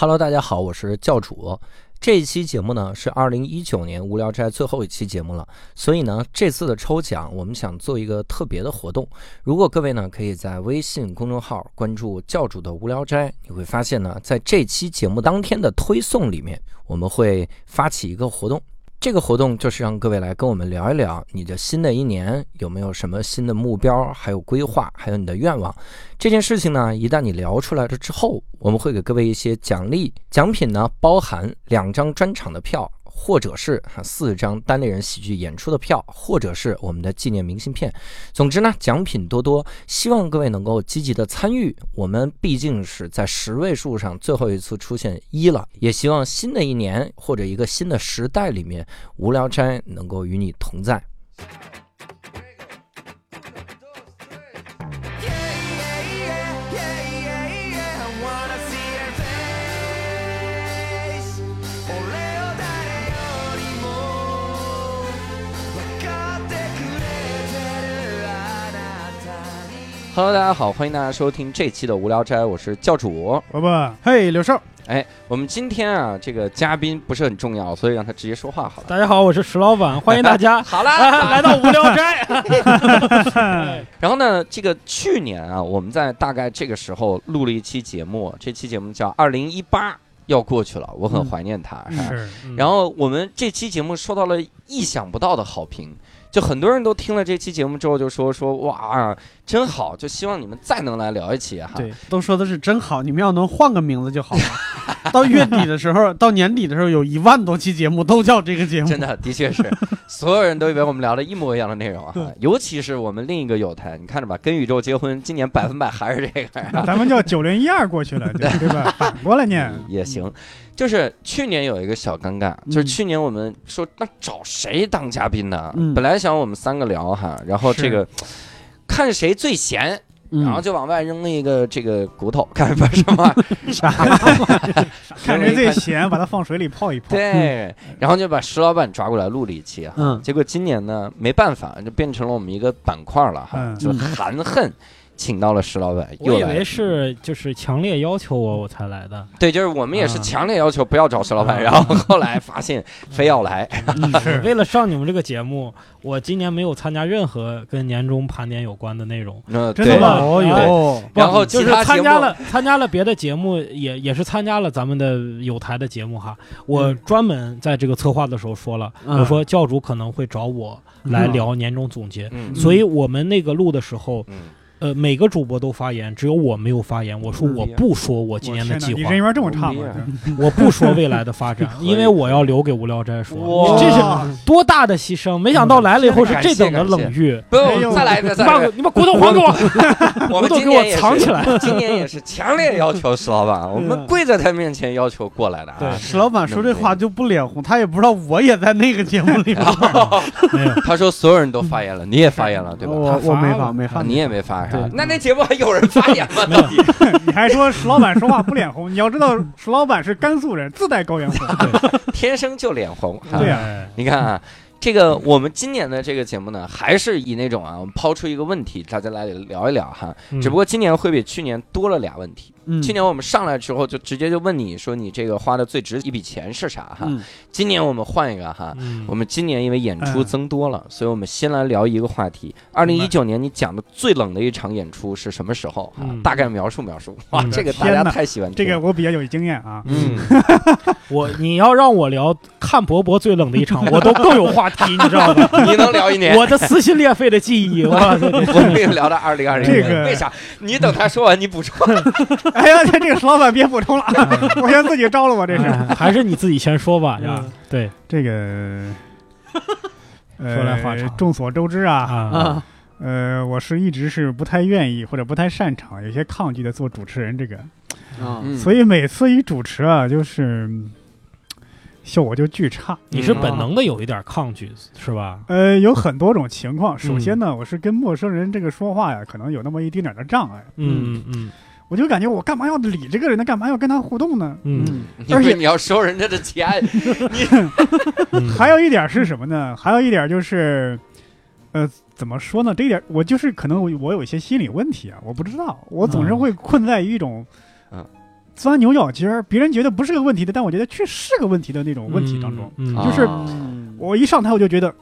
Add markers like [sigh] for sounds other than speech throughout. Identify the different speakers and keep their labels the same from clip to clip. Speaker 1: Hello，大家好，我是教主。这一期节目呢是二零一九年无聊斋最后一期节目了，所以呢这次的抽奖我们想做一个特别的活动。如果各位呢可以在微信公众号关注教主的无聊斋，你会发现呢在这期节目当天的推送里面，我们会发起一个活动。这个活动就是让各位来跟我们聊一聊你的新的一年有没有什么新的目标，还有规划，还有你的愿望。这件事情呢，一旦你聊出来了之后，我们会给各位一些奖励，奖品呢包含两张专场的票，或者是啊四张单立人喜剧演出的票，或者是我们的纪念明信片。总之呢，奖品多多，希望各位能够积极的参与。我们毕竟是在十位数上最后一次出现一了，也希望新的一年或者一个新的时代里面，无聊斋能够与你同在。Hello，大家好，欢迎大家收听这期的无聊斋，我是教主。
Speaker 2: 伯伯，嘿，刘少，
Speaker 1: 哎，我们今天啊，这个嘉宾不是很重要，所以让他直接说话好了。
Speaker 3: 大家好，我是石老 [laughs] 板，欢迎大
Speaker 1: [laughs]
Speaker 3: 家
Speaker 1: 好
Speaker 3: 啊
Speaker 1: 啦，
Speaker 3: 来 [laughs] 到无聊斋。
Speaker 1: 然后呢，这个去年啊，我们在大概这个时候录了一期节目，这期节目叫《二零一八要过去了》，我很怀念它。
Speaker 3: 嗯
Speaker 1: 是吧
Speaker 2: 是
Speaker 1: 然后我们这期节目收到了意想不到的好评，就很多人都听了这期节目之后就说说哇，真好，就希望你们再能来聊一期啊哈。
Speaker 2: 对
Speaker 3: 都说的是真好，你们要能换个名字就好了。 [laughs] 到月底的时候，到年底的时候，有一万多期节目都叫这个节目。
Speaker 1: 真的，的确是，所有人都以为我们聊的一模一样的内容啊，尤其是我们另一个友台，你看着吧，跟宇宙结婚，今年百分百还是这个，
Speaker 2: 咱们叫九零一二过去了，对对吧？反过来念，
Speaker 1: 也行。就是去年有一个小尴尬，就是
Speaker 3: 嗯
Speaker 1: 去年我们说那找谁当嘉宾呢？
Speaker 3: 嗯
Speaker 1: 本来想我们三个聊哈，然后这
Speaker 3: 是
Speaker 1: 个看谁最闲，
Speaker 3: 嗯
Speaker 1: 然后就往外扔了一个这个骨头，看不是什么啥，
Speaker 2: 看谁最闲，把它放水里泡一泡。
Speaker 1: 对，然后就把石老板抓过来录了一期啊。
Speaker 3: 嗯
Speaker 1: 结果今年呢，没办法，就变成了我们一个板块了哈，
Speaker 2: 嗯
Speaker 1: 就含恨。请到了石老板，
Speaker 4: 我
Speaker 1: 又
Speaker 4: 以
Speaker 1: 来
Speaker 4: 为
Speaker 1: 了。
Speaker 4: 是就是强烈要求我我才来的，
Speaker 1: 对，就是我们也是
Speaker 4: 啊
Speaker 1: 强烈要求不要找石老板， [laughs]
Speaker 4: 啊
Speaker 1: 然后后来发现非要来，
Speaker 3: 嗯
Speaker 2: 是
Speaker 4: 为了上你们这个节目，我今年没有参加任何跟年终盘点有关的内容。
Speaker 1: 那
Speaker 2: 真的
Speaker 1: 对
Speaker 2: 吗？
Speaker 4: 对
Speaker 2: 哦
Speaker 4: 对
Speaker 2: 哟，
Speaker 4: 不
Speaker 1: 然后
Speaker 4: 就
Speaker 1: 其
Speaker 4: 是
Speaker 1: 他节
Speaker 4: 参
Speaker 1: 目
Speaker 4: 加了参加了别的节目，也也是参加了咱们的有台的节目哈。我
Speaker 1: 嗯
Speaker 4: 专门在这个策划的时候说了，
Speaker 3: 嗯
Speaker 4: 我说教主可能会找我来聊年终总结，
Speaker 1: [laughs] 嗯
Speaker 4: 所以我们那个录的时候，
Speaker 1: 嗯，
Speaker 4: 呃，每个主播都发言，只有我没有发言。我说
Speaker 3: 嗯
Speaker 4: 我不说我今年的
Speaker 2: 我
Speaker 4: 计
Speaker 2: 天哪你
Speaker 4: 划，
Speaker 2: 人缘这么差
Speaker 1: 牛
Speaker 2: 吗？
Speaker 4: 我不说未来的
Speaker 1: [laughs]
Speaker 4: 发展，因为我要留给无聊斋说。
Speaker 1: 哇
Speaker 4: 这是多大的牺牲！没想到来了以后是这等的冷遇。
Speaker 1: 不
Speaker 2: 哎，呦
Speaker 1: 再来一个，
Speaker 4: 你
Speaker 1: 再
Speaker 4: 把
Speaker 1: 来一
Speaker 4: 你把骨头还
Speaker 1: [laughs]
Speaker 4: 给
Speaker 1: 个，
Speaker 4: 我，
Speaker 1: 我
Speaker 4: 骨
Speaker 1: 们
Speaker 4: 头
Speaker 1: 今
Speaker 4: 给
Speaker 1: 年也
Speaker 4: 我
Speaker 1: 是
Speaker 4: 藏起来。
Speaker 1: 今年也是强烈要求石老板，我们跪在他面前要求过来 [laughs] 的啊。
Speaker 3: 史老板说这话就不脸红，他也不知道我也在那个节目里。 [laughs]
Speaker 4: 没有，
Speaker 1: 他说所有人都发言了，你也发言了，对吧？
Speaker 3: 我我没发没
Speaker 1: 啊
Speaker 3: 发，
Speaker 1: 你也没发是吧
Speaker 3: 对？
Speaker 1: 那那节目还有人发言吗？到底？
Speaker 2: 你还说石老板说话不脸红？你要知道，石老板是甘肃人，自带高原红。
Speaker 1: 天生就脸红。哈
Speaker 2: 对啊
Speaker 4: 呀，
Speaker 1: 你看啊，这个我们今年的这个节目呢，还是以那种啊，我们抛出一个问题，大家来聊一聊哈。嗯
Speaker 4: 嗯
Speaker 1: 只不过今年会比去年多了俩问题。
Speaker 3: 嗯
Speaker 1: 去年我们上来之后就直接就问你说你这个花的最值一笔钱是啥哈？
Speaker 3: 嗯
Speaker 1: 今年我们换一个哈。
Speaker 4: 嗯
Speaker 1: 我们今年因为演出增多了，所以我们先来聊一个话题。二零一九年你讲的最冷的一场演出是什么时候？啊
Speaker 4: 嗯
Speaker 1: 大概描述描述。哇，
Speaker 4: 嗯
Speaker 1: 这个大
Speaker 2: 天
Speaker 1: 家
Speaker 2: 哪
Speaker 1: 太喜欢
Speaker 2: 这
Speaker 1: 听
Speaker 2: 个
Speaker 1: 了。
Speaker 2: 我比较有经验啊。
Speaker 1: 嗯，
Speaker 4: [laughs] 我你要让我聊看伯伯最冷的
Speaker 1: [laughs]
Speaker 4: 一场，我都更有话题，你知道吧？
Speaker 1: 你能聊一年？
Speaker 4: 我的撕心裂肺的记忆，我
Speaker 1: [laughs]
Speaker 4: 操
Speaker 1: 我
Speaker 5: [laughs]
Speaker 1: 们也聊到二零二零
Speaker 2: 这
Speaker 1: 年，
Speaker 2: 个
Speaker 1: 为啥？你等他说完，你补充。
Speaker 2: 哎呀，这个石老板别补
Speaker 1: [laughs]
Speaker 2: 充了，我先自己招了我这
Speaker 1: 嗯
Speaker 2: 是。
Speaker 4: 哎还是你自己先说吧，呀，对
Speaker 2: 这个，呃
Speaker 4: 说来话长
Speaker 2: 众所周知啊，
Speaker 4: 啊，
Speaker 3: 啊，
Speaker 2: 呃，我是一直是不太愿意或者不太擅长，有些抗拒的做主持人这个，
Speaker 3: 嗯
Speaker 1: 嗯
Speaker 2: 所以每次一主持啊，就是嗯效果就巨差。
Speaker 4: 你是本能的有一点抗拒是吧？
Speaker 2: 呃，有很多种情况。
Speaker 4: 嗯
Speaker 2: 首先呢，我是跟陌生人这个说话呀，可能有那么一丁点儿的障碍，
Speaker 4: 嗯嗯
Speaker 2: 我就感觉我干嘛要理这个人呢？干嘛要跟他互动呢？
Speaker 4: 嗯
Speaker 1: 因为你要收人家的钱，
Speaker 4: 嗯，
Speaker 2: [laughs] 还有一点是什么呢？还有一点就是，呃，怎么说呢？这一点我就是可能我我有一些心理问题啊，我不知道，我总是
Speaker 4: 嗯
Speaker 2: 会困在于一种，
Speaker 1: 嗯
Speaker 2: 钻牛角尖儿，别人觉得不是个问题的，但我觉得却是个问题的那种问题当中。
Speaker 4: 嗯，
Speaker 1: 啊
Speaker 4: 嗯
Speaker 2: 就是
Speaker 3: 嗯
Speaker 2: 我一上台我就觉得，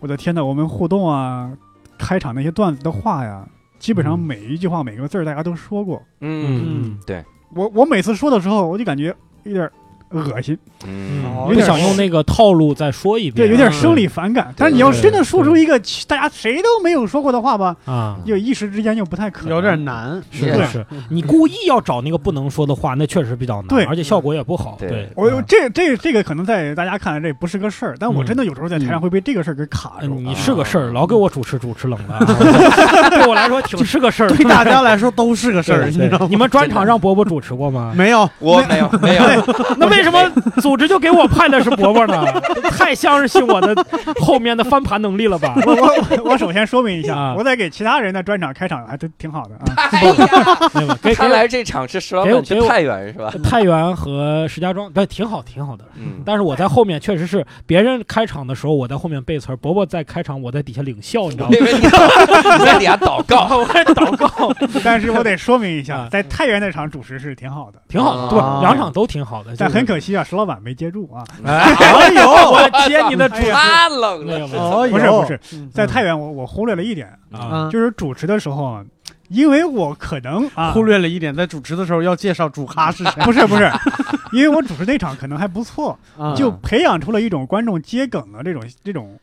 Speaker 2: 我的天呐，我们互动啊，开场那些段子的话呀，基本上
Speaker 4: 嗯
Speaker 2: 每一句话、每个字儿大家都说过。
Speaker 1: 嗯
Speaker 4: 嗯
Speaker 2: 我我每次说的时候，我就感觉有点恶心，
Speaker 1: 嗯
Speaker 4: 嗯，
Speaker 3: 哦
Speaker 4: 不
Speaker 2: 有点
Speaker 4: 想用那个套路再说一遍，
Speaker 2: 对，
Speaker 4: 啊
Speaker 2: 有点生理反感。但是你要真的说出一个大家谁都没有说过的话吧，
Speaker 4: 啊。
Speaker 2: 又一时之间又不太可能。
Speaker 3: 有点难，
Speaker 1: 是
Speaker 2: 对
Speaker 4: 是是，你故意要找那个不能说的话，那确实比较难，
Speaker 2: 对
Speaker 4: 而且效果也不好。
Speaker 1: 对
Speaker 4: 对，
Speaker 2: 我有
Speaker 4: 嗯
Speaker 2: 这这这个可能在大家看来这不是个事儿，但我真的有时候在台上会被这啊个事儿给卡
Speaker 4: 呃
Speaker 2: 住。
Speaker 4: 你是个事儿，老给我主持主持冷
Speaker 2: [laughs]
Speaker 4: 了啊，对我来说挺是个事儿。
Speaker 3: 对大家来说都是个事儿，
Speaker 4: 对
Speaker 3: 你
Speaker 4: 对
Speaker 3: 知道吗？
Speaker 4: 你们专场让伯伯主持过吗？
Speaker 3: 没有，
Speaker 5: 我没有没有，
Speaker 4: 那为什
Speaker 2: [laughs]
Speaker 4: 么组织就给我派的是伯伯呢？ [laughs] 太相信我的后面的翻盘能力
Speaker 2: [laughs]
Speaker 4: 了吧？
Speaker 2: 我我我首先说明一下
Speaker 4: 啊，
Speaker 2: 我在给其他人的专场开场还都挺好的啊。
Speaker 5: 哎呀，
Speaker 4: 没有给
Speaker 5: 看
Speaker 4: 给
Speaker 5: 来这场是石老
Speaker 4: 给我
Speaker 5: 板去
Speaker 4: 给我
Speaker 5: 太原是吧？
Speaker 4: 太原和石家庄，对，挺好，挺好的。
Speaker 5: 嗯，
Speaker 4: 但是我在后面确实是别人开场的时候，我在后面背词儿，伯伯在开场，我在底下领笑，你知道吗
Speaker 5: 因？为你在底下 [laughs] 祷告， [laughs]
Speaker 4: 我在祷告，
Speaker 2: [laughs] 但是我得说明一下，
Speaker 4: 啊
Speaker 2: 在太原那场主持是挺好的，
Speaker 4: [laughs] 挺好的，对吧？两场都挺好的，
Speaker 2: 但
Speaker 4: 就是
Speaker 2: 很可惜啊，石老板没接住啊。
Speaker 4: [laughs] 哎呦，我接你的主啊
Speaker 2: 哎呀
Speaker 5: 太冷
Speaker 4: 没有
Speaker 5: 了，
Speaker 4: 没有
Speaker 3: 哦，
Speaker 2: 不是
Speaker 3: 有
Speaker 2: 不是，
Speaker 3: 嗯
Speaker 2: 在太原我我忽略了一点，
Speaker 4: 啊，
Speaker 3: 啊，
Speaker 2: 就是主持的时候啊，因为我可能啊
Speaker 3: 忽略了一点，在主持的时候要介绍主咖是谁，
Speaker 2: 不是不是，因为我主持那场可能还不错，
Speaker 5: 嗯
Speaker 3: 啊
Speaker 2: 就培养出了一种观众接梗的这种这种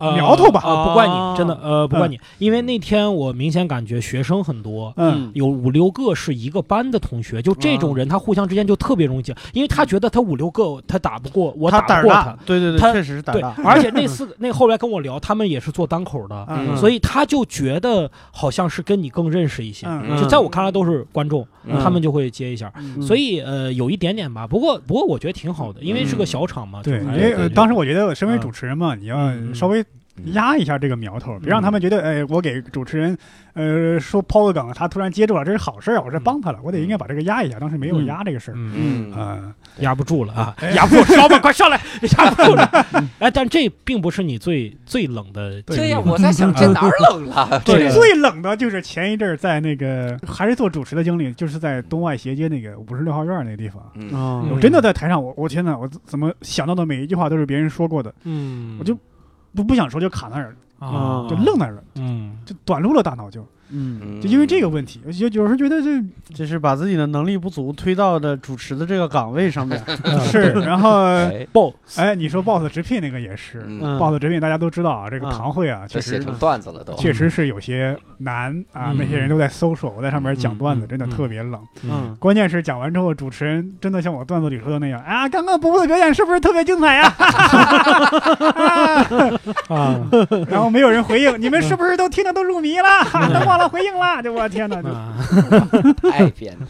Speaker 4: 呃
Speaker 2: 苗头吧
Speaker 4: 呃不怪你，真的，呃，不怪
Speaker 2: 嗯
Speaker 4: 你，因为那天我明显感觉学生很多，
Speaker 2: 嗯
Speaker 4: 有五六个是一个班的同学，就这种人，他互相之间就特别容易讲，因为他觉得他五六个他打不过，我
Speaker 3: 他
Speaker 4: 打
Speaker 3: 胆
Speaker 4: 不
Speaker 3: 儿
Speaker 4: 过
Speaker 3: 大
Speaker 4: 他，，
Speaker 3: 对对
Speaker 4: 他
Speaker 3: 对，确实是胆
Speaker 4: 对
Speaker 3: 儿大，，
Speaker 4: 而且那四个那后来跟我聊，他们也是做单口的，
Speaker 2: 嗯
Speaker 4: 所以他就觉得好像是跟你更认识一些，
Speaker 2: 嗯
Speaker 4: 就在我看来都是观众，
Speaker 5: 嗯
Speaker 4: 他们就会接一下，
Speaker 2: 嗯
Speaker 4: 所以呃有一点点吧，不过不过我觉得挺好的，因为是
Speaker 5: 嗯
Speaker 4: 个小厂嘛，
Speaker 2: 对，
Speaker 4: 啊就
Speaker 2: 因
Speaker 4: 还
Speaker 2: 为
Speaker 5: 对
Speaker 2: 呃当时我觉得身为主持人嘛，你要
Speaker 4: 嗯嗯嗯
Speaker 2: 稍微压一下这个苗头，别让他们觉得，哎，我给主持人，呃，说抛个梗，他突然接住了，这是好事儿啊，我是帮他了，我得应该把这个压一下。当时没有
Speaker 4: 嗯
Speaker 2: 压这个事儿，
Speaker 4: 嗯。
Speaker 5: 嗯
Speaker 2: 嗯，
Speaker 4: 压不住了啊，压不住，老板快上来，压不住了。哎，但这并不是你最最冷的经历。
Speaker 5: 对呀，我在想这哪儿冷了？
Speaker 2: 最
Speaker 4: 对
Speaker 2: 最冷的就是前一阵儿在那个还是做主持的经历，就是在东外斜街那个五十六号院儿那个地方。
Speaker 5: 嗯
Speaker 3: 嗯
Speaker 2: 我真的在台上，我我天呐，我怎么想到的每一句话都是别人说过的，
Speaker 4: 嗯，
Speaker 2: 我就不不想说就卡那儿了，
Speaker 4: 啊
Speaker 2: 就愣那儿了，
Speaker 4: 嗯，
Speaker 2: 就短路了大脑就，
Speaker 3: 嗯，
Speaker 2: 就因为这个问题，有有时候觉得这
Speaker 3: 这是把自己的能力不足推到的主持的这个岗位
Speaker 4: [laughs]
Speaker 3: 上面，
Speaker 4: 啊
Speaker 2: 是，然后
Speaker 5: 哎
Speaker 4: 爆
Speaker 2: 哎，你说 boss 直聘那个也是、
Speaker 5: 嗯，
Speaker 3: 嗯
Speaker 2: boss 直聘，大家都知道啊，这个
Speaker 3: 啊
Speaker 2: 堂会啊，确
Speaker 5: 这写
Speaker 2: 实
Speaker 5: 成段子了都。
Speaker 2: 确实是有些难啊，
Speaker 4: 嗯
Speaker 2: 那些人都在搜索，我在上面讲段子，
Speaker 4: 嗯
Speaker 2: 真的
Speaker 4: 嗯
Speaker 2: 特别冷。
Speaker 4: 嗯，
Speaker 3: 嗯，
Speaker 2: 关键是讲完之后，主持人真的像我段子里说的那样啊，刚刚伯伯的表演是不是特别精彩呀、啊？
Speaker 4: 啊
Speaker 2: [laughs] 然后没有人回应，你们是不是都听得都入迷了， [laughs] 哈都忘了回应了？就我天哪，就
Speaker 4: 啊
Speaker 5: 太变态。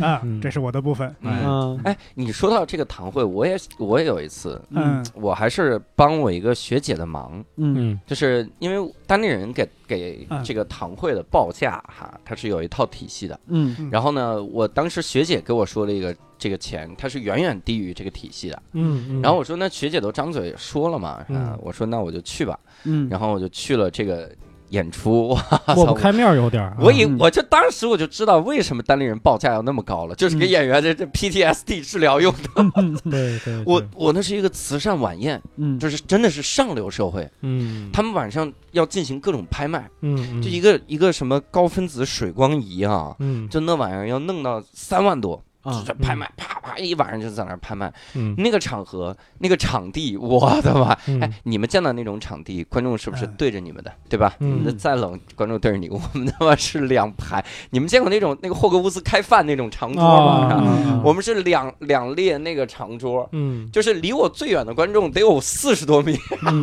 Speaker 2: 啊
Speaker 4: 嗯，
Speaker 2: 这是我的部分。
Speaker 5: [laughs] 嗯，
Speaker 3: 嗯
Speaker 5: 哎，你说到这个堂会，我也我也有一次，
Speaker 2: 嗯
Speaker 5: 我还是帮我一个学姐的忙，
Speaker 3: 嗯
Speaker 4: 嗯
Speaker 5: 就是因为当地人给给
Speaker 2: 嗯
Speaker 5: 这个堂会的报价哈，它是有一套体系的。
Speaker 3: 嗯
Speaker 2: 嗯
Speaker 5: 然后呢，我当时学姐给我说了一个这个钱，它是远远低于这个体系的。
Speaker 4: 嗯，
Speaker 5: 然后我说那学姐都张嘴说了嘛，啊
Speaker 4: 嗯，
Speaker 5: 我说那我就去吧。
Speaker 3: 嗯，
Speaker 5: 然后我就去了这个演出，哇
Speaker 4: 抹
Speaker 5: 操
Speaker 4: 不！开面儿有点儿。啊
Speaker 5: 我以
Speaker 3: 嗯
Speaker 5: 我就当时我就知道为什么单立人报价要那么高了，就是给
Speaker 3: 嗯
Speaker 5: 演员这这 PTSD 治疗用的。
Speaker 4: [laughs] 对对，
Speaker 5: 我我那是一个慈善晚宴，
Speaker 3: 嗯
Speaker 5: 就是真的是上流社会，
Speaker 4: 嗯，
Speaker 5: 他们晚上要进行各种拍卖，
Speaker 4: 嗯
Speaker 5: 就一个一个什么高分子水光仪啊，
Speaker 4: 嗯
Speaker 5: 就那晚上要弄到三万多，
Speaker 3: 啊
Speaker 5: 就拍卖，啪啪一晚上就在那儿拍卖。
Speaker 4: 嗯
Speaker 5: 那个场合，那个场地， [laughs] 我的妈！
Speaker 4: 嗯
Speaker 5: 哎，你们见到那种场地，观众是不是
Speaker 2: 嗯
Speaker 5: 对着你们的，对吧？
Speaker 4: 嗯
Speaker 5: 你们再冷，观众对着你， [laughs] 我们他妈是两排。你们见过那种那个霍格沃兹开饭那种长桌吗？
Speaker 4: 啊
Speaker 2: 嗯
Speaker 5: 我们是两两列那个长桌，
Speaker 4: 嗯
Speaker 5: 就是离我最远的观众得有四十多米， [laughs]
Speaker 4: 嗯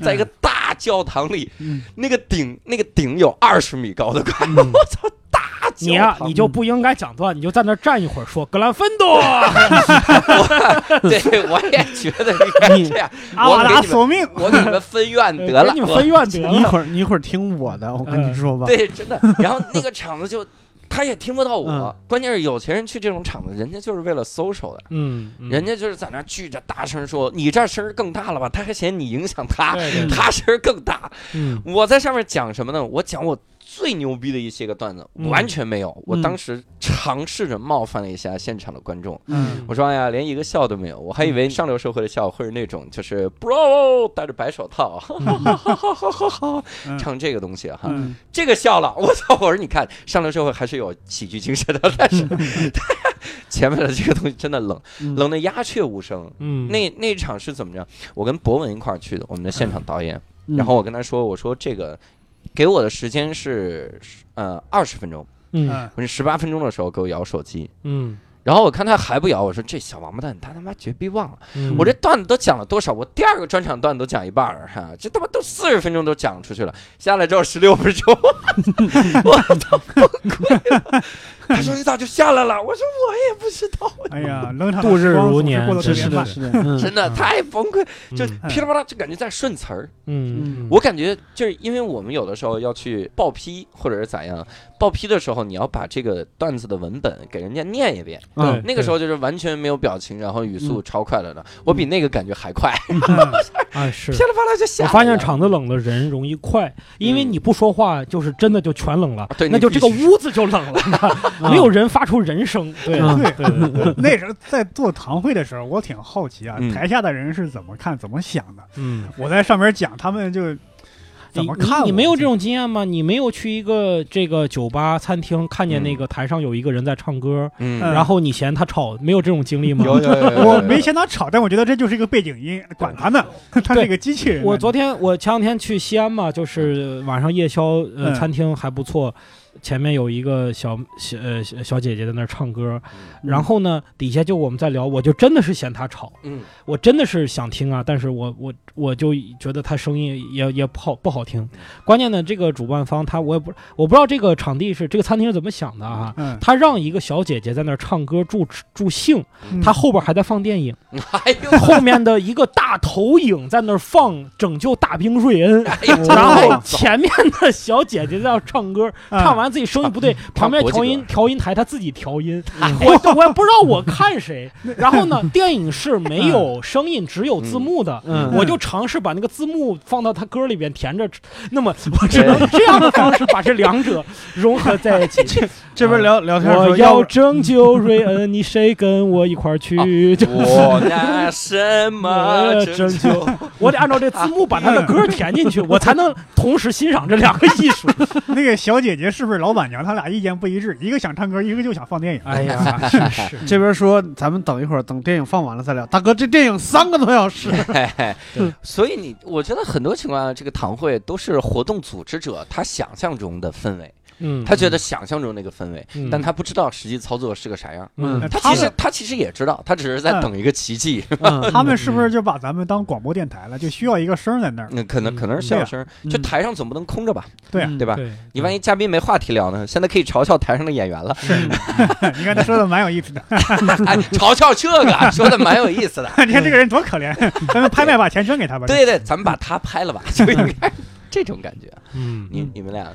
Speaker 5: 在一个大教堂里，
Speaker 3: 嗯
Speaker 5: 那个顶那个顶有二十米高的观众，
Speaker 4: 嗯
Speaker 5: 我操，大教
Speaker 4: 你呀、
Speaker 5: 堂
Speaker 4: 你就不应该讲段，你就在那儿站一会儿说格兰芬多。
Speaker 5: 对，我也觉得应
Speaker 4: [laughs]
Speaker 5: 该这样。
Speaker 2: 阿
Speaker 5: 我
Speaker 2: 瓦
Speaker 5: 给
Speaker 2: 达
Speaker 5: 你们，
Speaker 2: 索命，
Speaker 5: 我给你们分院 [laughs] 得了
Speaker 4: 给你，们
Speaker 5: 我
Speaker 4: 分院得
Speaker 3: 你一
Speaker 4: 了。
Speaker 3: 会儿你一会儿听我的，我跟
Speaker 2: 嗯
Speaker 3: 你说吧，
Speaker 5: 对，真的。然后那个场子就他也听不到我
Speaker 3: 嗯，
Speaker 5: 关键是有钱人去这种场子，人家就是为了 social 的。
Speaker 4: 嗯，嗯
Speaker 5: 人家就是在那聚着大声说：“你这声儿更大了吧？”他还嫌你影响他，
Speaker 4: 对对对
Speaker 5: 他声儿更大。
Speaker 4: 嗯
Speaker 5: 我在上面讲什么呢？我讲我最牛逼的一些个段子，
Speaker 4: 嗯
Speaker 5: 完全没有。我
Speaker 3: 嗯
Speaker 5: 当时尝试着冒犯了一下现场的观众，
Speaker 3: 嗯
Speaker 5: 我说哎呀，连一个笑都没有，我还以为上流社会的笑会是那种就是 bro 戴着白手套，
Speaker 4: 嗯
Speaker 5: 哈哈哈哈哈哈哈 [laughs]
Speaker 2: 嗯
Speaker 5: 唱这个东西哈，
Speaker 2: 嗯
Speaker 5: 这个笑了，我操！我说你看上流社会还是有喜剧精神的，但是 [laughs] 前面的这个东西真的冷，
Speaker 3: 嗯
Speaker 5: 冷的鸦雀无声。
Speaker 4: 嗯，
Speaker 5: 那那场是怎么着？我跟博文一块儿去的，我们的现场导演。
Speaker 3: 嗯
Speaker 5: 然后我跟他说，我说这个给我的时间是呃二十分钟，
Speaker 4: 嗯
Speaker 2: 嗯
Speaker 5: 我是十八分钟的时候给我摇手机。
Speaker 4: 嗯
Speaker 5: 然后我看他还不摇，我说这小王八蛋，他他妈绝逼忘了。
Speaker 4: 嗯，
Speaker 5: 我这段子都讲了多少？我第二个专场段子都讲一半儿哈、这他妈都四十分钟都讲出去了，下来之后十六分钟， [laughs] 我都崩溃了。他说你咋就下来了？我说我也不知道，
Speaker 2: [laughs] 哎呀，冷场
Speaker 4: 度日如年
Speaker 2: 过得特
Speaker 3: 是
Speaker 2: 别
Speaker 3: 是的，
Speaker 2: 慢。
Speaker 3: 是的，嗯
Speaker 5: 真的太崩溃，就
Speaker 4: 嗯
Speaker 5: 噼里啪啦，就感觉在顺词儿。
Speaker 4: 嗯，嗯
Speaker 5: 我感觉就是因为我们有的时候要去报批或者是咋样，报批的时候你要把这个段子的文本给人家念一遍。
Speaker 4: 对
Speaker 3: 嗯
Speaker 5: 那个时候就是完全没有表情，然后语速超快了的，我比那个感觉还快，
Speaker 2: 嗯
Speaker 4: 哎是
Speaker 5: 噼。里啪啦就下
Speaker 4: 我
Speaker 5: 来了。
Speaker 4: 发现场子冷的人容易快，因为
Speaker 5: 嗯
Speaker 4: 你不说话，就是真的就全冷了
Speaker 5: 啊，对
Speaker 4: 那
Speaker 5: 你啊
Speaker 4: 就
Speaker 5: 必
Speaker 4: 这个
Speaker 5: 须
Speaker 4: 屋子就冷
Speaker 5: [laughs]
Speaker 4: 了，没有人发出人声，对
Speaker 3: 嗯
Speaker 4: 对对对，
Speaker 2: 那时候在做堂会的时候，我挺好奇啊
Speaker 5: 嗯，
Speaker 2: 台下的人是怎么看、怎么想的。
Speaker 4: 嗯，
Speaker 2: 我在上面讲，他们就怎么
Speaker 4: 你
Speaker 2: 看
Speaker 4: 你？你
Speaker 2: 我
Speaker 4: 没有这种经验吗？你没有去一个这个酒吧、餐厅，看见那个台上有一个人在唱歌，
Speaker 5: 嗯，
Speaker 2: 嗯
Speaker 4: 然后你嫌他吵，没有这种经历吗？
Speaker 5: 有有有有有，
Speaker 2: 我没嫌他吵，但我觉得这就是一个背景音，管他呢，他是一个机器人。
Speaker 4: [laughs] 我昨天我前两天去西安嘛，就是晚上夜宵，呃，
Speaker 2: 嗯
Speaker 4: 餐厅还不错，前面有一个小小呃小小姐姐在那儿唱歌，
Speaker 2: 嗯
Speaker 4: 然后呢底下就我们在聊，我就真的是嫌她吵，
Speaker 5: 嗯
Speaker 4: 我真的是想听啊，但是我我我就觉得她声音也也不好不好听，关键呢这个主办方他我也不我不知道这个场地是这个餐厅是怎么想的啊。
Speaker 2: 嗯，
Speaker 4: 他让一个小姐姐在那儿唱歌助助兴，
Speaker 2: 嗯
Speaker 4: 他后边还在放电影，
Speaker 5: 哎呦，
Speaker 4: 后面的一个大投影在那儿放《拯救大兵瑞恩》，
Speaker 5: 哎呦
Speaker 4: 然后
Speaker 5: 太早
Speaker 4: 前面的小姐姐在那唱歌，
Speaker 2: 嗯
Speaker 4: 唱完自己声音不对，旁边调
Speaker 5: 唱国际
Speaker 4: 音
Speaker 5: 歌
Speaker 4: 调音台她自己调音，我我也不知道我看谁。然后呢，电影是没有声音，只有字幕的。
Speaker 3: 嗯
Speaker 4: 我就尝试把那个字幕放到她歌里边填着，那么我只能这样的方式把这两者融合在一起。
Speaker 3: 这边聊聊天的时
Speaker 4: 啊我
Speaker 3: 候，
Speaker 4: 要
Speaker 3: 不
Speaker 4: 拯救瑞恩，你谁跟我一块儿去？就
Speaker 5: 我那什么
Speaker 4: 拯
Speaker 5: 拯
Speaker 4: 救
Speaker 5: 救？
Speaker 4: 我得按照这字幕把他的歌填进去，我才能同时欣赏这两个艺术。
Speaker 2: 那个小姐姐是不是老板娘？她俩意见不一致，一个想唱歌，一个就想放电影。
Speaker 4: 哎呀， [laughs] 是是，
Speaker 3: 这边说咱们等一会儿，等电影放完了再聊。大哥，这电影三个多小时，
Speaker 4: [laughs]
Speaker 5: 所以你，我觉得很多情况下，这个堂会都是活动组织者他想象中的氛围，
Speaker 4: 嗯，
Speaker 5: 他觉得想象中那个氛围，
Speaker 4: 嗯，
Speaker 5: 但他不知道实际操作是个啥样。
Speaker 4: 嗯，
Speaker 2: 嗯
Speaker 5: 他
Speaker 2: 他
Speaker 5: 其实
Speaker 2: 们
Speaker 5: 他其实也知道，他只是在等一个奇迹。
Speaker 3: 嗯
Speaker 2: 他们是不是就把咱们当广播电台了？就需要一个声儿在
Speaker 4: [laughs]
Speaker 2: 那儿。
Speaker 5: 那可能
Speaker 4: 嗯
Speaker 5: 可能是笑声，
Speaker 3: 嗯
Speaker 5: 就台上总不能空着吧，
Speaker 2: 对啊
Speaker 5: 对吧？
Speaker 4: 对，
Speaker 5: 你万一嘉宾没话题聊呢？现在可以嘲笑台上的演员了，
Speaker 2: 你看他说的蛮有意思的，
Speaker 5: 哎，嘲笑这个说的蛮有意
Speaker 4: [laughs]
Speaker 5: 思的。
Speaker 2: [laughs] 你看这个人多可怜，咱们拍卖把钱捐给他吧。
Speaker 5: 对对，咱们把他拍了吧，就应
Speaker 4: [laughs]
Speaker 5: 该这种感觉。
Speaker 4: 嗯，
Speaker 5: 你你们俩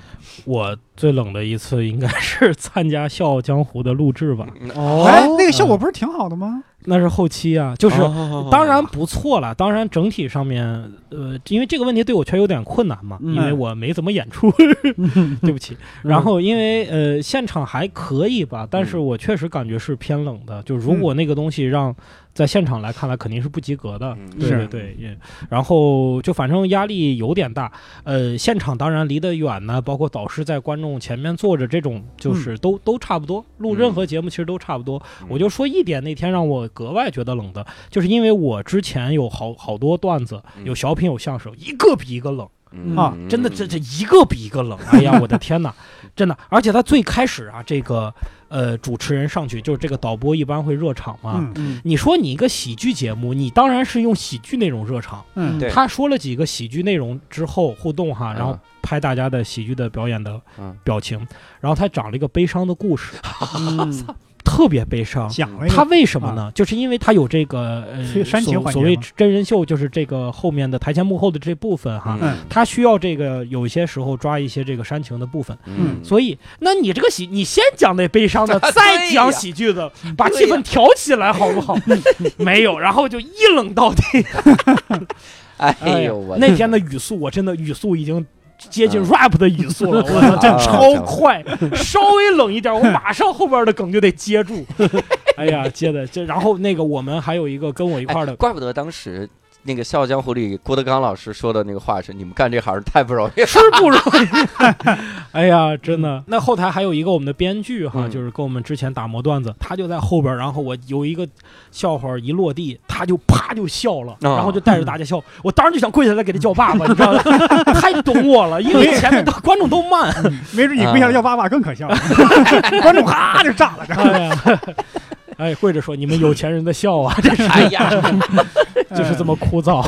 Speaker 4: 我最冷的一次应该是参加《笑傲江湖》的录制吧，
Speaker 2: [laughs] 哎，
Speaker 3: 哦，
Speaker 2: 那个效果不是挺好的吗？
Speaker 4: 那是后期啊，就是
Speaker 5: 哦
Speaker 4: 当然不错了，当然整体上面，呃，因为这个问题对我确实有点困难嘛，
Speaker 3: 嗯
Speaker 4: 因为我没怎么演出，对不起。 [laughs] 然后因为呃现场还可以吧，但是我确实感觉是偏冷的，就如果那个东西让在现场来看来肯定是不及格的。
Speaker 5: 嗯
Speaker 4: 对对
Speaker 2: 是
Speaker 4: 对，也然后就反正压力有点大，呃，现场当然离得远呢，包括导师在观众前面坐着，这种就是都、都差不多。录任何节目其实都差不多，
Speaker 5: 嗯
Speaker 4: 我就说一点，那天让我格外觉得冷的，就是因为我之前有好好多段子，
Speaker 5: 嗯
Speaker 4: 有小品，有相声，一个比一个冷，
Speaker 5: 嗯
Speaker 2: 啊
Speaker 5: 嗯
Speaker 4: 真的这这一个比一个冷。哎呀，我的天哪，真的！而且他最开始啊，这个呃主持人上去，就是这个导播一般会热场嘛。
Speaker 2: 嗯
Speaker 3: 嗯
Speaker 4: 你说你一个喜剧节目，你当然是用喜剧内容热场。
Speaker 2: 嗯，
Speaker 5: 对
Speaker 4: 他说了几个喜剧内容之后互动哈，然后
Speaker 5: 啊
Speaker 4: 拍大家的喜剧的表演的
Speaker 5: 嗯
Speaker 4: 表情，然后他讲了一个悲伤的故事，
Speaker 3: [laughs] 嗯
Speaker 4: 特别悲伤。
Speaker 2: [laughs] 讲了一个
Speaker 4: 他为什么呢？就是因为他有这个呃
Speaker 2: 是啊煽情
Speaker 4: 所
Speaker 2: 环节
Speaker 4: 所谓
Speaker 2: 吗
Speaker 4: 真人秀，就是这个后面的台前幕后的这部分哈，
Speaker 5: 嗯
Speaker 4: 他需要这个有一些时候抓一些这个煽情的部分。
Speaker 5: 嗯，
Speaker 4: 所以，那你这个喜，你先讲那悲伤
Speaker 5: [laughs]
Speaker 4: 的，
Speaker 5: 对呀嗯
Speaker 4: 再讲喜剧的，把气氛挑起来，好不好？ [laughs] 没有，然后就一冷到底。哎
Speaker 5: 哎呦
Speaker 4: 呀
Speaker 5: 我哎
Speaker 4: 那天的语速，我真的语速已经接
Speaker 5: 啊
Speaker 4: 近 rap 的语速了，
Speaker 5: [laughs]
Speaker 4: 我操，这超快，稍微冷一点，我马上后边的梗就得
Speaker 5: [laughs]
Speaker 4: 接住。哎呀，接的这，然后那个我们还有一个跟我一块儿的
Speaker 5: 哎，怪不得当时那个《笑傲江湖》里郭德纲老师说的那个话是：你们干这行太不容易
Speaker 4: [laughs]
Speaker 5: 了。
Speaker 4: 是不容易。哎呀，真
Speaker 3: 嗯
Speaker 4: 的。那后台还有一个我们的编剧哈，
Speaker 5: 嗯
Speaker 4: 就是跟我们之前打磨段子，他就在后边儿。然后我有一个笑话一落地，他就啪就笑了，
Speaker 5: 啊
Speaker 4: 然后就带着大家笑。
Speaker 3: 嗯
Speaker 4: 我当时就想跪下来给他叫爸爸，你知
Speaker 3: [laughs]
Speaker 4: 道吗？太懂我了，因为前面的观众都慢。
Speaker 2: 嗯没准你
Speaker 3: 啊
Speaker 2: 跪下来叫爸爸更可笑， [laughs] 观众哈就炸
Speaker 3: [laughs]
Speaker 2: 了。
Speaker 4: 哎呀， [laughs] 哎，跪着说你们有钱人的笑
Speaker 3: [laughs]
Speaker 4: 啊，这是
Speaker 5: 哎呀，
Speaker 4: 就是这么枯燥。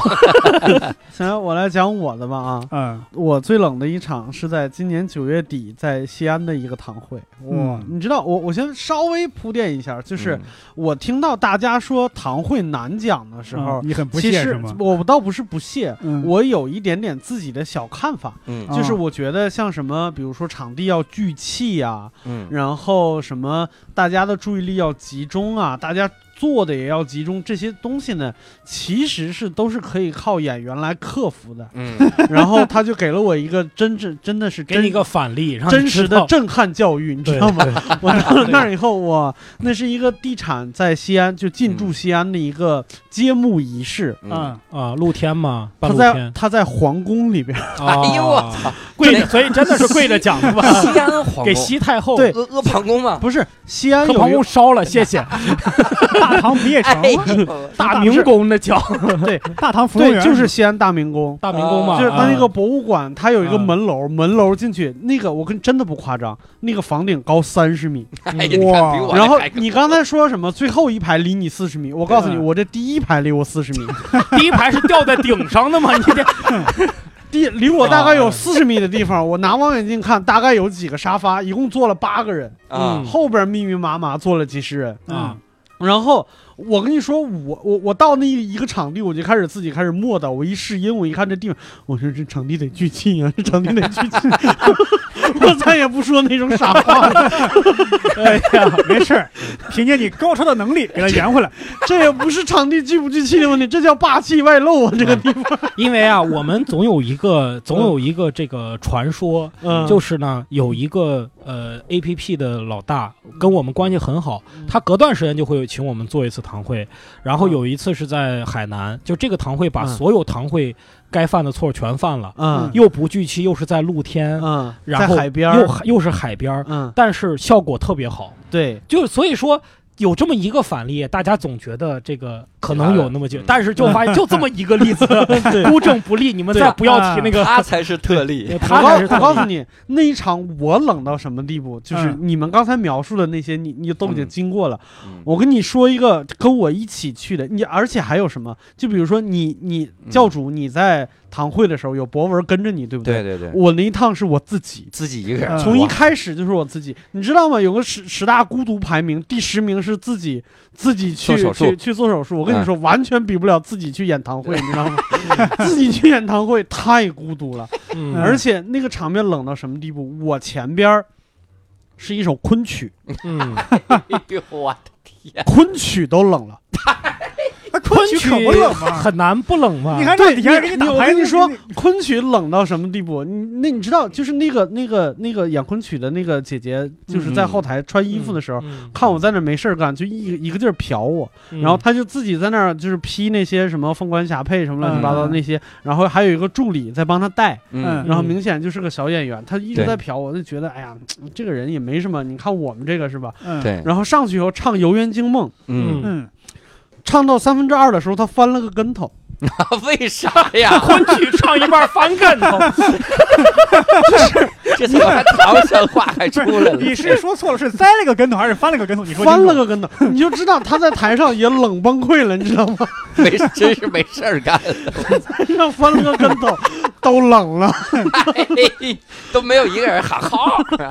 Speaker 3: 哎行，我来讲我的吧啊。
Speaker 2: 嗯，
Speaker 3: 我最冷的一场是在今年九月底在西安的一个堂会。哇，
Speaker 2: 嗯
Speaker 3: 你知道我我先稍微铺垫一下，就是
Speaker 5: 嗯
Speaker 3: 我听到大家说堂会难讲的时候，
Speaker 2: 嗯你很不
Speaker 3: 其
Speaker 2: 屑是
Speaker 3: 实
Speaker 2: 吗？
Speaker 3: 我倒不是不屑，
Speaker 2: 嗯
Speaker 3: 我有一点点自己的小看法。
Speaker 5: 嗯
Speaker 2: 啊
Speaker 3: 就是我觉得像什么，比如说场地要聚气啊，
Speaker 5: 嗯
Speaker 3: 然后什么大家的注意力要集中啊，大家做的也要集中，这些东西呢，其实是都是可以靠演员来克服的。
Speaker 5: 嗯，
Speaker 3: 然后他就给了我一个真正真的是
Speaker 4: 给你
Speaker 3: 真
Speaker 4: 一个反例，让你
Speaker 3: 真实
Speaker 4: 知
Speaker 3: 的
Speaker 4: 道
Speaker 3: 震撼教育，你知
Speaker 4: 对
Speaker 3: 道吗？
Speaker 4: 对
Speaker 3: 我到了那儿以后，我那是一个地产在西安就 [laughs] 进驻西安的一个揭幕仪式，
Speaker 5: 嗯，
Speaker 4: 啊，露天嘛，半
Speaker 3: 他
Speaker 4: 露
Speaker 3: 在 [laughs]
Speaker 4: 天。啊
Speaker 3: 他在皇宫里边，
Speaker 5: 哎呦我
Speaker 3: 啊
Speaker 5: 操，
Speaker 4: 跪着，所以真的是跪着讲的吧？
Speaker 5: 西安皇宫
Speaker 4: 给西太后
Speaker 3: 对
Speaker 5: 阿阿房宫嘛，
Speaker 3: 不是西安
Speaker 4: 和
Speaker 3: 有
Speaker 4: 皇
Speaker 3: 一个
Speaker 4: 宫烧了，谢
Speaker 3: [laughs]
Speaker 4: 谢。
Speaker 2: 大唐不夜城
Speaker 5: 哎，呦
Speaker 4: 大明宫那叫
Speaker 3: [laughs] 对
Speaker 2: 大唐芙蓉
Speaker 3: 对，
Speaker 2: 园
Speaker 3: 就是西安大明宫。
Speaker 4: 大明宫嘛，
Speaker 3: 就是
Speaker 4: 他
Speaker 3: 他那个博物馆，它有一个
Speaker 4: 嗯
Speaker 3: 门楼，门楼进去那个，我跟真的不夸张，那个房顶高三十米。
Speaker 5: [laughs] 哎呀，你看比我还
Speaker 3: 然后
Speaker 5: 还高
Speaker 3: 你刚才说什么？最后一排离你四十米，我告诉你，
Speaker 2: 嗯
Speaker 3: 我这第一排离我四十米，
Speaker 4: 第一排是吊在顶上的嘛，你这
Speaker 3: [laughs] 第离我大概有
Speaker 4: 啊
Speaker 3: 四十米的地方，我拿望远镜看，大概有几个沙发，一共坐了八个人，
Speaker 5: 啊
Speaker 4: 嗯，
Speaker 3: 后边密密麻麻坐了几十人。
Speaker 2: 啊，
Speaker 3: 然后我跟你说，我我我到那一个场地，我就开始自己开始磨叨。我一试音，我一看这地方，我说这场地得聚气啊，这场地得聚气。 [laughs] 我再也不说那种傻话了，嗯
Speaker 2: 哎呀，没事儿，凭借你高超的能力给他圆回来。
Speaker 3: 这也不是场地聚不聚气的问题，这叫霸气外露啊！这个地方，
Speaker 4: 因为啊，我们总有一个总有一个这个传说，
Speaker 3: 嗯
Speaker 4: 就是呢，有一个呃 A P P 的老大跟我们关系很好，
Speaker 3: 嗯
Speaker 4: 他隔段时间就会请我们做一次堂会，然后有一次是在海南，就这个堂会把
Speaker 3: 嗯
Speaker 4: 所有堂会该犯的错全犯了，
Speaker 3: 嗯
Speaker 4: 又不聚气，又是在露天，
Speaker 3: 嗯，
Speaker 4: 然
Speaker 3: 在
Speaker 4: 后
Speaker 3: 海边儿
Speaker 4: 又又是海边儿，
Speaker 3: 嗯，
Speaker 4: 但是效果特别好，
Speaker 3: 对，
Speaker 4: 就是所以说。有这么一个反例，大家总觉得这个可能有那么几
Speaker 5: 嗯，
Speaker 4: 但是就发现就这么一个例子，
Speaker 3: 嗯
Speaker 4: [laughs] 孤证不立。你们再不要提那个，
Speaker 3: 啊
Speaker 5: 他才是特例，
Speaker 4: 他才
Speaker 3: 我告
Speaker 4: 是
Speaker 3: 我告诉你，那一场我冷到什么地步，就是
Speaker 2: 嗯
Speaker 3: 你们刚才描述的那些，你你都已经
Speaker 5: 嗯
Speaker 3: 经过了。
Speaker 5: 嗯
Speaker 3: 我跟你说一个跟我一起去的，你而且还有什么？就比如说你你
Speaker 5: 嗯
Speaker 3: 教主你在堂会的时候有博文跟着你，对不
Speaker 5: 对
Speaker 3: 对
Speaker 5: 对对，
Speaker 3: 我那一趟是我自己。
Speaker 5: 自己一个
Speaker 3: [laughs]
Speaker 5: 人
Speaker 2: 嗯
Speaker 3: 从一开始就是我自己，你知道吗？有个十十大孤独排名，第十名是自己自己去
Speaker 5: 做手术
Speaker 3: 去去做手术。我跟你说，完全比不了自己去演堂会，你知道吗？自己去演堂会太孤独了。
Speaker 4: 嗯
Speaker 3: 而且那个场面冷到什么地步？我前边儿是一首昆曲，
Speaker 4: 嗯，
Speaker 5: 哎呦我的天，
Speaker 3: 昆曲都冷了。
Speaker 2: 那昆曲可不冷吗？
Speaker 4: 很难不冷嘛。
Speaker 2: 你看这
Speaker 3: 对，
Speaker 2: 底
Speaker 3: 你
Speaker 2: 下给你打
Speaker 3: 我
Speaker 2: 牌，
Speaker 3: 跟你说
Speaker 2: 你，
Speaker 3: 昆曲冷到什么地步？你那你知道，就是那个那个那个演昆曲的那个姐姐，就是在后台穿衣服的时候。
Speaker 4: 嗯，
Speaker 3: 看我在那没事儿干，就一一个劲儿瞟我，
Speaker 4: 嗯
Speaker 3: 然后她就自己在那儿就是批那些什么凤冠霞帔什么乱七八糟的那些，然后还有一个助理在帮她带，
Speaker 2: 嗯
Speaker 3: 然后明显就是个小演员，她一直
Speaker 5: 对
Speaker 3: 在瞟我，就觉得哎呀，这个人也没什么，你看我们这个是吧？
Speaker 2: 嗯，
Speaker 5: 对，
Speaker 3: 然后上去以后唱《游园惊梦》，
Speaker 5: 嗯，
Speaker 2: 嗯，
Speaker 3: 唱到三分之二的时候，他翻了个跟头，
Speaker 5: [laughs] 为啥呀？
Speaker 4: 昆曲唱一半翻跟
Speaker 3: [laughs]
Speaker 4: 头，
Speaker 5: [laughs] 这怎么还唐山话还出来了？
Speaker 2: 你是说错了，是栽了个跟头还是翻了个跟头？你说
Speaker 3: 翻了个跟头，你就知道他在台上也冷崩溃了，你知道吗？
Speaker 5: [laughs]
Speaker 3: [laughs]
Speaker 5: 没，真是没事儿干，
Speaker 3: 台上翻了个跟头，都冷了。
Speaker 5: 哎都没有一个人喊好。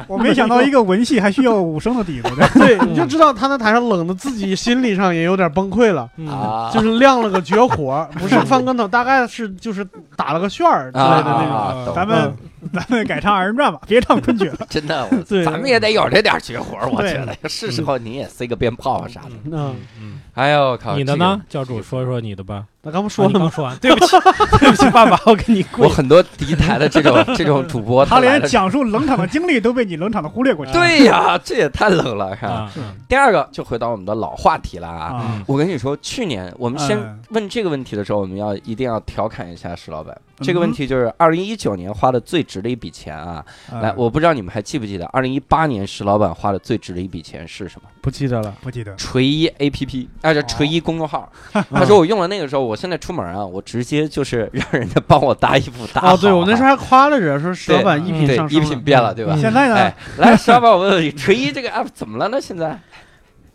Speaker 2: 我
Speaker 5: [laughs]
Speaker 2: 没想到
Speaker 5: 哎
Speaker 2: 一个文戏还需要武生的底子的。
Speaker 3: 对，你就知道他在台上冷的自己心理上也有点崩溃了，
Speaker 4: 嗯
Speaker 5: 啊，
Speaker 3: 就是亮了个绝活，不是翻跟头，大概是就是打了个旋儿之类的那种。
Speaker 5: 啊，懂
Speaker 2: 咱们咱们改唱二人转吧，别唱昆曲
Speaker 5: [laughs]
Speaker 2: 了。
Speaker 5: 真的，
Speaker 3: 对
Speaker 5: 我咱们也得有这点绝活儿，我
Speaker 2: 对
Speaker 5: 觉得是时候你也塞个鞭炮啊啥的。
Speaker 4: 嗯
Speaker 3: 嗯
Speaker 4: 嗯，
Speaker 5: 哎呦我靠！
Speaker 4: 你的
Speaker 5: 这个
Speaker 4: 呢？教主说说你的吧。
Speaker 3: 那刚不说了
Speaker 4: 啊你
Speaker 3: 吗
Speaker 4: 刚？说完，对不起， [laughs] 对不起，爸爸，我给你
Speaker 5: 我
Speaker 4: 跪。
Speaker 5: 很多敌台的这种这种主播，
Speaker 2: 他
Speaker 5: 来
Speaker 2: 连
Speaker 5: 了
Speaker 2: 讲述冷场的经历都被你冷场的忽略过去。
Speaker 5: 对呀，这也太冷了，是吧？
Speaker 4: 啊，嗯
Speaker 5: 第二个就回到我们的老话题了啊。
Speaker 2: 啊，
Speaker 5: 我跟你说，去年我们先
Speaker 2: 嗯
Speaker 5: 问这个问题的时候，我们要一定要调侃一下石老板。
Speaker 2: 哼
Speaker 5: 这个问题就是二零一九年花的最值的一笔钱啊！
Speaker 2: 呃
Speaker 5: 来，我不知道你们还记不记得，二零一八年石老板花的最值的一笔钱是什么？
Speaker 4: 嗯
Speaker 3: 不记得了。
Speaker 2: 不记得。
Speaker 5: 锤一 APP，啊，叫锤一公众号。他
Speaker 3: 嗯
Speaker 5: 说我用了那个时候，我现在出门啊，我直接就是让人家帮我搭衣服搭好
Speaker 3: 哦，对我那时候
Speaker 5: 啊
Speaker 3: 还夸了人，说石老板
Speaker 5: 对
Speaker 3: 一品
Speaker 5: 对
Speaker 3: 上升
Speaker 5: 衣
Speaker 3: 了
Speaker 5: 品变了，对吧
Speaker 4: 嗯？
Speaker 2: 现在呢
Speaker 5: 哎，来，石老板，我问问你，锤一这个 app 怎么了呢？现在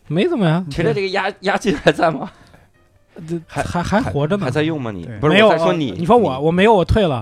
Speaker 4: 没怎么呀，
Speaker 5: 锤的这个押押金还在吗？
Speaker 4: 这
Speaker 5: 还
Speaker 4: 还还活着呢，
Speaker 5: 还在用吗？你
Speaker 2: 对
Speaker 5: 不是
Speaker 4: 没有？
Speaker 5: 我在说
Speaker 4: 呃
Speaker 5: 你，
Speaker 4: 你说我我没有，我退了，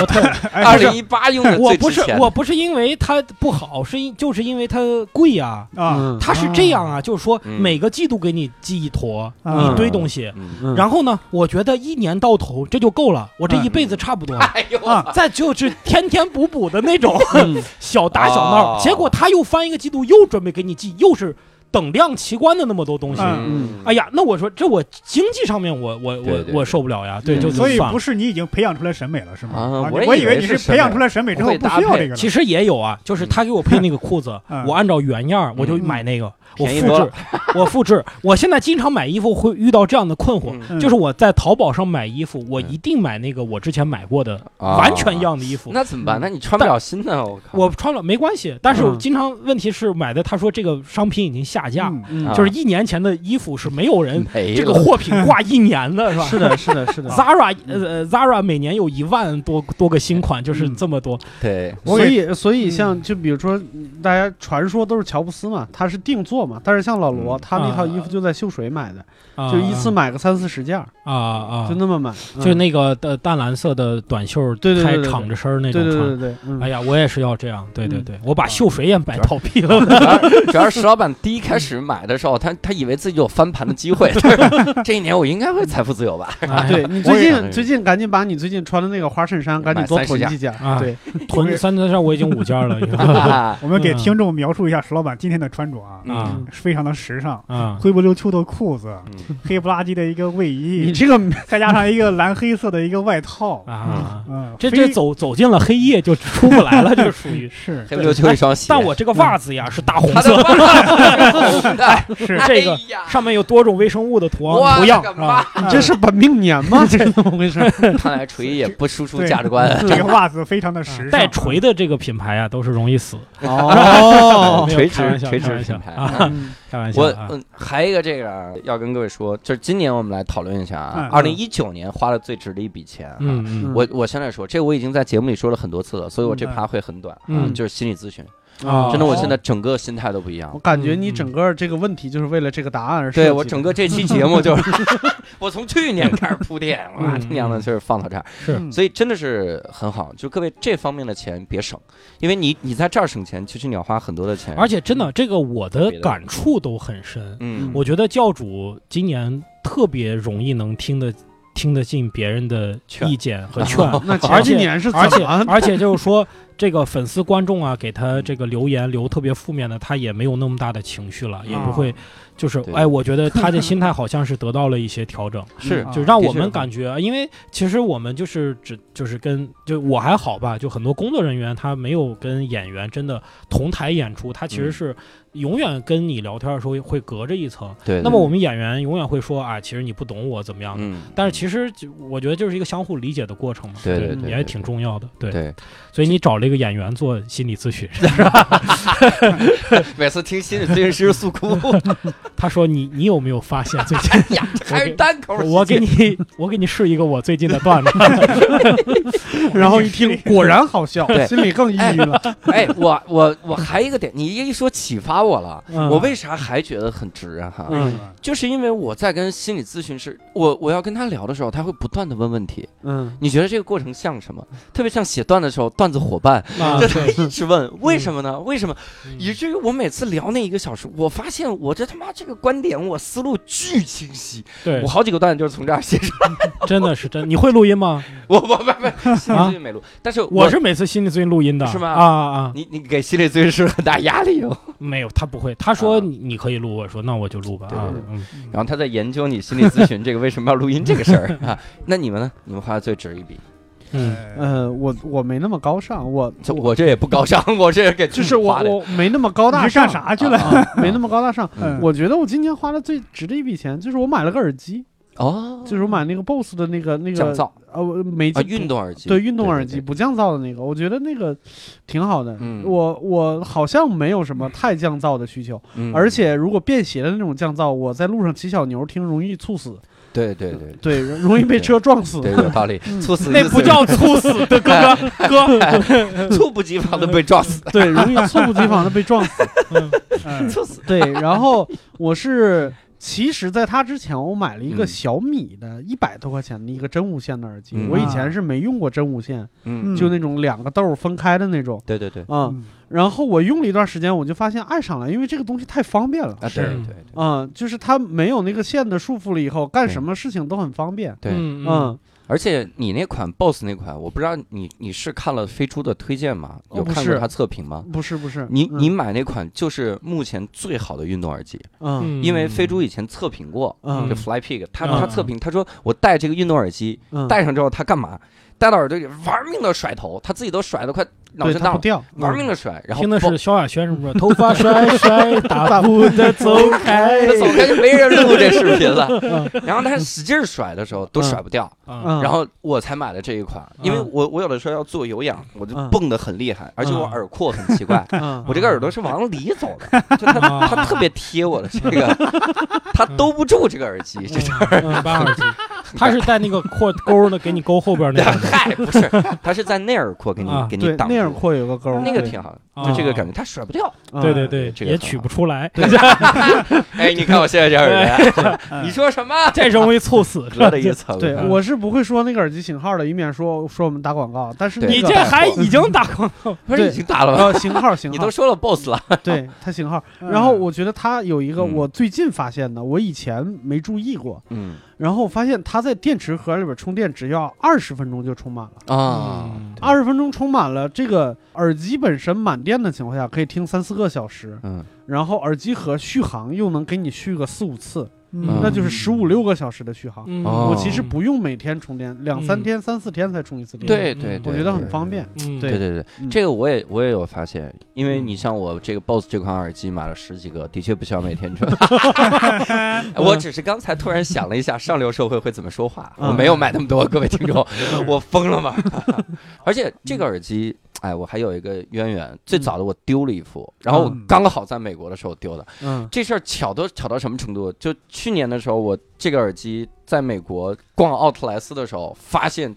Speaker 4: 我退了。
Speaker 2: 哎，
Speaker 5: 二
Speaker 2: 这
Speaker 5: 零一八用的
Speaker 4: 我
Speaker 5: [laughs] 最
Speaker 4: 不
Speaker 5: 值
Speaker 4: 是
Speaker 5: 钱，
Speaker 4: 我不是因为它不好，是因就是因为它贵呀。
Speaker 2: 啊，
Speaker 4: 它是这样啊，就是说
Speaker 5: 嗯
Speaker 4: 每个季度给你寄一坨
Speaker 2: 嗯
Speaker 4: 一堆东西，
Speaker 5: 嗯，
Speaker 3: 嗯，
Speaker 4: 然后呢，我觉得一年到头这就够了，我这一辈子差不多。
Speaker 5: 哎呦，
Speaker 2: 啊
Speaker 4: 再就是天天补补的那种
Speaker 3: 嗯
Speaker 4: [laughs] 小打小闹，
Speaker 5: 哦
Speaker 4: 结果他又翻一个季度，又准备给你寄，又是等量齐观的那么多东西。
Speaker 5: 嗯
Speaker 4: 哎，呀，那我说这我经济上面我我
Speaker 5: 对
Speaker 4: 我
Speaker 5: 对对
Speaker 4: 我受不了呀，对，
Speaker 3: 嗯
Speaker 4: 就
Speaker 2: 所以
Speaker 4: 算
Speaker 2: 不
Speaker 4: 了。
Speaker 2: 是你已经培养出来审美了是吗？
Speaker 5: 啊
Speaker 2: 啊
Speaker 5: 我也
Speaker 2: 我
Speaker 5: 以
Speaker 2: 以为
Speaker 5: 为
Speaker 2: 你
Speaker 5: 是
Speaker 2: 是
Speaker 5: 审
Speaker 2: 培养
Speaker 5: 美
Speaker 2: 出来审美之后
Speaker 5: 会
Speaker 2: 不
Speaker 5: 搭
Speaker 2: 需要
Speaker 5: 配
Speaker 2: 这个
Speaker 4: 其
Speaker 2: 了。
Speaker 4: 实也有啊，就是他给我配那个裤子
Speaker 2: [laughs] 嗯，
Speaker 4: 我按照原样儿我就
Speaker 5: 嗯
Speaker 4: 买那个，我
Speaker 5: 便宜
Speaker 4: 复
Speaker 5: 多
Speaker 4: 制， [laughs] 我复制。我现在经常买衣服会遇到这样的困惑，
Speaker 5: 嗯
Speaker 2: 嗯
Speaker 4: 就是我在淘宝上买衣服，我
Speaker 5: 嗯
Speaker 4: 一定买那个我之前买过的
Speaker 5: 啊
Speaker 4: 完全一样的衣服。
Speaker 5: 那怎么办？那你穿不了新的，我靠，
Speaker 4: 嗯我穿了没关系，但是我
Speaker 3: 嗯
Speaker 4: 经常问题是买的，他说这个商品已经下架，
Speaker 3: 嗯
Speaker 5: 啊
Speaker 4: 就是一年前的衣服是没有人
Speaker 5: 没
Speaker 4: 这个
Speaker 5: 了
Speaker 4: 货品挂一年的，是吧？
Speaker 3: 是的，是的，是的，
Speaker 4: Zara 呃 Zara 每年有一万多多个新款，就是
Speaker 3: 嗯
Speaker 4: 这么多。
Speaker 5: 对，
Speaker 2: [laughs] 我
Speaker 3: 所
Speaker 2: 给
Speaker 3: 以所以像就比如说大家传说都是乔布斯嘛，他是定做嘛，但是像老罗
Speaker 5: 嗯
Speaker 3: 他那套衣
Speaker 4: 啊
Speaker 3: 服就在秀水买的，
Speaker 4: 啊
Speaker 3: 就一次买个三四十件儿，
Speaker 4: 啊啊，
Speaker 3: 就那么买，嗯
Speaker 4: 就那个的淡蓝色的短袖，
Speaker 3: 对对对
Speaker 4: 开
Speaker 3: 对对
Speaker 4: 敞着身儿那
Speaker 3: 对
Speaker 4: 种
Speaker 3: 对对
Speaker 4: 穿。
Speaker 3: 对对，嗯
Speaker 4: 哎呀，我也是要这样，对对
Speaker 3: 嗯
Speaker 4: 对，我把秀水也买倒闭
Speaker 3: [laughs]
Speaker 4: 了。
Speaker 5: 主要主要是石老板第一开始买的时候，他他以为自己有翻盘的机会，这一年我应该会财富自由吧？ [laughs]
Speaker 4: 哎
Speaker 3: 对你最
Speaker 5: 想那个
Speaker 3: 近最近赶紧把你最近穿的那个花衬衫赶紧多
Speaker 5: 买30
Speaker 3: 囤
Speaker 5: 件嗯
Speaker 3: 几件
Speaker 4: 啊
Speaker 3: 儿，对，
Speaker 4: 囤三三上我已经五件了，
Speaker 3: [laughs]
Speaker 4: 已经
Speaker 2: 我们给
Speaker 4: 嗯
Speaker 2: 听众描述一下石老板今天的穿着啊，
Speaker 5: 嗯
Speaker 4: 啊
Speaker 2: 非常的时尚，
Speaker 4: 啊
Speaker 2: 灰不溜秋的裤子，
Speaker 5: 嗯
Speaker 2: 黑不拉几的一个卫
Speaker 3: 你
Speaker 2: 衣，
Speaker 3: 这个
Speaker 2: [laughs] 再加上一个蓝黑色的一个外套，
Speaker 4: 啊！
Speaker 2: 嗯，
Speaker 4: 这
Speaker 2: 非
Speaker 4: 这走走进了黑夜就出不来
Speaker 3: [laughs]
Speaker 4: 了，就属
Speaker 5: [laughs]
Speaker 4: 于。
Speaker 2: 是
Speaker 5: 黑不溜秋一双鞋，
Speaker 4: 但我这个袜子呀
Speaker 3: 嗯
Speaker 4: 是大红
Speaker 5: 他的
Speaker 4: 色，
Speaker 5: 袜
Speaker 4: [laughs]
Speaker 5: 子哎
Speaker 2: 是
Speaker 5: [laughs] 哎
Speaker 4: 这个
Speaker 5: 呀
Speaker 4: 上面有多种微生物的图
Speaker 5: 我
Speaker 4: 案图样
Speaker 5: 的个
Speaker 4: 啊。
Speaker 2: 嗯
Speaker 3: 你这是本命年
Speaker 5: [laughs]
Speaker 3: 吗？这是怎么回事？
Speaker 4: [laughs]
Speaker 5: 看来锤也不输出
Speaker 2: 对
Speaker 5: 价值观。
Speaker 2: 这个袜子非常的时尚，
Speaker 4: 啊带锤的这个品牌啊，都是容易死。
Speaker 3: 哦
Speaker 4: [laughs] 没有
Speaker 5: 垂
Speaker 4: 开玩
Speaker 5: 直
Speaker 4: 笑
Speaker 5: 垂
Speaker 4: 开
Speaker 5: 直
Speaker 4: 玩笑
Speaker 5: 品牌。
Speaker 4: 啊，开玩笑
Speaker 5: 我
Speaker 4: 啊！
Speaker 5: 嗯，还有一个这个啊要跟各位说，就是今年我们来讨论一下啊，
Speaker 2: 嗯
Speaker 5: 二
Speaker 2: 嗯
Speaker 5: 零一九年花的最值的一笔钱啊。
Speaker 4: 嗯
Speaker 5: 我我现在说，这我已经在节目里说了很多次了，所以我这
Speaker 2: 嗯
Speaker 5: 趴会很短啊。
Speaker 4: 嗯
Speaker 5: 就是心理咨询，
Speaker 4: 啊
Speaker 5: 真的，我现在
Speaker 3: 在
Speaker 5: 整个心态都不一样
Speaker 3: 我
Speaker 5: 了。
Speaker 3: 感觉你整个这个问题就是为了这个答案而设计的。
Speaker 5: 对我整个这期节目就是， [laughs] 我从去年开始铺
Speaker 4: [laughs]
Speaker 5: 垫，哇，
Speaker 4: 嗯
Speaker 5: 他娘的就是放到这儿，
Speaker 2: 嗯
Speaker 5: 所以真的是很好。就各位这方面的钱别省，因为你你在这儿省钱，其实你要花很多的钱。
Speaker 4: 而且真的，这个我的感触都很深。
Speaker 5: 嗯，
Speaker 4: 我觉得教主今年特别容易能听得听得进别人的意见
Speaker 5: [laughs]
Speaker 4: 和劝，
Speaker 3: 那
Speaker 4: 而
Speaker 3: 前
Speaker 4: 且
Speaker 3: 几年是怎
Speaker 4: 而且
Speaker 3: 么
Speaker 4: [laughs] 而且就是说，这个粉丝观众啊，给他这个留言留特别负面的，他也没有那么大的情绪了，也不
Speaker 2: 嗯啊
Speaker 4: [laughs] 会就是
Speaker 5: 对
Speaker 4: 哎，我觉得他的心态好像是得到了一些调整，
Speaker 5: 是
Speaker 2: 嗯
Speaker 4: 就让我
Speaker 5: 啊的确
Speaker 4: 们感觉，因为其实我们就是只就是跟就我还好吧，就很多工作人员他没有跟演员真的同台演出，他其实
Speaker 5: 嗯
Speaker 4: 是永远跟你聊天的时候会隔着一层。
Speaker 5: 对。
Speaker 4: 那么
Speaker 5: 对
Speaker 4: 我们演员永远会说啊，其实你不懂我怎么样的。
Speaker 5: 嗯，
Speaker 4: 但是其实就我觉得就是一个相互理解的过程嘛，
Speaker 5: 对对
Speaker 4: 对
Speaker 5: 对对
Speaker 4: 也挺重要的，对。
Speaker 5: 对，
Speaker 4: 所以你找了一个演员做心理咨询，
Speaker 5: 每次听心理咨询师诉
Speaker 4: [laughs]
Speaker 5: 苦，
Speaker 4: 他说你你有没有发现最
Speaker 5: [laughs]
Speaker 4: 近
Speaker 5: 呀，这还是单口喜剧。
Speaker 4: 我给你我给你试一个我最近的段
Speaker 5: [laughs]
Speaker 4: 子，
Speaker 3: 然后一
Speaker 2: [laughs]
Speaker 3: 听果然好笑
Speaker 5: 对，
Speaker 3: 心里更抑郁
Speaker 5: [laughs]
Speaker 3: 了。
Speaker 5: 哎，我我我还一个点，你一说启发我了。
Speaker 4: 嗯
Speaker 5: 我为啥还觉得很值啊？哈，
Speaker 3: 嗯
Speaker 5: 就是因为我在跟心理咨询师，我我要跟他聊的时候，他会不断的问问题。
Speaker 3: 嗯
Speaker 5: 你觉得这个过程像什么？特别像写段的时候，段子伙伴问，
Speaker 4: 啊，
Speaker 5: 就
Speaker 4: 对，
Speaker 5: 一直问，为什么呢？为什么？以
Speaker 4: 嗯
Speaker 5: 至于我每次聊那一个小时，我发现我这他妈这个观点，我思路巨清晰，
Speaker 4: 对
Speaker 5: 我，好几个段子就是从这儿写出来。
Speaker 4: [laughs] 真的是真。你会录音 [laughs] 吗？啊
Speaker 5: 我我不不，心理咨询没录，但是
Speaker 4: 我是每次心理咨询录音的，
Speaker 5: 是吗
Speaker 4: 啊啊，
Speaker 5: 你你给心理咨询师很大压力哦。
Speaker 4: 没有，他不会。他说
Speaker 5: 啊
Speaker 4: 你你可以录，我说那我就录吧
Speaker 5: 对
Speaker 4: 啊
Speaker 5: 对对。
Speaker 4: 嗯
Speaker 5: 然后他在研究你心理咨询这个为什么要录音这个事儿啊。那你们呢？你们花的最值一笔？
Speaker 4: 嗯，
Speaker 2: 呃，
Speaker 3: 呃，我我没那么高尚，我
Speaker 5: 这我这也不高尚，我这也给
Speaker 3: 就是我
Speaker 5: 嗯花的
Speaker 3: 我没那么高
Speaker 2: 你
Speaker 3: 大
Speaker 2: 是干
Speaker 3: 上，
Speaker 2: 啥去了？
Speaker 5: 啊
Speaker 3: 没那么高大上。
Speaker 5: 嗯
Speaker 2: 嗯
Speaker 3: 我觉得我今年花的最值的一笔钱，就是我买了个耳机，
Speaker 5: 哦，
Speaker 3: 就是我买那个 BOSS 的那个那
Speaker 5: 降
Speaker 3: 个
Speaker 5: 噪
Speaker 3: 呃没
Speaker 5: 啊，运动耳机，
Speaker 3: 对运动耳机
Speaker 5: 对，对
Speaker 3: 不降噪的那个，我觉得那个挺好的。
Speaker 5: 嗯
Speaker 3: 我我好像没有什么太降噪的需求，
Speaker 5: 嗯
Speaker 3: 而且如果便携的那种降噪，我在路上骑小牛听容易猝死，
Speaker 5: 对对对
Speaker 3: 对，容易被车撞死。
Speaker 5: 对，有道理，
Speaker 3: 嗯
Speaker 5: 猝死哎
Speaker 4: 那不叫猝
Speaker 5: [laughs]
Speaker 4: 死的哥哥哥，
Speaker 5: 猝不及防的被撞死，
Speaker 3: 对，容易猝不及防的被撞死。
Speaker 2: 啊 [laughs] 嗯
Speaker 5: 猝死
Speaker 3: 对，然后我是，其实在它之前，我买了一个
Speaker 5: 嗯
Speaker 3: 小米的，一百多块钱的一个真无线的耳机。
Speaker 5: 嗯
Speaker 3: 我以
Speaker 4: 啊
Speaker 3: 前是没用过真无线，
Speaker 5: 嗯，
Speaker 3: 就那种两个豆儿分开的那种
Speaker 5: 对对对
Speaker 3: 啊、
Speaker 2: 嗯
Speaker 3: 然后我用了一段时间，我就发现爱上了，因为这个东西太方便了。
Speaker 5: 啊，对
Speaker 4: 是
Speaker 5: 对对
Speaker 3: 啊、就是它没有那个线的束缚了，以后干
Speaker 5: 对
Speaker 3: 什么事情都很方便。
Speaker 5: 对，
Speaker 4: 嗯嗯
Speaker 3: 嗯，
Speaker 5: 而且你那款 BOSS 那款，我不知道你你是看了飞猪的推荐吗？
Speaker 3: 哦
Speaker 5: 有
Speaker 3: 不
Speaker 5: 看过
Speaker 3: 是
Speaker 5: 他测评吗？
Speaker 3: 不是不是，
Speaker 5: 你
Speaker 3: 嗯
Speaker 5: 你买那款就是目前最好的运动耳机，
Speaker 3: 嗯
Speaker 4: 嗯，
Speaker 5: 因为飞猪以前测评过，
Speaker 3: 嗯
Speaker 5: 这 Fly Pig，他
Speaker 4: 嗯
Speaker 5: 他测评，他说我戴这个运动耳机，
Speaker 3: 嗯，
Speaker 5: 戴上之后他干嘛？戴到耳朵里玩命的甩头，他自己都甩的快脑
Speaker 3: 对
Speaker 5: 震
Speaker 3: 它不嗯
Speaker 5: 荡，
Speaker 3: 掉，
Speaker 5: 玩命
Speaker 3: 的
Speaker 5: 的甩，然后
Speaker 4: 听的
Speaker 5: 爆
Speaker 4: 是萧亚轩是不是？头发甩甩，大步的 [laughs] 走开
Speaker 5: 他走
Speaker 3: 哎
Speaker 5: 开就没人录这视频了。 [laughs] 然后他使劲甩的时候都甩不掉，
Speaker 4: 啊，
Speaker 3: 嗯，
Speaker 5: 然后我才买的这一款，因为我我有的时候要做有氧，我就
Speaker 3: 嗯
Speaker 5: 蹦得很厉害，而且我耳廓很奇怪。
Speaker 3: 嗯
Speaker 5: 我这个耳朵是往里走的，就它
Speaker 4: 啊
Speaker 5: 它特别贴我的这个，它兜不住这个耳机，这是
Speaker 4: 嗯八耳机，他是在那个扩钩的给你勾
Speaker 5: [laughs]
Speaker 4: 后边那个
Speaker 5: 嗨，不是，它是在内耳廓给你
Speaker 4: 嗯啊
Speaker 5: 给你
Speaker 3: 对
Speaker 5: 挡
Speaker 3: 内耳
Speaker 5: 住
Speaker 3: 廓有个钩儿，
Speaker 5: 那个
Speaker 3: 对
Speaker 5: 挺好的，
Speaker 4: 啊
Speaker 5: 就这个感觉，它甩不掉。
Speaker 3: 嗯
Speaker 4: 对对对，
Speaker 5: 这个
Speaker 4: 也
Speaker 5: 很
Speaker 4: 取
Speaker 5: 好
Speaker 4: 不出来，
Speaker 5: 哎，你看我现在这耳朵，
Speaker 2: 嗯
Speaker 5: 你说什
Speaker 3: [laughs]
Speaker 5: 么？
Speaker 4: [laughs] 这容易猝死。
Speaker 5: 隔了一层。
Speaker 3: 对，
Speaker 5: 嗯
Speaker 3: 我是不会说那个耳机型号的，以免说说我们打广告。但是
Speaker 5: 对
Speaker 4: 你
Speaker 3: 那
Speaker 4: 这
Speaker 3: 个
Speaker 4: 还已经打广告，
Speaker 5: 不是
Speaker 3: 对
Speaker 5: 已经打了吗？
Speaker 3: 呃型
Speaker 5: [laughs]
Speaker 3: 号型
Speaker 5: 你
Speaker 3: 号
Speaker 5: 都，说了 boss 了，
Speaker 3: 对
Speaker 5: [laughs]
Speaker 3: 它型号。
Speaker 2: 嗯
Speaker 3: [laughs] 然后我觉得它有一个
Speaker 5: 嗯
Speaker 3: 我最近发现的，我以前没注意过。
Speaker 5: 嗯
Speaker 3: 然后我发现它在电池盒里边充电只要二十分钟就充满了，
Speaker 5: 啊，
Speaker 4: 嗯
Speaker 5: 对
Speaker 3: 二十分钟充满了，这个耳机本身满电的情况下可以听三四个小时，
Speaker 5: 嗯
Speaker 3: 然后耳机盒续航又能给你续个四五次，
Speaker 5: 嗯
Speaker 3: 那就是十五六个小时的续航。
Speaker 4: 嗯
Speaker 5: 哦
Speaker 3: 我其实不用每天充电，两三天、三四天才充一次电。
Speaker 5: 对
Speaker 4: 嗯
Speaker 5: 对，对
Speaker 3: 我觉得很方。便。
Speaker 4: 嗯
Speaker 5: 对对
Speaker 3: 对
Speaker 5: 对，对
Speaker 3: 嗯
Speaker 5: 这个我也我也有发现，因为
Speaker 3: 嗯
Speaker 5: 你像我这个 BOSS 这款耳机买了十几个，的确不需要每天充。
Speaker 3: [laughs]
Speaker 5: 我只是刚才突然想了一下，上流社会会怎么说话？
Speaker 3: 嗯
Speaker 5: 我没有买那么多，各位听众，我疯了吗？ [laughs] 而且这个耳机，哎，我还有一个渊源，最早的我丢了一副，然后我
Speaker 2: 嗯
Speaker 5: 刚好在美国的时候丢的，
Speaker 3: 嗯
Speaker 5: 这事儿巧都巧到什么程度？就去年的时候，我这个耳机在美国逛奥特莱斯的时候，发现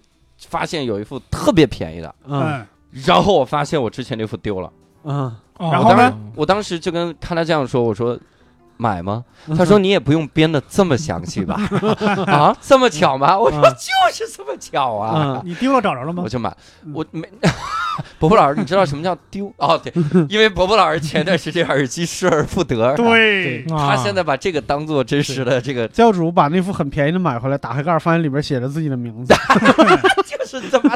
Speaker 5: 发现有一副特别便宜的，
Speaker 3: 嗯
Speaker 5: 然后我发现我之前那副丢了。
Speaker 3: 嗯，
Speaker 4: 哦
Speaker 2: 然
Speaker 5: 我
Speaker 2: 后
Speaker 5: 当
Speaker 2: 呢
Speaker 5: 时我当时就跟看他这样说，我说。买吗？
Speaker 2: 嗯
Speaker 3: 嗯
Speaker 5: 他说你也不用编的这么详细
Speaker 2: [laughs]
Speaker 5: 吧？啊，这么巧吗？我说
Speaker 3: 嗯
Speaker 5: 就是这么巧啊！
Speaker 3: 嗯
Speaker 2: 你丢了找着了吗
Speaker 5: 我？就买
Speaker 2: 嗯，
Speaker 5: 我没。伯伯老师，你知道什么叫丢？哦，对，因为伯伯老师前段时间耳机失而复得，
Speaker 2: 对，
Speaker 5: 他
Speaker 2: 啊
Speaker 5: 现在把这个当做真实的这个
Speaker 3: 教主把那副很便宜的买回来，打开盖儿，发现里边写着自己的名字。
Speaker 5: [laughs] 就是他妈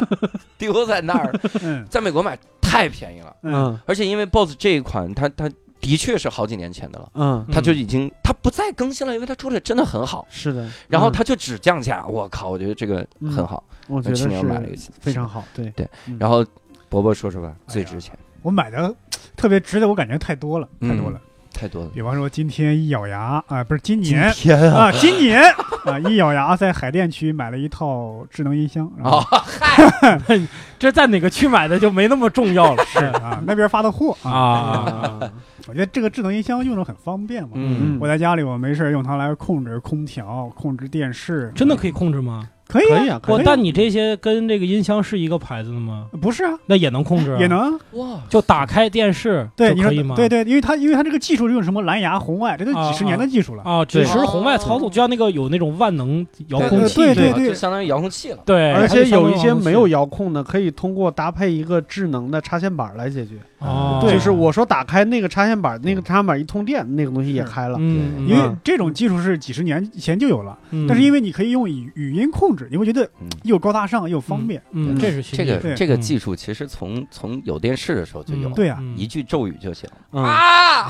Speaker 5: 丢在那儿，
Speaker 2: 嗯
Speaker 5: 在美国买太便宜了，
Speaker 2: 嗯，
Speaker 5: 而且因为 BOSS 这一款，它它的确是好几年前的了。
Speaker 3: 嗯，
Speaker 5: 它就已经它不再更新了，因为它出的真的很好，
Speaker 3: 是的。
Speaker 5: 然后它就只降价。我靠，我觉得这个很好。
Speaker 3: 嗯，我觉
Speaker 5: 我
Speaker 3: 得
Speaker 5: 去
Speaker 3: 是
Speaker 5: 年买了一个
Speaker 3: 非常好。对，
Speaker 5: 然后伯伯说说吧，最值钱，
Speaker 2: 我买的特别值的，我感觉太多了，太多了。
Speaker 5: 太多了。
Speaker 2: 比方说今天一咬牙啊、不是今年
Speaker 5: 天啊！
Speaker 2: 啊，今年啊一咬牙在海淀区买了一套智能音箱，然后
Speaker 5: 哦，
Speaker 4: 这在哪个区买的就没那么重要了，是
Speaker 2: 啊那边发的货啊，
Speaker 4: [laughs] 啊，
Speaker 2: 我觉得这个智能音箱用着很方便嘛。
Speaker 5: 嗯
Speaker 2: 我在家里我没事儿用它来控制空调、控制电视，啊
Speaker 4: 真的可以控制吗？
Speaker 2: 可以
Speaker 3: 可
Speaker 2: 啊，
Speaker 3: 以啊，
Speaker 4: 我
Speaker 3: 可以啊。
Speaker 4: 但你这些跟这个音箱是一个牌子的吗？
Speaker 2: 不是啊，
Speaker 4: 那也能控制、
Speaker 2: 也。能啊
Speaker 5: 哇，
Speaker 4: 就打开电视
Speaker 2: 对
Speaker 4: 就
Speaker 2: 你
Speaker 4: 可以吗
Speaker 2: 说？对对，因为它因为它这个技术用什么蓝牙、红外，这都
Speaker 4: 啊
Speaker 2: 几十年的技术了。
Speaker 4: 啊，只
Speaker 3: 对
Speaker 4: 是红外操作，就像那个有那种万能遥控器，
Speaker 2: 对对
Speaker 5: 啊
Speaker 2: 对
Speaker 5: 就相当于遥控器了。
Speaker 4: 对
Speaker 3: 而
Speaker 4: 它就
Speaker 3: 且
Speaker 4: 相当
Speaker 3: 有
Speaker 4: 于
Speaker 3: 一些
Speaker 4: 遥控器
Speaker 3: 没有遥控的，可以通过搭配一个智能的插线板来解决。
Speaker 4: 哦，
Speaker 2: 对
Speaker 3: 就是我说打开那个插线板，那个插线板一通电，那个东西也开了。
Speaker 4: 嗯，
Speaker 2: 因为
Speaker 3: 嗯
Speaker 2: 这种技术是几十年前就有了，
Speaker 4: 嗯
Speaker 2: 但是因为你可以用语语音控制，你会觉得
Speaker 5: 嗯
Speaker 2: 又高大上又方便。
Speaker 4: 嗯，嗯这是新
Speaker 5: 这
Speaker 4: 技术
Speaker 5: 个
Speaker 2: 对
Speaker 5: 这个
Speaker 4: 嗯
Speaker 5: 技术其实从从有电视的时候就有
Speaker 4: 嗯
Speaker 5: 了，
Speaker 2: 对呀、
Speaker 4: 嗯
Speaker 5: 一句咒语就行
Speaker 3: 嗯
Speaker 5: 啊！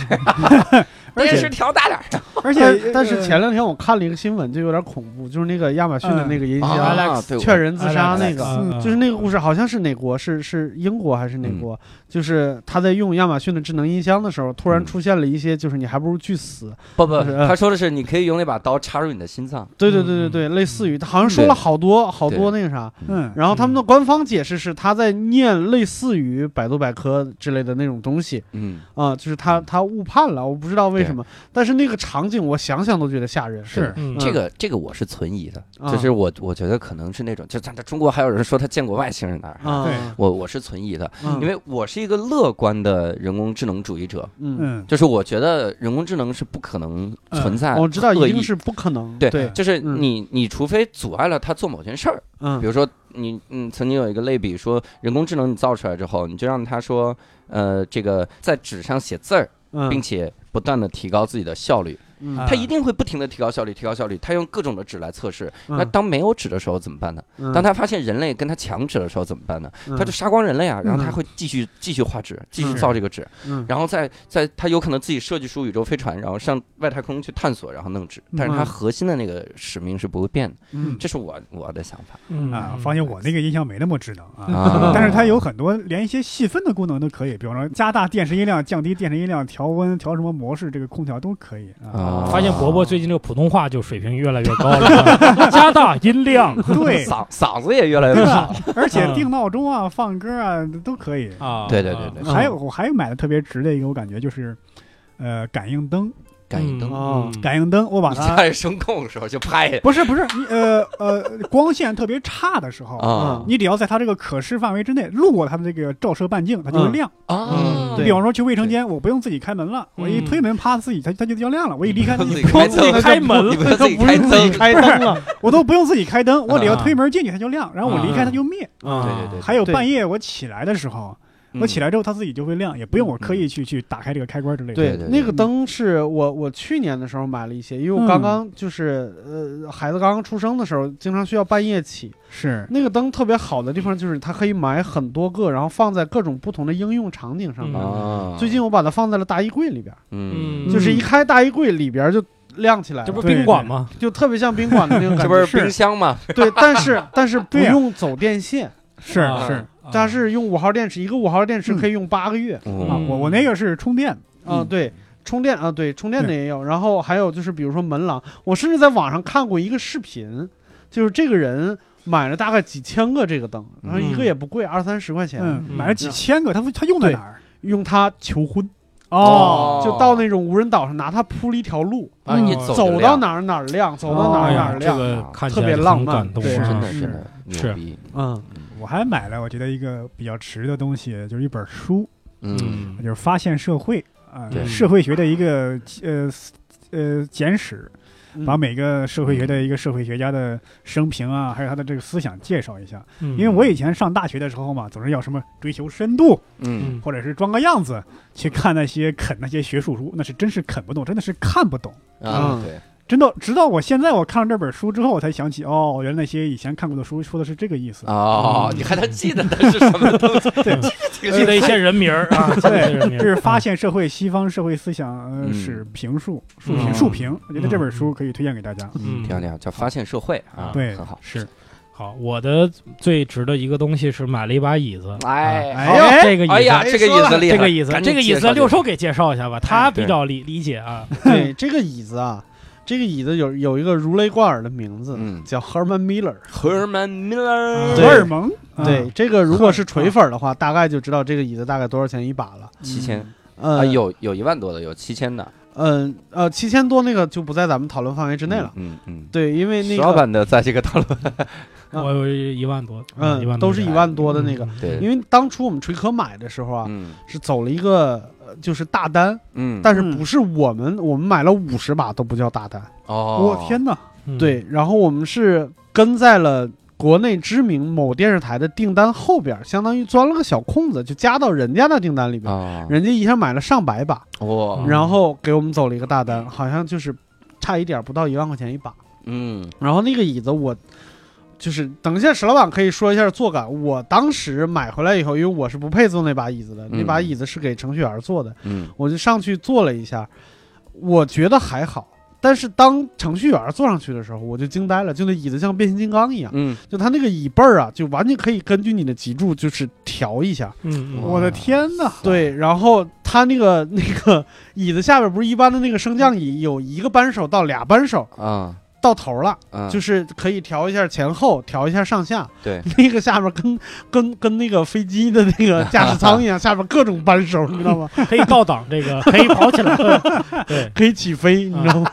Speaker 1: 嗯
Speaker 2: 而
Speaker 5: 电
Speaker 2: 且
Speaker 5: 视调大点儿，
Speaker 2: 而
Speaker 3: 但
Speaker 2: 且
Speaker 3: 但是
Speaker 2: 呃
Speaker 3: 前两天我看了一个新闻，就有点恐怖，就是那个亚马逊的那个音
Speaker 5: 啊
Speaker 3: 箱
Speaker 5: 对我
Speaker 3: 劝人自杀那
Speaker 2: 啊
Speaker 3: 个，
Speaker 2: 嗯
Speaker 3: 就是那个故事，好像是哪国？是是英国还是哪国？就是他在用亚马逊的智能音箱的时候，突然
Speaker 5: 嗯
Speaker 3: 出现了一些，就是你还不如去死。
Speaker 5: 不不，
Speaker 3: 嗯
Speaker 5: 他说的是你可以用那把刀插入你的心脏，
Speaker 3: 对对对对
Speaker 4: 嗯
Speaker 3: 对，类似于他好像说了好多好多那个啥。
Speaker 2: 嗯，
Speaker 3: 然后他们的官方解释是他在念类似于百度百科之类的那种东西
Speaker 5: 嗯，
Speaker 3: 啊、就是他他误判了，我不知道为什么。但是那个场景我想想都觉得吓人。
Speaker 2: 是
Speaker 4: 嗯
Speaker 5: 这个这个我是存疑的，
Speaker 3: 啊
Speaker 5: 就是我我觉得可能是那种，就咱在中国还有人说他见过外星人的，
Speaker 3: 啊，
Speaker 2: 对
Speaker 5: 我我是存疑的，
Speaker 3: 嗯
Speaker 5: 因为我是一个乐观的人工智能主义者，
Speaker 3: 嗯，
Speaker 2: 嗯，
Speaker 5: 就是我觉得人工智能是不可能存在
Speaker 3: 我知道
Speaker 5: 恶
Speaker 3: 一
Speaker 5: 嗯
Speaker 3: 定
Speaker 5: 意，
Speaker 3: 是不可能。
Speaker 5: 对
Speaker 3: 对，
Speaker 5: 就是
Speaker 3: 嗯
Speaker 5: 你你除非阻碍了他做某件事儿，比
Speaker 3: 嗯
Speaker 5: 如说你嗯曾经有一个类比说人工智能你造出来之后，你就让他说呃这个在纸上写字儿，
Speaker 3: 嗯，
Speaker 5: 并且不断的提高自己的效率。
Speaker 3: 嗯
Speaker 2: 啊
Speaker 5: 它一定会不停的提高效率，提高效率。它用各种的纸来测试。
Speaker 3: 嗯
Speaker 5: 那当没有纸的时候怎么办呢？
Speaker 3: 嗯
Speaker 5: 当他发现人类跟他抢纸的时候怎么办呢？
Speaker 3: 嗯
Speaker 5: 他就杀光人类啊，然后他
Speaker 3: 嗯
Speaker 5: 会继续继续画纸，继续
Speaker 3: 嗯
Speaker 5: 造这个纸，
Speaker 3: 嗯
Speaker 5: 然后再再他有可能自己设计出宇宙飞船，然后上外太空去探索，然后弄纸。但是他
Speaker 3: 嗯
Speaker 5: 核心的那个使命是不会变的，
Speaker 3: 嗯
Speaker 5: 这是我我的想法。
Speaker 4: 嗯
Speaker 2: 啊，放心，我那个音箱没那么智能啊。
Speaker 5: 啊
Speaker 2: [laughs] 但是它有很多连一些细分的功能都可以，比方说加大电视音量、降低电视音量、调温、调什么模式，这个空调都可以啊。
Speaker 5: 啊
Speaker 4: 发现伯伯最近这个普通话就水平越来越高了， [laughs] 加大音量
Speaker 2: [laughs]
Speaker 5: [laughs]
Speaker 2: 对，
Speaker 5: 嗓嗓子也越来越
Speaker 2: 对
Speaker 5: 好
Speaker 3: 啊
Speaker 2: 吧
Speaker 5: 了。？
Speaker 2: 而且定闹钟啊、放歌啊都可以。
Speaker 4: 啊！
Speaker 5: 对对对对，
Speaker 3: 嗯
Speaker 2: 还有我还有买的特别值的一个，我感觉就是，呃，感应灯，
Speaker 5: 感应灯，
Speaker 3: 哦
Speaker 2: 感应灯，我把
Speaker 5: 你
Speaker 2: 它
Speaker 5: 家里声控的时候就拍
Speaker 2: [laughs]
Speaker 3: [laughs]
Speaker 2: 不是不是，你呃呃，光线特别差的时候，
Speaker 5: 啊
Speaker 2: 你只要在它这个可视范围之内路过它的这个照射半径，它就会
Speaker 3: 嗯
Speaker 2: 亮。
Speaker 5: 啊
Speaker 4: 嗯！
Speaker 3: 对
Speaker 2: 比方说去卫生间，我不用自己开门了，我一
Speaker 4: 嗯
Speaker 2: 推门，啪，自己它它就要亮了。我一离开它，
Speaker 5: 嗯自己
Speaker 2: 不
Speaker 5: 开
Speaker 2: 用
Speaker 5: 灯，
Speaker 4: 开门了
Speaker 5: 你不用自己
Speaker 3: 不
Speaker 5: 开
Speaker 3: 是自己
Speaker 5: 灯，
Speaker 3: 开灯了
Speaker 2: 我都不用自己开灯，我只要
Speaker 4: 啊
Speaker 2: 推门进去它就亮，然后我离开它就灭。
Speaker 5: 对
Speaker 3: 啊
Speaker 5: 对对对，嗯
Speaker 2: 还有
Speaker 3: 对
Speaker 2: 半夜我起来的时候，我起
Speaker 5: 来。
Speaker 2: 来之后它自己就会亮，也不用我刻意去去打开这个开关之类的。
Speaker 5: 对
Speaker 3: 对
Speaker 5: 对对嗯
Speaker 3: 那个灯是我我去年的时候买了一些，因为我刚刚就是、呃孩子刚刚出生的时候，经常需要半夜起。
Speaker 5: 啊
Speaker 2: 是，
Speaker 3: 那个灯特别好的地方就是它可以买很多个，然后放在各种不同的应用场景上面。
Speaker 4: 嗯
Speaker 5: 啊，
Speaker 3: 最近我把它放在了大衣柜里边，
Speaker 5: 嗯
Speaker 4: 嗯，
Speaker 3: 就是一开大衣柜里边就亮起来
Speaker 4: 这
Speaker 3: 了
Speaker 4: 不，是宾馆吗？
Speaker 3: 就特别像宾馆的那种
Speaker 5: 这
Speaker 3: 感
Speaker 5: 不
Speaker 3: 觉。
Speaker 5: 是冰箱吗？
Speaker 3: 对，但是但是不
Speaker 2: 对呀
Speaker 3: 用走电线，
Speaker 2: 是
Speaker 4: 啊
Speaker 5: 嗯
Speaker 2: 是，
Speaker 4: 啊
Speaker 3: 它是用五号电池，一个五号电池可以用八个月。
Speaker 2: 啊，
Speaker 5: 嗯
Speaker 4: 嗯
Speaker 2: 我我那个是充电的，
Speaker 3: 啊，
Speaker 2: 嗯
Speaker 3: 对，充电啊，对，充电的也有。然后还有就是，比如说门廊，我甚至在网上看过一个视频，就是这个人买了大概几千个这个灯，然后一个
Speaker 4: 嗯
Speaker 3: 也不贵，二三十块钱，
Speaker 2: 嗯，
Speaker 4: 嗯
Speaker 2: 买了几千个，它它用在哪儿？
Speaker 3: 用它求婚，
Speaker 5: 哦
Speaker 3: 就到那种无人岛上拿它铺了一条路，
Speaker 5: 啊，你
Speaker 2: 嗯
Speaker 5: 走
Speaker 3: 走
Speaker 5: 着
Speaker 3: 到
Speaker 5: 亮
Speaker 3: 哪儿哪儿亮，走到哪
Speaker 2: 哎
Speaker 3: 儿
Speaker 2: 呀
Speaker 3: 哪儿
Speaker 4: 哦这
Speaker 3: 亮。
Speaker 4: 个看起
Speaker 3: 特
Speaker 4: 来
Speaker 3: 别
Speaker 4: 就
Speaker 3: 浪
Speaker 4: 很
Speaker 3: 漫
Speaker 4: 感动
Speaker 3: 对
Speaker 4: 啊，
Speaker 5: 真的
Speaker 3: 是
Speaker 5: 真的牛
Speaker 4: 是
Speaker 5: 逼，
Speaker 3: 嗯
Speaker 2: 我还买了，我觉得一个比较值的东西，就是一本书，
Speaker 5: 嗯，
Speaker 2: 就是《发现社会》啊、
Speaker 5: 对
Speaker 2: 社会学的一个呃呃简史，
Speaker 3: 嗯
Speaker 2: 把每个社会学的一个社会学家的生平啊，还有他的这个思想介绍一下。
Speaker 4: 嗯，
Speaker 2: 因为我以前上大学的时候嘛，总是要什么追求深度，
Speaker 5: 嗯
Speaker 4: 嗯
Speaker 2: 或者是装个样子去看那些啃那些学术书，那是真是啃不懂，真的是看不懂。
Speaker 5: 啊
Speaker 3: 嗯
Speaker 5: 对，
Speaker 2: 真的，直到我现在我看了这本书之后，我才想起，哦，原来那些以前看过的书说的是这个意思。
Speaker 5: 哦，你还能记得它是什么东西？
Speaker 2: 对
Speaker 5: 这
Speaker 4: 记
Speaker 5: 个
Speaker 4: 得一些人名儿啊，记得一些人名
Speaker 2: 这
Speaker 4: 儿
Speaker 2: 是发现社会西方社会思想
Speaker 5: 嗯
Speaker 2: 呃史评述述
Speaker 4: 嗯
Speaker 2: 评述评，我觉得这本
Speaker 4: 嗯
Speaker 2: 书可以推荐给大家。
Speaker 4: 嗯
Speaker 5: 挺好挺好，叫发现社会啊，
Speaker 2: 对
Speaker 5: 很好，。
Speaker 2: 是
Speaker 4: 好，我的最值的一个东西是买了一把椅子，
Speaker 5: 哎
Speaker 2: 哎
Speaker 5: 好
Speaker 4: 这个椅
Speaker 5: 哎
Speaker 4: 子
Speaker 5: 呀，
Speaker 3: 哎
Speaker 5: 这个
Speaker 3: 说
Speaker 5: 椅
Speaker 3: 了
Speaker 5: 子厉害，
Speaker 4: 这个椅子，
Speaker 5: 赶紧
Speaker 4: 这个椅
Speaker 5: 介
Speaker 4: 子
Speaker 5: 绍
Speaker 4: 六
Speaker 5: 介绍
Speaker 4: 兽给介绍一下吧，他
Speaker 5: 对
Speaker 4: 比较理理解啊。
Speaker 3: 对，这个椅子啊，这个椅子有有一个如雷贯耳的名字，
Speaker 5: 嗯
Speaker 3: 叫 Herman Miller。
Speaker 5: ，Herman Miller，
Speaker 2: 荷
Speaker 3: 对
Speaker 2: 尔蒙，啊
Speaker 3: 对，，这个如果是锤粉儿的话，大概就知道这个椅子大概多少钱一把了。
Speaker 2: 嗯
Speaker 5: 七千
Speaker 3: 呃，
Speaker 5: 啊，有有一万多的，有七千的，
Speaker 3: 嗯呃，七千多那个就不在咱们讨论范围之内了。
Speaker 5: 嗯嗯，
Speaker 3: 对，因为那
Speaker 5: 石老
Speaker 3: 个
Speaker 5: 板的在这个讨论，
Speaker 3: 啊
Speaker 4: 我有一万多，一万多
Speaker 3: 嗯都是一万多的那个，
Speaker 4: 嗯
Speaker 5: 对，
Speaker 3: 因为当初我们锤科买的时候啊，
Speaker 5: 嗯
Speaker 3: 是走了一个呃就是大单，
Speaker 5: 嗯，
Speaker 3: 但是不是我们我们买了五十把都不叫大单，
Speaker 5: 哦，
Speaker 2: 我天哪！
Speaker 4: 嗯
Speaker 3: 对，然后我们是跟在了。国内知名某电视台的订单后边，相当于钻了个小空子，就加到人家的订单里边。
Speaker 5: 啊，
Speaker 3: 人家一下买了上百把，
Speaker 5: 哇，
Speaker 4: 嗯
Speaker 3: 然后给我们走了一个大单，好像就是差一点不到一万块钱一把。
Speaker 5: 嗯
Speaker 3: 然后那个椅子我就是等一下史老板可以说一下坐感。我当时买回来以后，因为我是不配坐那把椅子的，那把
Speaker 5: 嗯
Speaker 3: 椅子是给程序员坐的，
Speaker 5: 嗯
Speaker 3: 我就上去坐了一下，我觉得还好。但是当程序员坐上去的时候，我就惊呆了，就那椅子像变形金刚一样，
Speaker 5: 嗯，
Speaker 3: 就它那个椅背儿啊，就完全可以根据你的脊柱就是调一下。
Speaker 4: 嗯嗯
Speaker 2: 我的天哪！
Speaker 3: 对，然后它那个 [laughs] 那个椅子下边不是一般的那个升降椅，有一个扳手到俩扳手
Speaker 5: 啊
Speaker 3: 到头了，
Speaker 5: 啊，
Speaker 3: 就是是可以调一下前后，调一下上下。
Speaker 5: 对，
Speaker 3: [laughs] 那个下边跟跟跟那个飞机的那个驾驶舱一 [laughs] 样，下边各种扳手，你知道吗？
Speaker 4: 可以倒挡这个，可以跑起来，对，
Speaker 3: 可以起飞，你知道吗？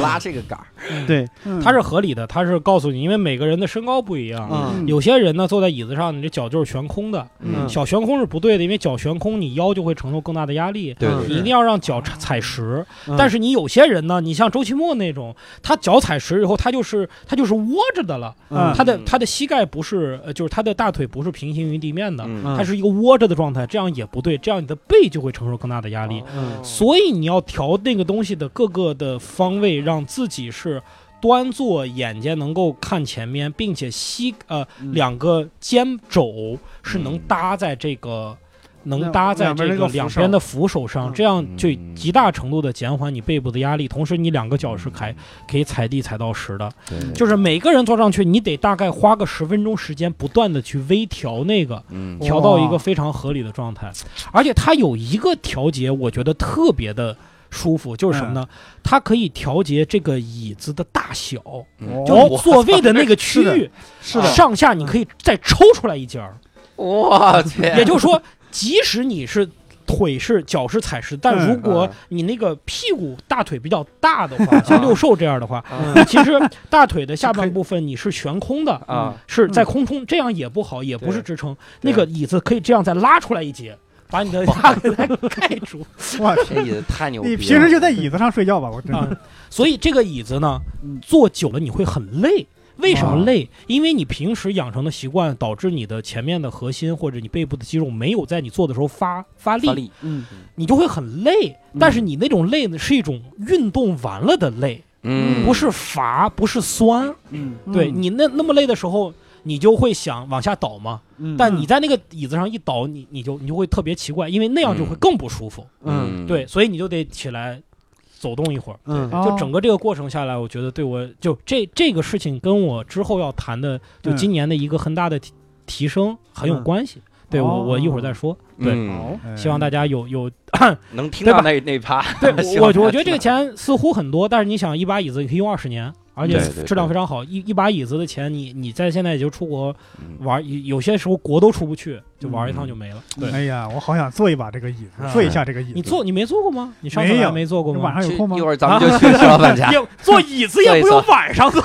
Speaker 5: 拉这个杆儿，
Speaker 3: 对，
Speaker 2: 嗯，
Speaker 4: 它是合理的，它是告诉你，因为每个人的身高不一样。
Speaker 3: 嗯
Speaker 4: 有些人呢，坐在椅子上，你这脚就是悬空的，
Speaker 5: 嗯
Speaker 4: 小悬空是不对的，因为脚悬空，你腰就会承受更大的压力。
Speaker 5: 对
Speaker 3: 嗯
Speaker 4: 你一定要让脚踩踩实，
Speaker 3: 嗯
Speaker 4: 但是你有些人呢，你像周奇墨那种，他脚踩实以后，他就是他就是窝着的了，
Speaker 3: 嗯
Speaker 4: 他的
Speaker 5: 嗯
Speaker 4: 他的膝盖不是，呃就是他的大腿不是平行于地面的，
Speaker 5: 嗯
Speaker 3: 嗯
Speaker 4: 他是一个窝着的状态，这样也不对，这样你的背就会承受更大的压力。
Speaker 3: 嗯
Speaker 4: 所以你要调那个东西的各个的方位，让自己是端坐，眼睛能够看前面，并且膝呃
Speaker 3: 嗯
Speaker 4: 两个肩肘是能
Speaker 5: 嗯
Speaker 4: 搭在这个。能
Speaker 3: 两
Speaker 4: 搭在
Speaker 3: 两边
Speaker 4: 这
Speaker 3: 那个
Speaker 4: 个
Speaker 3: 扶
Speaker 4: 两
Speaker 3: 手
Speaker 4: 边的扶手上，
Speaker 3: 嗯
Speaker 4: 这样就
Speaker 5: 嗯
Speaker 4: 极大程度的减缓你背部的压力，同时你两个脚是开可以踩地踩到实的。
Speaker 5: 对，
Speaker 4: 就是每个人坐上去，你得大概花个十分钟时间，不断的去微调那个，
Speaker 5: 嗯
Speaker 4: 调到一个非常合理的状态。而且它有一个调节，我觉得特别的舒服，就是什么呢？它可以调节这个椅子的大小，
Speaker 5: 嗯
Speaker 4: 就你座位的那个区
Speaker 3: 是
Speaker 4: 域
Speaker 3: 是的，
Speaker 4: 上下，你可以再抽出来一截儿。
Speaker 5: 我天，
Speaker 4: 也就是说，即使你是。腿是脚是踩实，但如果
Speaker 5: 嗯
Speaker 4: 你那个屁股大腿比较大的话，像六兽这样的话，
Speaker 5: 啊
Speaker 4: 其实大腿的下半部分你是悬空的，
Speaker 5: 啊，
Speaker 4: 是在空中，这样也不好，也不是支撑。那个椅子可以这样再拉出来一截，
Speaker 5: [laughs]
Speaker 4: 把你的下给它盖住。
Speaker 2: 哇，
Speaker 5: 这椅子太牛逼了，
Speaker 2: 你平时就在椅子上睡觉吧？我
Speaker 5: 嗯
Speaker 2: 真的
Speaker 4: 啊，所以这个椅子呢
Speaker 3: 嗯，
Speaker 4: 坐久了你会很累。为什么
Speaker 5: 啊
Speaker 4: 累？因为你平时养成的习惯，导致你的前面的核心或者你背部的肌肉没有在你做的时候发发力，
Speaker 5: 发力，嗯
Speaker 3: 嗯
Speaker 4: 你就会很累。但是你那种累呢，是一种运动完了的累，
Speaker 5: 嗯，
Speaker 4: 不是乏，不是酸。
Speaker 3: 嗯
Speaker 4: 对
Speaker 2: 嗯
Speaker 4: 你那那么累的时候，你就会想往下倒嘛。
Speaker 3: 嗯，
Speaker 4: 但你在那个椅子上一倒，你你就你就会特别奇怪，因为那样就会更不舒服。
Speaker 3: 嗯
Speaker 5: 嗯，
Speaker 4: 对，所以你就得起来走动一会儿。
Speaker 3: 嗯
Speaker 2: 哦
Speaker 4: 就整个这个过程下来，我觉得对我就这这个事情跟我之后要谈的，就
Speaker 2: 嗯
Speaker 4: 今年的一个很大的提提升很有
Speaker 3: 嗯
Speaker 4: 关系。对我我一会儿再说，对，
Speaker 5: 嗯，
Speaker 2: 哎
Speaker 4: 希望大家有有
Speaker 5: 能听到那那一趴，
Speaker 4: 对
Speaker 5: 希 [laughs]
Speaker 4: 我
Speaker 5: 望
Speaker 4: 我觉我
Speaker 5: 大家
Speaker 4: 觉得这
Speaker 5: 听到
Speaker 4: 个钱似乎很多，但是你想一把椅子你可以用二十年，而且
Speaker 5: 对对对
Speaker 4: 质量非常好。一一把椅子的钱你，你在现在也就出国
Speaker 5: 嗯
Speaker 4: 玩，有有些时候国都出不去，就玩一趟就没了。对，
Speaker 2: 哎呀，我好想坐一把这个椅子
Speaker 4: 啊，
Speaker 2: 坐一下这个椅子。
Speaker 4: 你坐你没坐过吗？你上次
Speaker 2: 没
Speaker 4: 来
Speaker 2: 有
Speaker 4: 没坐过
Speaker 2: 晚
Speaker 4: 吗？
Speaker 2: 上有空吗
Speaker 5: 一？会儿咱们就去石老板
Speaker 4: [laughs]
Speaker 5: 家，
Speaker 4: 也坐椅子
Speaker 5: 也不用
Speaker 4: 晚上坐，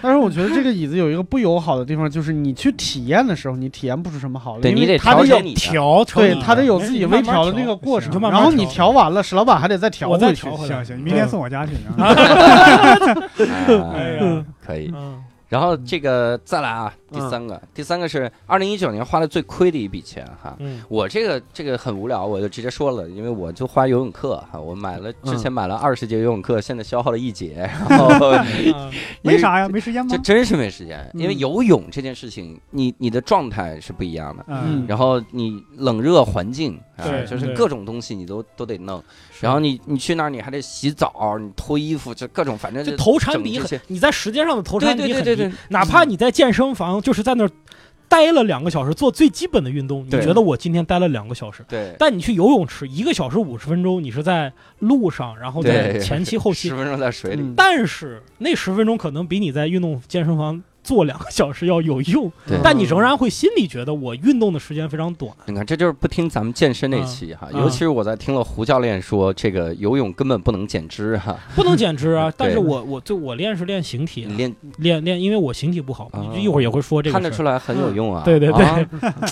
Speaker 3: 但是我觉得这个椅子有一个不友好的地方，就是你去体验的时候，你体验不出什么好来，
Speaker 5: 对
Speaker 3: 因为
Speaker 5: 你得
Speaker 3: 它
Speaker 5: 调
Speaker 3: 有
Speaker 5: 节你的
Speaker 4: 调成
Speaker 3: 对
Speaker 4: 你
Speaker 3: 它得有
Speaker 4: 没
Speaker 3: 自
Speaker 4: 你
Speaker 3: 己微
Speaker 4: 慢慢
Speaker 3: 调的那个过
Speaker 2: 行
Speaker 3: 程
Speaker 4: 就，慢慢
Speaker 3: 然后你
Speaker 4: 调
Speaker 3: 调完了，史老板还得再调
Speaker 4: 我再
Speaker 3: 回去
Speaker 4: 调。回来
Speaker 2: 行行，明天送我家
Speaker 4: [laughs]
Speaker 2: 去。啊
Speaker 5: 哎
Speaker 4: 哎呀
Speaker 5: 可以。
Speaker 4: 嗯
Speaker 5: 然后这个再来啊，第三个，第三个是二零一九年花的最亏的一笔钱哈。
Speaker 4: 嗯
Speaker 5: 我这个这个很无聊，我就直接说了，因为我就花游泳课哈，我买了之
Speaker 4: 嗯
Speaker 5: 前买了二十节游泳课，现在消耗了一节，
Speaker 4: [laughs]
Speaker 5: 然后
Speaker 4: 啊
Speaker 5: 嗯
Speaker 2: 为啥呀？没时间吗
Speaker 5: 这？真是没时间，因为
Speaker 2: 嗯
Speaker 5: 游泳这件事情，你你的状态是不一样的，
Speaker 2: 嗯，
Speaker 5: 然后你冷热环境啊
Speaker 4: 对，
Speaker 5: 就是
Speaker 4: 对
Speaker 5: 各种东西你都都得弄，然后你你去那儿你还得洗澡，你脱衣服，就各种反正
Speaker 4: 就
Speaker 5: 就
Speaker 4: 头缠
Speaker 5: 整
Speaker 4: 比
Speaker 5: 这
Speaker 4: 很
Speaker 5: 些，
Speaker 4: 你在时间上的头
Speaker 5: 对
Speaker 4: 缠
Speaker 5: 对
Speaker 4: 比
Speaker 5: 对
Speaker 4: 很
Speaker 5: 对
Speaker 4: 低，
Speaker 5: 对，嗯
Speaker 4: 哪怕你在健身房就是在那儿待了两个小时做最基本的运动，你
Speaker 5: 对
Speaker 4: 觉得我今天待了两个小时，
Speaker 5: 对
Speaker 4: 但你去游泳池一个小时五十分钟，你是在路上，然后在
Speaker 5: 对
Speaker 4: 前期后期
Speaker 5: 十分钟在水里，
Speaker 3: 嗯
Speaker 4: 但是那十分钟可能比你在运动健身房做两个小时要有用，
Speaker 5: 对
Speaker 4: 但你仍然会心里觉得我运动的时间非常
Speaker 5: [laughs]
Speaker 4: 短。
Speaker 5: 你看，这就是不听咱们健身那期哈，
Speaker 4: 嗯
Speaker 5: 尤其是我在听了胡教练说这个游泳根本不能减脂
Speaker 4: [laughs]
Speaker 5: 哈，
Speaker 4: 不能减脂啊
Speaker 5: 对！
Speaker 4: 但是我我就我练是练形体
Speaker 5: 你，练
Speaker 4: 练练，因为我形体不好
Speaker 5: 哦，
Speaker 4: 一会儿也会说这
Speaker 5: 看
Speaker 4: 个
Speaker 5: 得
Speaker 4: 事
Speaker 5: 出
Speaker 4: 儿。嗯
Speaker 5: 来很有用啊。
Speaker 4: 对对对
Speaker 5: 啊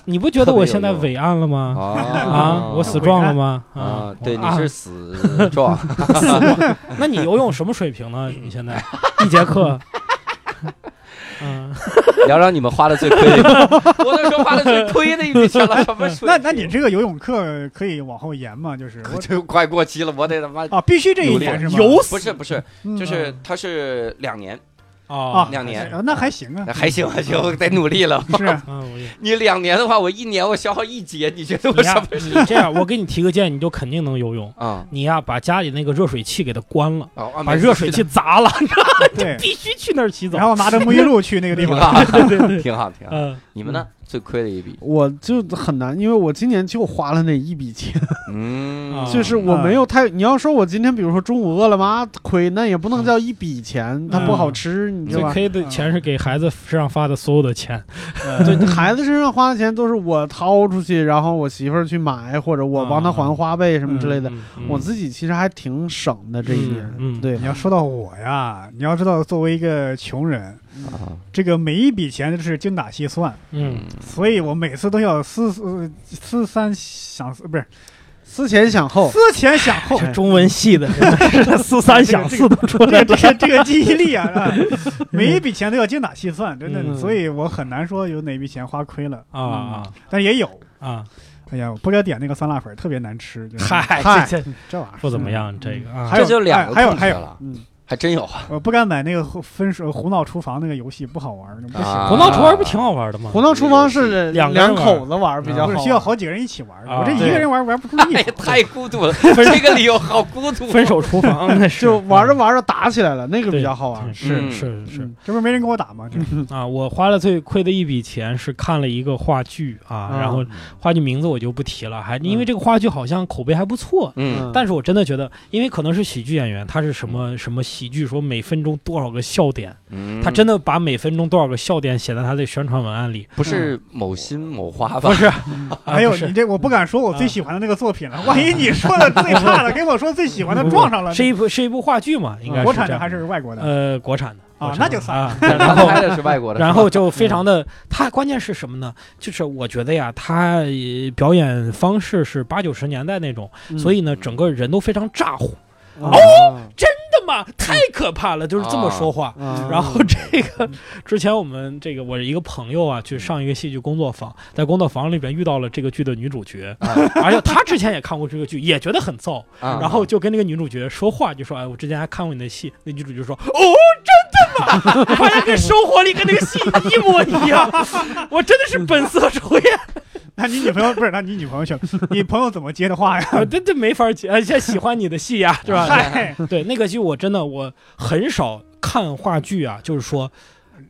Speaker 4: 你不觉得我现在
Speaker 5: 特别
Speaker 4: 伟岸了吗？啊，
Speaker 5: 啊，
Speaker 4: 我死壮了吗？
Speaker 5: 啊
Speaker 4: 啊，，
Speaker 5: 对，你
Speaker 4: 啊
Speaker 5: 是死壮， [laughs]
Speaker 4: 那你游泳什么水平呢？你现在 [laughs] 一节课，嗯，
Speaker 5: 聊聊你们花的
Speaker 4: [laughs]
Speaker 5: 最亏的，我都说花的最亏的一笔钱了，什么水
Speaker 2: 那那你这个游泳课可以往后延吗？就是我
Speaker 5: 这快过期了，我得他妈。
Speaker 2: 啊，必须这一
Speaker 5: 有
Speaker 2: 年
Speaker 5: 点
Speaker 2: 是吗？
Speaker 4: 游
Speaker 5: [laughs] 不是不是，
Speaker 2: 嗯
Speaker 5: 就是它是两年，
Speaker 4: 哦
Speaker 2: 啊，
Speaker 5: 两年
Speaker 2: 啊那还行啊，
Speaker 5: 还行还行，我得努力了。
Speaker 2: 是
Speaker 4: [laughs]
Speaker 2: 啊
Speaker 4: 嗯，我也
Speaker 5: [laughs] 你两年的话，我一年我消耗一节，你觉得我
Speaker 4: 你
Speaker 5: 什
Speaker 4: 呀
Speaker 5: 么，
Speaker 4: 你这样，我给你提个建议，你就肯定能游泳。
Speaker 5: 啊？
Speaker 4: 你呀，把家里那个热水器给它关了，
Speaker 5: 哦啊
Speaker 4: 把
Speaker 5: 没事
Speaker 4: 热水器砸了， [laughs]
Speaker 2: 对，
Speaker 4: 必须去那儿洗澡
Speaker 2: 然。后拿着沐浴露去那个地
Speaker 5: 挺
Speaker 2: 方，
Speaker 5: 好，
Speaker 4: 对对 [laughs] 对，
Speaker 5: 挺好，挺好。
Speaker 4: 嗯，
Speaker 5: 你们呢？最亏的一笔，
Speaker 3: 我就很难，因为我今年就花了那一笔钱，
Speaker 5: 嗯
Speaker 4: 啊
Speaker 3: 就是我没有太。你要说我今天比如说中午饿了么亏，那也
Speaker 4: 嗯
Speaker 3: 不能叫一笔钱，它不好吃，你知道
Speaker 4: 最
Speaker 3: 吧？
Speaker 4: 亏的钱是给孩子身上花的所有的钱。
Speaker 3: 对，孩子身上花的钱都是我掏出去，然后我媳妇儿去买，或者我帮她还花呗什么之类的。
Speaker 4: 啊嗯，
Speaker 3: 我自己其实还挺省的这一年，
Speaker 4: 嗯嗯
Speaker 3: 对
Speaker 2: 你，要说到我呀，你要知道，作为一个穷人，
Speaker 5: 啊
Speaker 2: 这个每一笔钱都是精打细算，
Speaker 4: 嗯，
Speaker 2: 所以我每次都要思思思三想四，不是
Speaker 3: 思前想后，
Speaker 2: 思前想
Speaker 4: [laughs]
Speaker 2: 后。
Speaker 4: 这中文系的真的是四三想四都出来
Speaker 2: 这
Speaker 4: 了
Speaker 2: 个。这个这个记忆力啊，啊每一笔钱都要精打细算，真的，
Speaker 4: 嗯
Speaker 2: 所以我很难说有哪笔钱花亏了嗯
Speaker 4: 啊啊，
Speaker 2: 但也有。
Speaker 4: [laughs] 啊！
Speaker 2: 哎呀，我不该点那个酸辣粉，特别难吃。真的
Speaker 4: 嗨，
Speaker 3: 嗨
Speaker 4: 这这
Speaker 2: 这玩意儿
Speaker 4: 不怎么。样，这个啊
Speaker 2: 还，有
Speaker 5: 这就两个
Speaker 2: 哎还有
Speaker 5: 空缺
Speaker 2: 还有
Speaker 5: 了
Speaker 3: 嗯，
Speaker 5: 还真有啊！
Speaker 2: 我呃不敢买那个胡分手呃胡闹厨房那个游戏，不好玩儿，不行。
Speaker 5: 啊
Speaker 4: 胡闹厨儿不挺好玩的吗？
Speaker 3: 胡闹厨房是
Speaker 4: 两个
Speaker 3: 两
Speaker 4: 人玩
Speaker 3: 口子玩儿比较
Speaker 2: 不
Speaker 3: 好
Speaker 2: 是
Speaker 3: 玩，
Speaker 2: 需要好几个人一起玩儿，
Speaker 4: 啊
Speaker 2: 我这一个人玩儿玩不出
Speaker 5: [laughs]
Speaker 4: [laughs]
Speaker 5: 哎
Speaker 2: 意
Speaker 5: 呀
Speaker 2: 思。
Speaker 5: 太孤独了，这个理由好孤独。啊
Speaker 4: 分手厨房那是嗯
Speaker 3: 就玩着玩着打起来了，那个比
Speaker 4: 对
Speaker 3: 较好玩。
Speaker 4: 是
Speaker 5: 嗯
Speaker 4: 是是
Speaker 3: 嗯
Speaker 2: 这不是没人跟我打吗？
Speaker 4: [laughs]
Speaker 2: 这
Speaker 4: 啊！我花了最亏的一笔钱是看了一个话剧啊，
Speaker 3: 嗯
Speaker 4: 然后话剧名字我就不提了，还因为这个话剧好像口碑还不错。
Speaker 5: 嗯，
Speaker 4: 但是我真的觉得，因为可能是喜剧演员，他是什么什么喜剧，说每分钟多少个笑点，
Speaker 5: 嗯
Speaker 4: 他真的把每分钟多少个笑点写在他的宣传文案里。
Speaker 5: 不是某心某花吧
Speaker 4: 嗯不？是，啊
Speaker 2: 还有
Speaker 4: 不是啊
Speaker 2: 你这，我不敢说我最喜欢的那个作品了，万一你说的最
Speaker 4: [laughs]
Speaker 2: 差的，跟我说最喜欢的撞上了，
Speaker 4: 是一部是一部话剧嘛？应该是
Speaker 2: 国产
Speaker 4: 这
Speaker 2: 的
Speaker 4: 样
Speaker 2: 还是外国的？
Speaker 4: 呃国产的
Speaker 2: 啊
Speaker 4: 国产
Speaker 2: 那
Speaker 4: 的
Speaker 2: 就算
Speaker 4: 啊
Speaker 5: 他
Speaker 4: 然
Speaker 5: 拍
Speaker 4: 后。
Speaker 5: 的是外国的，
Speaker 4: 然后就非常的，他关键是什么呢？就是我觉得呀，他呃表演方式是八九十年代那种，所以呢，整个人都非常咋呼，
Speaker 3: 哦，
Speaker 4: 真的吗？太可怕了，就是这么说话。
Speaker 3: 啊
Speaker 4: 然后这个之前我们这个我一个朋友啊，去上一个戏剧工作坊，在工作坊里边遇到了这个剧的女主角，而且她之前也看过这个剧，也觉得很燥，
Speaker 5: 啊，
Speaker 4: 然后就跟那个女主角说话，就说：“哎，我之前还看过你的戏。”那女主角说：“哦，真的吗？我发现跟生活里跟那个戏一模一样，我真的是本色出演。
Speaker 2: 那你女朋友不是？那你女朋友去了，你朋友怎么接的话呀？
Speaker 4: [laughs] 啊”这这没法解，哎现在喜欢你的戏呀，是 [laughs] 吧？
Speaker 2: 嗨，
Speaker 4: 对，那个剧我真的我很少看话剧啊，就是说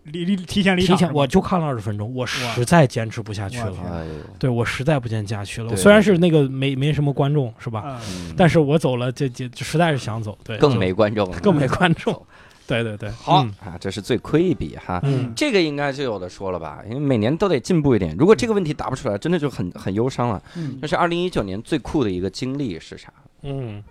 Speaker 2: 离离提前离
Speaker 4: 提
Speaker 2: 场
Speaker 4: 前我就看了二十分钟，我实在坚持不下去
Speaker 2: 哇
Speaker 4: 了。
Speaker 5: 哎呦，
Speaker 4: 对，我实在不坚持下去了。
Speaker 5: 对
Speaker 4: 虽然是那个没没什么观众，是吧？
Speaker 2: 啊，
Speaker 5: 嗯
Speaker 4: 但是我走了，这这这实在是想走。对，
Speaker 5: 更
Speaker 4: 就
Speaker 5: 没观众了，
Speaker 4: 更没观众。对对对，
Speaker 5: 好
Speaker 4: 嗯
Speaker 5: 啊，这是最亏一笔哈。
Speaker 4: 嗯
Speaker 5: 这个应该就有的说了吧，因为每年都得进步一点。如果这个问题答不出来，真的就很很忧伤了。
Speaker 3: 嗯
Speaker 5: 但是二零一九年最酷的一个经历是啥？
Speaker 4: 嗯。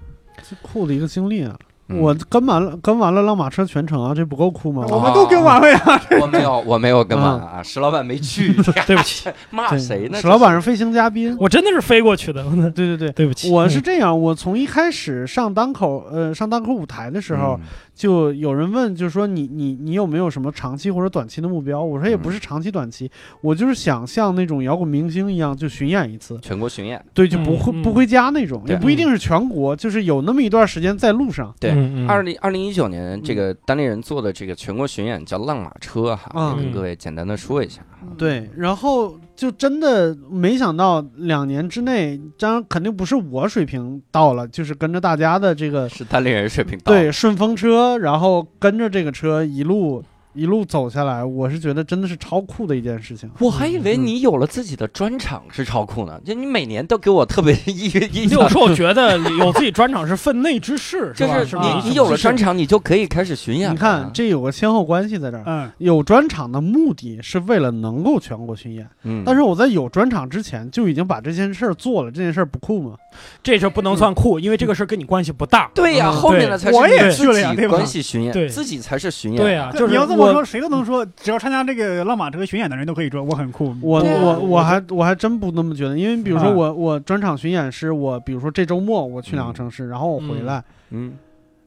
Speaker 3: 酷的一个经历啊！
Speaker 5: 嗯
Speaker 3: 我跟完了跟完了浪马车全程啊，这不够酷吗？
Speaker 2: 我们都跟完了呀。
Speaker 5: 我没有，我没有跟完啊，石老板没去，
Speaker 4: 对不起，
Speaker 5: [laughs] 骂
Speaker 3: 嗯 [laughs] 对
Speaker 5: 谁呢？嗯
Speaker 3: 史老板是飞行嘉宾。
Speaker 4: 我真的是飞过去的， [laughs] 我的
Speaker 3: 对对对。
Speaker 4: 对不起，嗯
Speaker 3: 我是这样，我从一开始上单口，呃，上单口舞台的时
Speaker 5: 嗯
Speaker 3: 候，就有人问，就说你你你有没有什么长期或者短期的目标？我说也不是长期短期，我就是想像那种摇滚明星一样，就巡演一次。
Speaker 5: 全国巡演。
Speaker 3: 对，就不
Speaker 4: 嗯
Speaker 3: 会、
Speaker 4: 嗯
Speaker 3: 不回家那种，
Speaker 5: 对
Speaker 3: 也不一定是全国，就是有那么一段时间在路上。
Speaker 5: 对
Speaker 4: 嗯嗯
Speaker 5: 二零二零一九年
Speaker 3: 嗯
Speaker 5: 这个单立人做的这个全国巡演叫《浪马车》哈，
Speaker 3: 嗯
Speaker 5: 也跟各位简单的说一下。
Speaker 3: 对，然后就真的没想到两年之内，当然肯定不是我水平到了，就是跟着大家的这个
Speaker 5: 是单立人水平高，
Speaker 3: 对顺风车，然后跟着这个车一路一路走下来，我是觉得真的是超酷的一件事情。
Speaker 5: 我还以
Speaker 3: 嗯
Speaker 5: 为你有了自己的专场是超酷呢，就你每年都给我特别 [laughs] 一一
Speaker 4: 有时候觉得有自己专场是分内之
Speaker 5: [laughs]
Speaker 4: 事，
Speaker 5: 就
Speaker 4: 吧？
Speaker 5: 是
Speaker 4: 是
Speaker 5: 你
Speaker 4: 吧
Speaker 5: 你有了
Speaker 4: 是
Speaker 5: 专场，你就可以开始巡演了。啊
Speaker 3: 你看，这有个先后关系在这
Speaker 4: 啊
Speaker 3: 儿。
Speaker 2: 嗯，
Speaker 3: 有专场的目的是为了能够全国巡演，
Speaker 5: 嗯，
Speaker 3: 但是我在有专场之前就已经把这件事儿做了，这件事儿不酷吗？
Speaker 4: 这事不能算酷，因为这个事儿跟你关系不大。
Speaker 5: 对呀，
Speaker 3: 嗯
Speaker 5: 后面的才是
Speaker 2: 我也
Speaker 5: 你
Speaker 2: 去了呀
Speaker 5: 自己
Speaker 2: 对吧
Speaker 5: 关系巡
Speaker 4: 对
Speaker 5: 演，自己才是巡演。
Speaker 4: 对呀，
Speaker 2: 就
Speaker 4: 就
Speaker 2: 你
Speaker 4: 是是
Speaker 2: 要这么
Speaker 4: 我
Speaker 2: 说，谁都能说，只要参加这个浪马车巡演的人都可以说我很酷。
Speaker 3: 我
Speaker 5: 对啊嗯
Speaker 3: 我我还我还真不那么觉得，因为比如说
Speaker 2: 啊
Speaker 3: 我我专场巡演是我，比如说这周末我去两个城市，然后我回来，
Speaker 5: 嗯，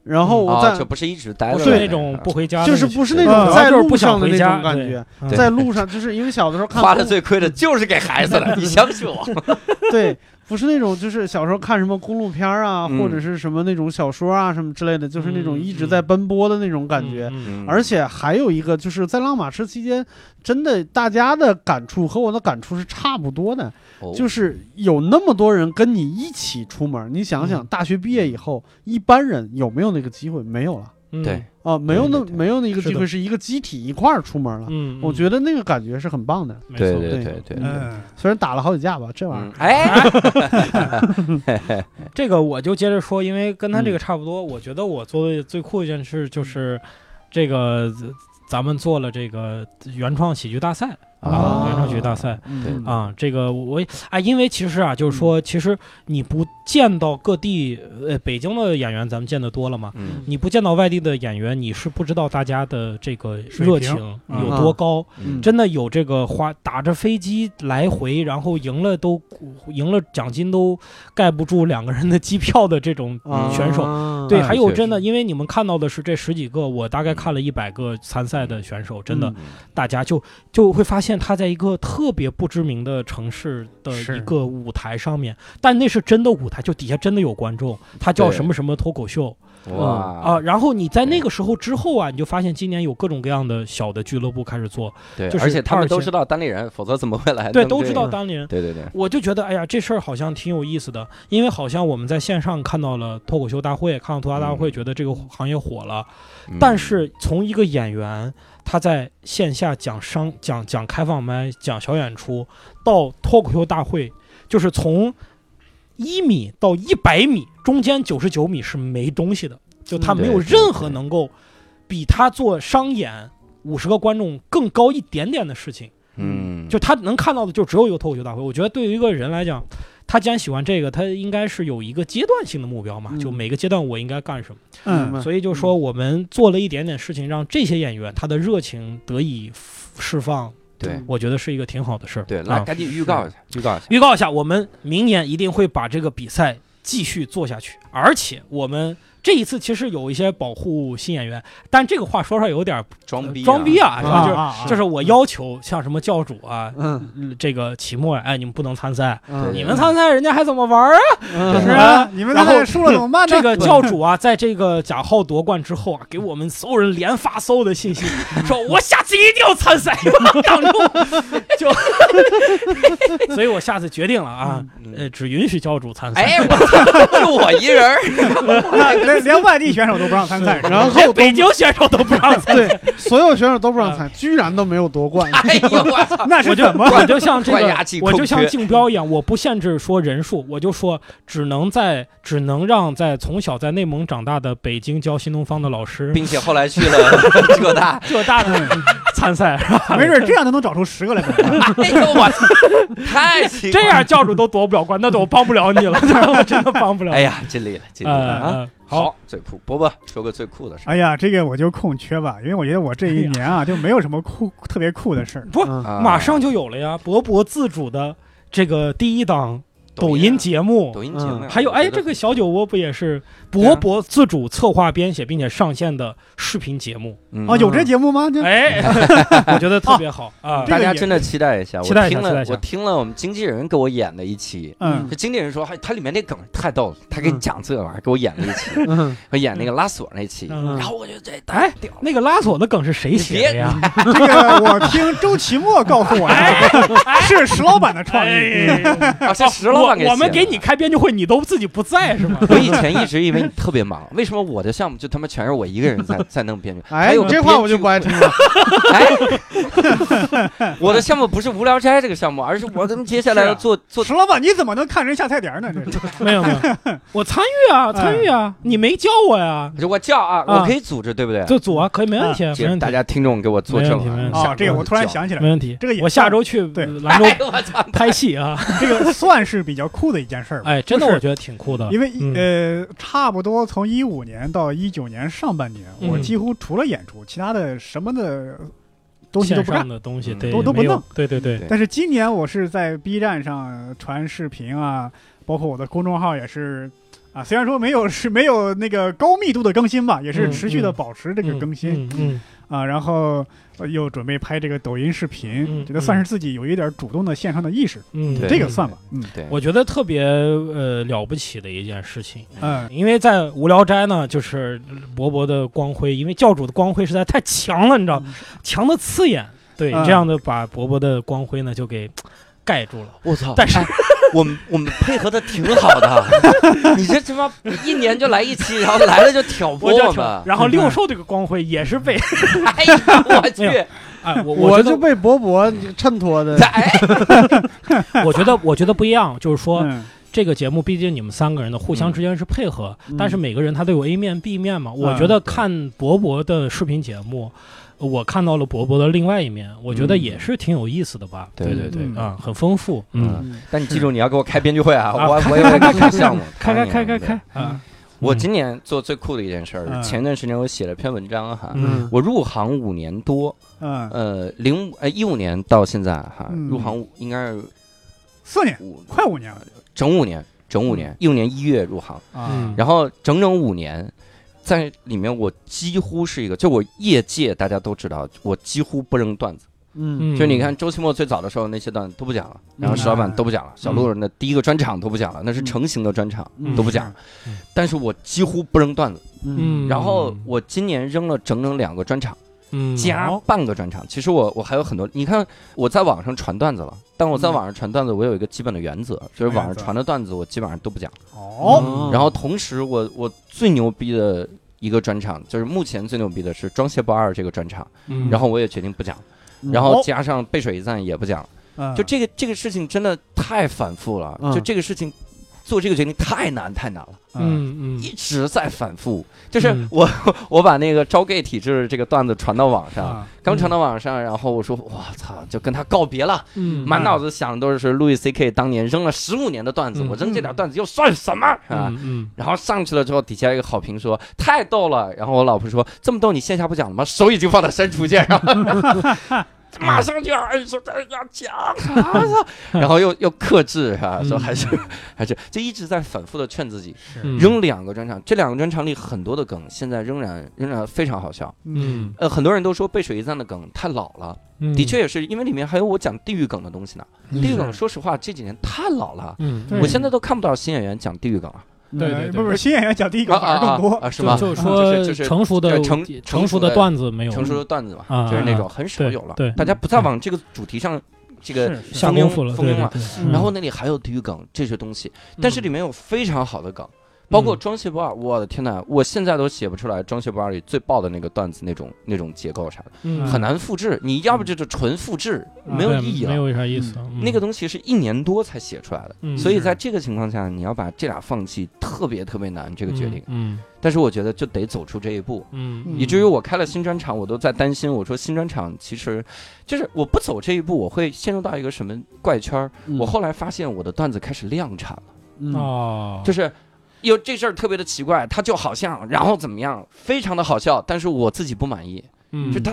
Speaker 3: 然后我
Speaker 5: 啊，
Speaker 3: 在
Speaker 5: 就不是一直待
Speaker 4: 不
Speaker 5: 着
Speaker 4: 是
Speaker 5: 的啊
Speaker 4: 那种不回家的
Speaker 3: 就
Speaker 4: 那
Speaker 3: 是
Speaker 4: 种，
Speaker 3: 不是那
Speaker 2: 嗯
Speaker 3: 种在
Speaker 4: 啊就是
Speaker 3: 路
Speaker 4: 不想
Speaker 3: 上的那
Speaker 4: 回
Speaker 3: 种
Speaker 4: 家
Speaker 3: 感
Speaker 4: 对
Speaker 3: 觉，
Speaker 4: 嗯
Speaker 3: 在路上就是因为小的时候看
Speaker 5: 花
Speaker 3: 公
Speaker 5: 的最亏的就是给孩子 [laughs] 了，你相信我。
Speaker 3: [laughs] 对，不是那种就是小时候看什么公路片儿啊，
Speaker 5: 嗯
Speaker 3: 或者是什么那种小说啊什么之类的，就是那种
Speaker 4: 嗯
Speaker 3: 一直在奔波的那种感觉。
Speaker 4: 嗯嗯
Speaker 3: 而且还有一个，就是在浪马车期间，真的大家的感触和我的感触是差不多的，
Speaker 4: 哦
Speaker 5: 哦
Speaker 3: 就是是有那么多人跟你一起出门儿。你想想，
Speaker 4: 嗯
Speaker 3: 大学毕业以后，一般人有没有那个机会？没有了
Speaker 4: 嗯
Speaker 5: 对，
Speaker 3: 啊，没有那
Speaker 5: 对对对
Speaker 3: 没有那个
Speaker 4: 是
Speaker 3: 机
Speaker 4: 的
Speaker 3: 会，是一个集体一块儿出门了。
Speaker 4: 嗯，
Speaker 3: 我
Speaker 4: 得
Speaker 3: 觉得那个感觉是很棒的，
Speaker 5: 对
Speaker 4: 没错
Speaker 5: 对
Speaker 3: 对
Speaker 5: 对对，
Speaker 2: 嗯，
Speaker 3: 虽然打了好几架吧，这玩意儿
Speaker 5: 嗯。哎，
Speaker 4: 这个我就接着说，因为跟他
Speaker 3: 嗯
Speaker 4: 这个差不多，我觉得我做的最酷一件事就是这个。咱们做了这个原创喜剧大赛
Speaker 5: 啊
Speaker 4: 原创喜剧大赛
Speaker 5: 对
Speaker 3: 嗯，
Speaker 4: 啊，这个我啊，因为其实啊，就
Speaker 5: 嗯
Speaker 4: 是说，其实你不见到各地呃北京的演员，咱们见得多了嘛，
Speaker 5: 嗯
Speaker 4: 你不见到外地的演员，你是不知道大家的这个热情
Speaker 2: 水平
Speaker 4: 有多高。
Speaker 5: 嗯
Speaker 4: 真的有这个花打着飞机来回，然后赢了都赢了奖金都盖不住两个人的机票的这种
Speaker 3: 啊
Speaker 4: 嗯选手。对，还有
Speaker 5: 嗯哎确实
Speaker 4: 真的，因为你们看到的是这十几个，我大概看了一百个参赛的选手，真的，
Speaker 5: 嗯
Speaker 4: 大家就就会发现他在一个特别不知名的城市的
Speaker 2: 是
Speaker 4: 一个舞台上面，但那是真的舞台，就底下真的有观众，他叫
Speaker 5: 对
Speaker 4: 什么什么脱口秀，
Speaker 5: 哇
Speaker 4: 啊，，然后你在那个时候之后啊，你就发现今年有各种各样的小的俱乐部开始做，
Speaker 5: 对，
Speaker 4: 就是
Speaker 5: 而且他们
Speaker 4: 二
Speaker 5: 都
Speaker 4: 线
Speaker 5: 知道单立人，否则怎么会来？
Speaker 4: 对，都知道，当年。
Speaker 5: 对对对，
Speaker 4: 我就觉得，哎呀，这事儿好像挺有意思的，因为好像我们在线上看到了脱口秀大会，看到吐槽大会，
Speaker 5: 嗯
Speaker 4: 觉得这个行业火了。但是从一个演员他在线下讲商、讲讲开放麦、讲小演出，到脱口秀大会，就是从一米到一百米，中间九十九米是没东西的，就他
Speaker 5: 嗯
Speaker 4: 没
Speaker 5: 对
Speaker 4: 有
Speaker 5: 对
Speaker 4: 任何
Speaker 5: 对
Speaker 4: 能够比他做商演五十个观众更高一点点的事情。
Speaker 5: 嗯，
Speaker 4: 就他能看到的就只有一个脱口秀大会。我觉得对于一个人来讲，他既然喜欢这个，他应该是有一个阶段性的目标嘛，
Speaker 3: 嗯
Speaker 4: 就每个阶段我应该干什么。
Speaker 2: 嗯
Speaker 3: 明白
Speaker 4: 所以就说我们做了一点点事情，让这些演员他的热情得以释放，
Speaker 5: 对
Speaker 4: 我觉得是一个挺好的事儿。
Speaker 5: 对，来
Speaker 4: 啊，
Speaker 5: 赶紧预告一下，预告一下，
Speaker 4: 预告一下，我们明年一定会把这个比赛继续做下去，而且我们。这一次其实有一些保护新演员，但这个话说出来有点
Speaker 5: 装逼
Speaker 4: 装逼啊，是吧
Speaker 2: 啊
Speaker 4: 就是
Speaker 2: 啊啊
Speaker 4: 就是我要求像什么教主啊，
Speaker 3: 嗯，
Speaker 4: 这个期末，哎，你们不能参赛，
Speaker 3: 嗯
Speaker 4: 你们参赛人家还怎么玩啊？
Speaker 2: 是
Speaker 3: 嗯
Speaker 2: 啊，你们
Speaker 4: 然后
Speaker 2: 那输了怎么办呢？
Speaker 4: 这个教主啊，在这个贾浩夺冠之后啊，给我们所有人连发所有的信息，说我下次一定要参赛，我挡住， [laughs] 就，所以我下次决定了啊，
Speaker 5: 嗯
Speaker 4: 呃，只允许教主参赛。
Speaker 5: 哎，我操，就我一人儿，
Speaker 2: [laughs] 那连连外地选手都不让参赛，是吧
Speaker 3: 然后
Speaker 4: 连北京选手都不让参
Speaker 3: 对所有选手都不
Speaker 4: 啊
Speaker 3: 让参，居然都没有夺冠。
Speaker 5: [laughs] 哎呦我操，
Speaker 2: 那
Speaker 4: 我
Speaker 2: 是
Speaker 5: [laughs]
Speaker 4: 就
Speaker 2: 怎么？
Speaker 4: 我就像这
Speaker 5: 怪
Speaker 4: 个
Speaker 5: 牙气，
Speaker 4: 我
Speaker 5: 空
Speaker 4: 就像
Speaker 5: 缺
Speaker 4: 竞标一样，我不限制说人数，我就说只能在只能让在从小在内蒙长大的北京教新东方的老师
Speaker 5: 并且后来去了 [laughs] 浙大，
Speaker 4: 浙大的参赛，是吧
Speaker 2: [laughs] 没准这样都能找出十个来。
Speaker 5: 哎呦我操， [laughs] 太奇怪
Speaker 4: 这
Speaker 5: 了，
Speaker 4: 样教主都夺不了冠，那我帮不了你了， [laughs] 我真的帮不了。
Speaker 5: 哎，呀，尽力了，尽力了啊！
Speaker 4: 呃，好，
Speaker 5: 好，最酷，伯伯说个最酷的事儿
Speaker 2: [laughs] 哎呀，这个我就空缺吧，因为我觉得我
Speaker 4: 哎
Speaker 2: 这一年啊就没有什么酷特别酷的事儿。
Speaker 4: 不，
Speaker 3: 嗯
Speaker 5: 啊
Speaker 4: 哎马上就有了呀！博博自主的这个第一档抖音节目，
Speaker 5: 抖音节目，啊
Speaker 4: 还有
Speaker 5: 我觉
Speaker 4: 哎，
Speaker 5: 得啊
Speaker 4: 这个小酒窝不也是博博自主策划、编写并且上线的视频节目？
Speaker 5: 嗯
Speaker 2: 哦，有这节目吗？这
Speaker 4: 哎， [laughs] 我觉得特别好啊
Speaker 5: [laughs]
Speaker 2: 这！
Speaker 5: 大
Speaker 2: 个
Speaker 5: 家
Speaker 2: 也
Speaker 5: 真的期待一下，我
Speaker 4: 期待一下
Speaker 5: 听
Speaker 4: 期待
Speaker 5: 了
Speaker 4: 一下
Speaker 5: 我听了我们经纪人给我演的一期，
Speaker 2: 嗯
Speaker 5: 这经纪人说，哎，他里面那梗太逗了，他给你
Speaker 3: 嗯
Speaker 5: 讲这玩意儿，给我演了一期， [laughs]
Speaker 3: 嗯
Speaker 5: 我演那个拉锁那期，
Speaker 4: 嗯
Speaker 5: 然后我就这太
Speaker 4: 哎
Speaker 5: 屌了，
Speaker 4: 那个拉锁的梗是谁写的呀？
Speaker 2: 这个我听周奇墨告诉我的，是石老板的创意。
Speaker 4: 哎，
Speaker 5: 啊是石老乱给
Speaker 4: 我我们
Speaker 5: 写
Speaker 4: 给
Speaker 5: 的
Speaker 4: 你开编剧会，你都自己不
Speaker 5: [laughs]
Speaker 4: 在是吗？
Speaker 5: 我以前一直以为你特别忙，为什么我的项目就他妈全是我一个人在在弄编剧？还
Speaker 3: 哎，
Speaker 5: 有
Speaker 3: 你这话我就
Speaker 5: 编剧
Speaker 3: 不爱听了。
Speaker 5: 哎， [laughs] 我的项目不是无聊斋这个项目，而是我跟接下来要做做
Speaker 2: [laughs] 石老板，你怎么能看人下菜碟儿呢？这是
Speaker 4: 没有没有，我参与啊，参与啊，
Speaker 5: 嗯
Speaker 4: 你没叫我呀，
Speaker 5: 我叫啊，
Speaker 4: 啊
Speaker 5: 我可以组织，对不对？
Speaker 4: 这组啊可以没问题，没
Speaker 5: 这
Speaker 4: 问题，
Speaker 5: 大家听众给我作证
Speaker 4: 没问题没问题
Speaker 5: 啊！
Speaker 2: 啊，这个我突然
Speaker 5: 想，
Speaker 2: 想起来，
Speaker 4: 没问题。
Speaker 2: 这个也
Speaker 4: 我下周去
Speaker 2: 对
Speaker 4: 兰
Speaker 5: [laughs]
Speaker 4: 州
Speaker 5: 哎我操！
Speaker 4: 拍戏
Speaker 5: [laughs]
Speaker 4: 啊，
Speaker 2: 这个算是比较酷的一件事儿吧。
Speaker 4: 哎，真的
Speaker 2: 就
Speaker 4: 我
Speaker 2: 是
Speaker 4: 觉得挺酷的，
Speaker 2: 因为
Speaker 4: 嗯
Speaker 2: 呃，差不多从一五年到一九年上半年，我
Speaker 4: 嗯
Speaker 2: 几乎除了演出，其他的什么的东西都
Speaker 4: 线
Speaker 2: 不干
Speaker 4: 上。的东西
Speaker 5: 嗯
Speaker 4: 对
Speaker 2: 都都不
Speaker 4: 没有
Speaker 2: 弄，
Speaker 4: 对对对，
Speaker 5: 对
Speaker 2: 但是今年我是在 B 站上传视频啊，包括我的公众号也是啊，虽然说没有是没有那个高密度的更新吧，也是
Speaker 4: 嗯
Speaker 2: 持续的
Speaker 4: 嗯
Speaker 2: 保持这个
Speaker 4: 嗯
Speaker 2: 更新、，
Speaker 4: 嗯
Speaker 2: 啊，然后呃又准备拍这个抖音视频，
Speaker 4: 嗯
Speaker 2: 觉得算是自己有一点主动的线上的意识，
Speaker 4: 嗯嗯，
Speaker 5: 对
Speaker 2: 这个算吧，嗯
Speaker 5: 对，
Speaker 4: 我觉得特别呃了不起的一件事情，
Speaker 2: 嗯。
Speaker 4: 因为在无聊斋呢，就是勃勃的光辉，因为教主的光辉实在太强了，你知道，强的刺眼，对，
Speaker 2: 嗯
Speaker 4: 这样的把勃勃的光辉呢就给盖住了。
Speaker 5: 我操！
Speaker 4: 但是
Speaker 5: 哎我们我们配合的挺好的， [laughs] 你这他妈一年就来一期，然后来了就挑拨
Speaker 4: 就
Speaker 5: 我
Speaker 4: 挺
Speaker 5: 们，
Speaker 4: 然后六兽这个光辉也是
Speaker 2: [laughs]
Speaker 4: 被，
Speaker 5: [laughs] 哎呀，我去
Speaker 4: 没！有嗯哎，我
Speaker 3: 我
Speaker 4: 我觉
Speaker 3: 就
Speaker 4: 得
Speaker 3: 被博博衬托的，
Speaker 5: 哎，
Speaker 4: 我觉得我觉得不一样，就是说
Speaker 2: 嗯，
Speaker 4: 这个节目毕竟你们三个人的互相
Speaker 5: 嗯
Speaker 4: 之间是配合，
Speaker 3: 嗯
Speaker 4: 但是每个人他都有 A 面 B 面嘛。我觉得看博博的视频节目，我看到了博博的另外一面，我觉得
Speaker 5: 嗯
Speaker 4: 也是挺有意思的吧。
Speaker 5: 对对对
Speaker 2: 嗯
Speaker 4: 啊，很丰富，
Speaker 5: 嗯但你记住，你要给我开编剧会啊！
Speaker 4: 啊
Speaker 5: 我我也会给你开项目，当年对。
Speaker 4: 啊！
Speaker 5: 我
Speaker 4: 嗯
Speaker 5: 今年做最酷的一件事儿
Speaker 2: 嗯，
Speaker 5: 前段时间我写了篇文章哈，
Speaker 4: 嗯
Speaker 5: 我入行五年多，
Speaker 2: 嗯，
Speaker 5: 呃，零五呃一五年到现在哈，
Speaker 2: 嗯
Speaker 5: 入行五应该是
Speaker 2: 四年，
Speaker 5: 五
Speaker 2: 快五年了
Speaker 5: 整五年，整五年，一五年一月入行，
Speaker 2: 啊
Speaker 4: 嗯
Speaker 5: 然后整整五年。在里面，我几乎是一个，就我业界大家都知道，我几乎不扔段子。
Speaker 4: 嗯
Speaker 3: 嗯
Speaker 5: 就你看周奇墨最早的时候那些段子都不讲了，然后石老板都不讲了，小鹿人的第一个专场都不讲了，那是成型的专场
Speaker 3: 嗯
Speaker 5: 都不讲。但是我几乎不扔段子。
Speaker 4: 嗯
Speaker 5: 然后我今年扔了整整两个专场，
Speaker 4: 嗯
Speaker 5: 加半个专场。其实我我还有很多，你看我在网上传段子了，但我在
Speaker 2: 嗯
Speaker 5: 网上传段子，我有一个基本的原则，就
Speaker 2: 么
Speaker 5: 是网
Speaker 2: 原
Speaker 5: 上
Speaker 2: 则
Speaker 5: 传的段子我基本上都不讲。
Speaker 2: 哦，
Speaker 4: 嗯
Speaker 5: 然后同时我我最牛逼的一个专场，就是目前最牛逼的是《装卸不二》这个专场，
Speaker 4: 嗯
Speaker 5: 然后我也决定不讲，
Speaker 3: 嗯
Speaker 5: 然后
Speaker 2: 哦
Speaker 5: 加上《背水一战》也不讲了。
Speaker 2: 嗯
Speaker 5: 就这个这个事情真的太反复了，
Speaker 3: 嗯
Speaker 5: 就这个事情。做这个决定太难太难了，
Speaker 2: 嗯
Speaker 4: 嗯
Speaker 5: 一直在反复。就是
Speaker 4: 嗯
Speaker 5: 我 [laughs] 我把那个招 gay 体制这个段子传到网上，
Speaker 2: 啊，
Speaker 5: 刚传到网上，然后我说我操，就跟他告别了，
Speaker 4: 嗯
Speaker 5: 满脑子想的都是路易 C K 当年扔了十五年的段子，
Speaker 4: 嗯
Speaker 5: 我扔这点段子又算什么啊？
Speaker 4: 嗯
Speaker 5: 然后上去了之后，底下一个好评说太逗了。然后我老婆说这么逗，你线下不讲了吗？手已经放在删除键上了，
Speaker 4: [laughs]
Speaker 5: 马上就要哎说哎呀讲啊，然后又又克制啊，说
Speaker 4: 嗯
Speaker 5: 还是还是就一直在反复的劝自己。
Speaker 4: 嗯
Speaker 5: 扔两个专场，这两个专场里很多的梗现在仍然仍然非常好笑。
Speaker 4: 嗯
Speaker 5: 呃，很多人都说《背水一战》的梗太老了，
Speaker 4: 嗯
Speaker 5: 的确也是，因为里面还有我讲地狱梗的东西呢。地狱梗，说实话这几年太老了。
Speaker 4: 嗯
Speaker 2: 对
Speaker 5: 我现在都看不到新演员讲地狱梗了，
Speaker 4: 对对对
Speaker 2: 嗯不是新演员讲第一个
Speaker 5: 啊
Speaker 2: 反而
Speaker 5: 啊
Speaker 2: 更
Speaker 5: 啊
Speaker 2: 多
Speaker 5: 啊，是吗？
Speaker 4: 就
Speaker 5: 就
Speaker 4: 说
Speaker 5: 是就是
Speaker 4: 成熟的
Speaker 5: 呃成
Speaker 4: 成
Speaker 5: 成
Speaker 4: 熟
Speaker 5: 熟
Speaker 4: 的
Speaker 5: 的
Speaker 4: 段子没有
Speaker 5: 成熟的段子嘛，
Speaker 4: 啊
Speaker 5: 就是那
Speaker 4: 啊
Speaker 5: 种很少
Speaker 4: 对
Speaker 5: 有了
Speaker 4: 对，
Speaker 5: 大家不再往这个主题上这个
Speaker 2: 是是
Speaker 4: 下
Speaker 5: 蜂
Speaker 4: 功
Speaker 5: 拥
Speaker 4: 夫了，
Speaker 5: 蜂拥
Speaker 4: 对对
Speaker 5: 了。
Speaker 4: 对。
Speaker 2: 嗯
Speaker 5: 然后那里还有地狱梗这些东西，
Speaker 4: 嗯
Speaker 5: 但是里面有非常好的梗，包括装卸不二，我的天呐，我现在都写不出来装卸不二里最爆的那个段子那种那种结构啥的，
Speaker 4: 面
Speaker 5: 很难复制。你要不就是纯复制，
Speaker 2: 嗯
Speaker 5: 啊没有意义
Speaker 4: 嗯啊没
Speaker 5: 了。
Speaker 4: 有啥意思。
Speaker 5: 那个东西是一年多才写出来
Speaker 4: 嗯
Speaker 5: 的，所以
Speaker 2: 是
Speaker 5: 在这个情况下，你要把这俩放弃，特别特别难这
Speaker 4: 这
Speaker 5: 个决定。
Speaker 4: 嗯
Speaker 5: 但是我觉得就得走出这一步，
Speaker 4: 嗯，
Speaker 5: 以至于我开了新专场，我都在担心，我说新专场其实就是我不走这一步，我会陷入到一个什么怪圈儿。
Speaker 4: 嗯
Speaker 5: 我后来发现我的段子开始量产了。
Speaker 3: 嗯
Speaker 4: 哦，
Speaker 5: 就是有这事儿特别的奇怪，他就好像然后怎么样，非常的好笑，但是我自己不满意，
Speaker 4: 就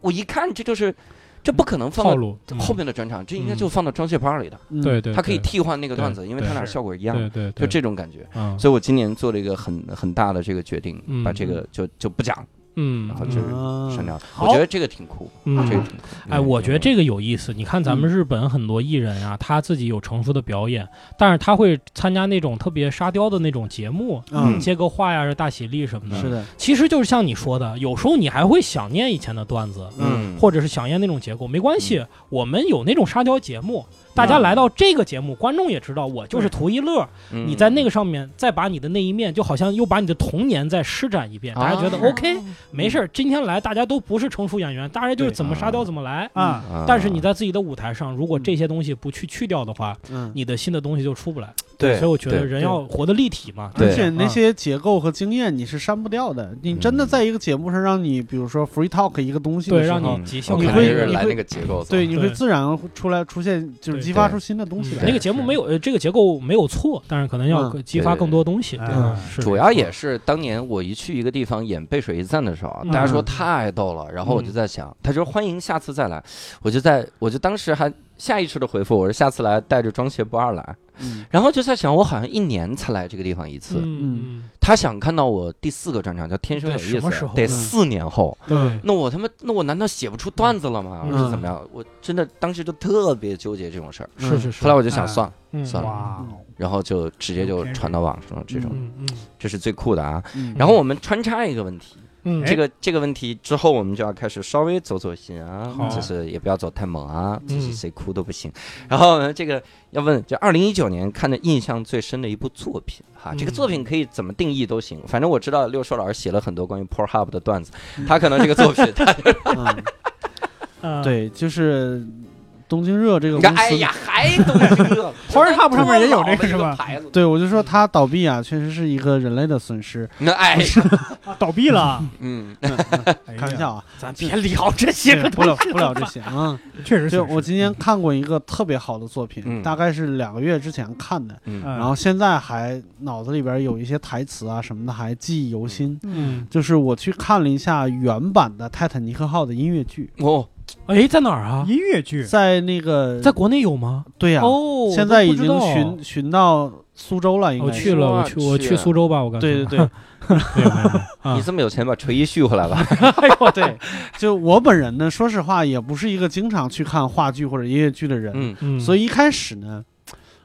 Speaker 5: 我一看这就是，这不可能嗯放
Speaker 4: 嗯套
Speaker 5: 到。
Speaker 4: 路
Speaker 5: 后面的专场，这应该就放到装卸包里的，
Speaker 3: 嗯
Speaker 4: 对嗯对，
Speaker 5: 它可以替换那个段子，因为它俩效果一样，
Speaker 4: 对对，
Speaker 5: 就这种感觉。
Speaker 4: 嗯
Speaker 5: 所以我今年做了一个很很大的这个决定
Speaker 4: 嗯，
Speaker 5: 把这个就就不讲，
Speaker 4: 嗯
Speaker 5: 然后就是
Speaker 3: 啊
Speaker 5: 擅长。
Speaker 2: 好
Speaker 5: 我觉得这个挺酷，
Speaker 4: 嗯
Speaker 5: 这个嗯挺酷。
Speaker 4: 哎，我觉得这个有意思。你看咱们日本很多艺人啊，他自己有成熟的表演，但是他会参加那种特别沙雕的那种节目，
Speaker 3: 嗯
Speaker 4: 接个话呀、是大喜力什么的。
Speaker 3: 是的，
Speaker 4: 其实就是像你说的，有时候你还会想念以前的段子，
Speaker 5: 嗯，
Speaker 4: 或者是想念那种结构。没关系，我们有那种沙雕节目，
Speaker 5: 嗯
Speaker 4: 大家来到这个节目，观众也知道我就是图一乐。
Speaker 5: 嗯
Speaker 4: 你在那个上面再把你的那一面，就好像又把你的童年再施展一遍，大家觉得
Speaker 5: 啊
Speaker 4: OK，没事儿。今天来大家都不是成熟演员，大家就是怎么沙雕怎么来。
Speaker 2: 啊，
Speaker 5: 啊嗯
Speaker 4: 但是你在自己的舞台上，如果这些东西不去去掉的话，
Speaker 3: 嗯，
Speaker 4: 你的新的东西就出不来。
Speaker 5: 对
Speaker 4: 所以我觉得
Speaker 5: 对
Speaker 4: 人要活得立体嘛。
Speaker 5: 对
Speaker 3: 而且那些结构和经验你是删不掉的。你真的在一个节目上让你，比如说 free talk 一个东西的
Speaker 4: 对，
Speaker 3: 时
Speaker 4: 让
Speaker 3: 候，
Speaker 4: 你即兴
Speaker 5: 我
Speaker 3: 你
Speaker 5: 看
Speaker 4: 感
Speaker 5: 还
Speaker 3: 会
Speaker 4: 觉
Speaker 5: 是
Speaker 3: 你
Speaker 5: 来
Speaker 3: 会
Speaker 5: 那个结构，
Speaker 3: 对，你会
Speaker 4: 对
Speaker 3: 自然出来出现，就是
Speaker 4: 对
Speaker 3: 激发
Speaker 5: 对
Speaker 3: 出新的东西来。
Speaker 4: 那个节目没有，呃，这个结构没有错，但是可能要
Speaker 3: 嗯
Speaker 4: 激发
Speaker 5: 对对
Speaker 4: 更多东西。
Speaker 2: 对嗯，
Speaker 4: 嗯是
Speaker 5: 主要也是当年我 [laughs] 一去一个地方演《背水一战》的时候啊，大家说
Speaker 3: 嗯
Speaker 5: 太逗了，然后我就在想，他说欢迎下次再来，我就在我就当时还下意识的回复我说下次来带着装鞋不二来，
Speaker 3: 嗯
Speaker 5: 然后就在想我好像一年才来这个地方一次，
Speaker 4: 嗯，
Speaker 5: 他想看到我第四个专场叫《天生有
Speaker 4: 对
Speaker 5: 意
Speaker 4: 什
Speaker 5: 思
Speaker 4: 么时》，候啊
Speaker 5: 得
Speaker 3: 嗯
Speaker 5: 四年后，
Speaker 4: 对，
Speaker 5: 那我他妈那我难道写不出段子了吗？
Speaker 4: 嗯
Speaker 5: 啊是怎么样？我真的当时就特别纠结这种事儿，
Speaker 4: 是是是。
Speaker 5: 后来我就想
Speaker 2: 嗯
Speaker 5: 算了，
Speaker 4: 嗯
Speaker 5: 算了
Speaker 2: 哇哦，
Speaker 5: 然后就直接就
Speaker 2: OK
Speaker 5: 传到网上了，这种
Speaker 4: 嗯嗯
Speaker 5: 这是最酷的啊。
Speaker 3: 嗯
Speaker 5: 然后我们穿插一个问题。
Speaker 4: 嗯，
Speaker 5: 这个这个问题之后，我们就要开始稍微走走心啊
Speaker 4: 好，
Speaker 5: 就是也不要走太猛啊，
Speaker 4: 嗯
Speaker 5: 就是谁哭都不行。然后呢，这个要问，就二零一九年看的印象最深的一部作品哈，
Speaker 4: 嗯
Speaker 5: 这个作品可以怎么定义都行，反正我知道六兽老师写了很多关于 Pornhub 的段子，他可能这个作品，他
Speaker 3: 嗯
Speaker 4: 呃，
Speaker 3: 对，就是东京热这个
Speaker 5: 你
Speaker 3: 公
Speaker 5: 看，
Speaker 3: 司，
Speaker 5: 哎呀，还都是 [laughs] 这
Speaker 2: Pornhub 上面也有
Speaker 5: 这
Speaker 2: 这个是吧
Speaker 5: 牌子，
Speaker 3: 对我就说它倒闭啊，确实是一个人类的
Speaker 5: [laughs]
Speaker 3: 损失。
Speaker 5: 那哎，
Speaker 2: 啊倒闭了，哎
Speaker 5: 嗯，
Speaker 3: 嗯嗯
Speaker 2: 开
Speaker 3: 开玩笑，啊，
Speaker 4: 咱别聊这些
Speaker 3: 对
Speaker 4: 个
Speaker 3: 不聊不聊这些啊。
Speaker 2: 确实是
Speaker 3: 就我今天看过一个特别好的作品，
Speaker 5: 嗯
Speaker 3: 大概是两个月之前看的，
Speaker 5: 嗯
Speaker 2: 嗯
Speaker 3: 然后现在还脑子里边有一些台词啊什么的还记忆犹新。
Speaker 4: 嗯，
Speaker 3: 就是我去看了一下原版的《泰坦尼克号》的音乐剧，
Speaker 5: 哦，
Speaker 4: 哎，在哪儿啊？
Speaker 2: 音乐
Speaker 3: [laughs]
Speaker 2: 剧
Speaker 3: 在那个
Speaker 4: 在国内有吗？
Speaker 3: 对呀、
Speaker 4: 哦，
Speaker 3: 现在已
Speaker 4: 我
Speaker 3: 经
Speaker 4: 都不知道
Speaker 3: 寻寻到苏州了，应
Speaker 4: 我
Speaker 3: 该
Speaker 4: 去
Speaker 3: 是。
Speaker 4: 了，我去我去苏州吧，我感觉。
Speaker 3: 对对对，
Speaker 4: 没有没有没有啊
Speaker 5: 你这么有钱，把锤一续回来吧。
Speaker 4: [laughs]
Speaker 3: 哎呦对，就我本人呢，说实话也不是一个经常去看话剧或者音乐剧的人，
Speaker 5: 嗯
Speaker 4: 嗯，
Speaker 3: 所以一开始呢，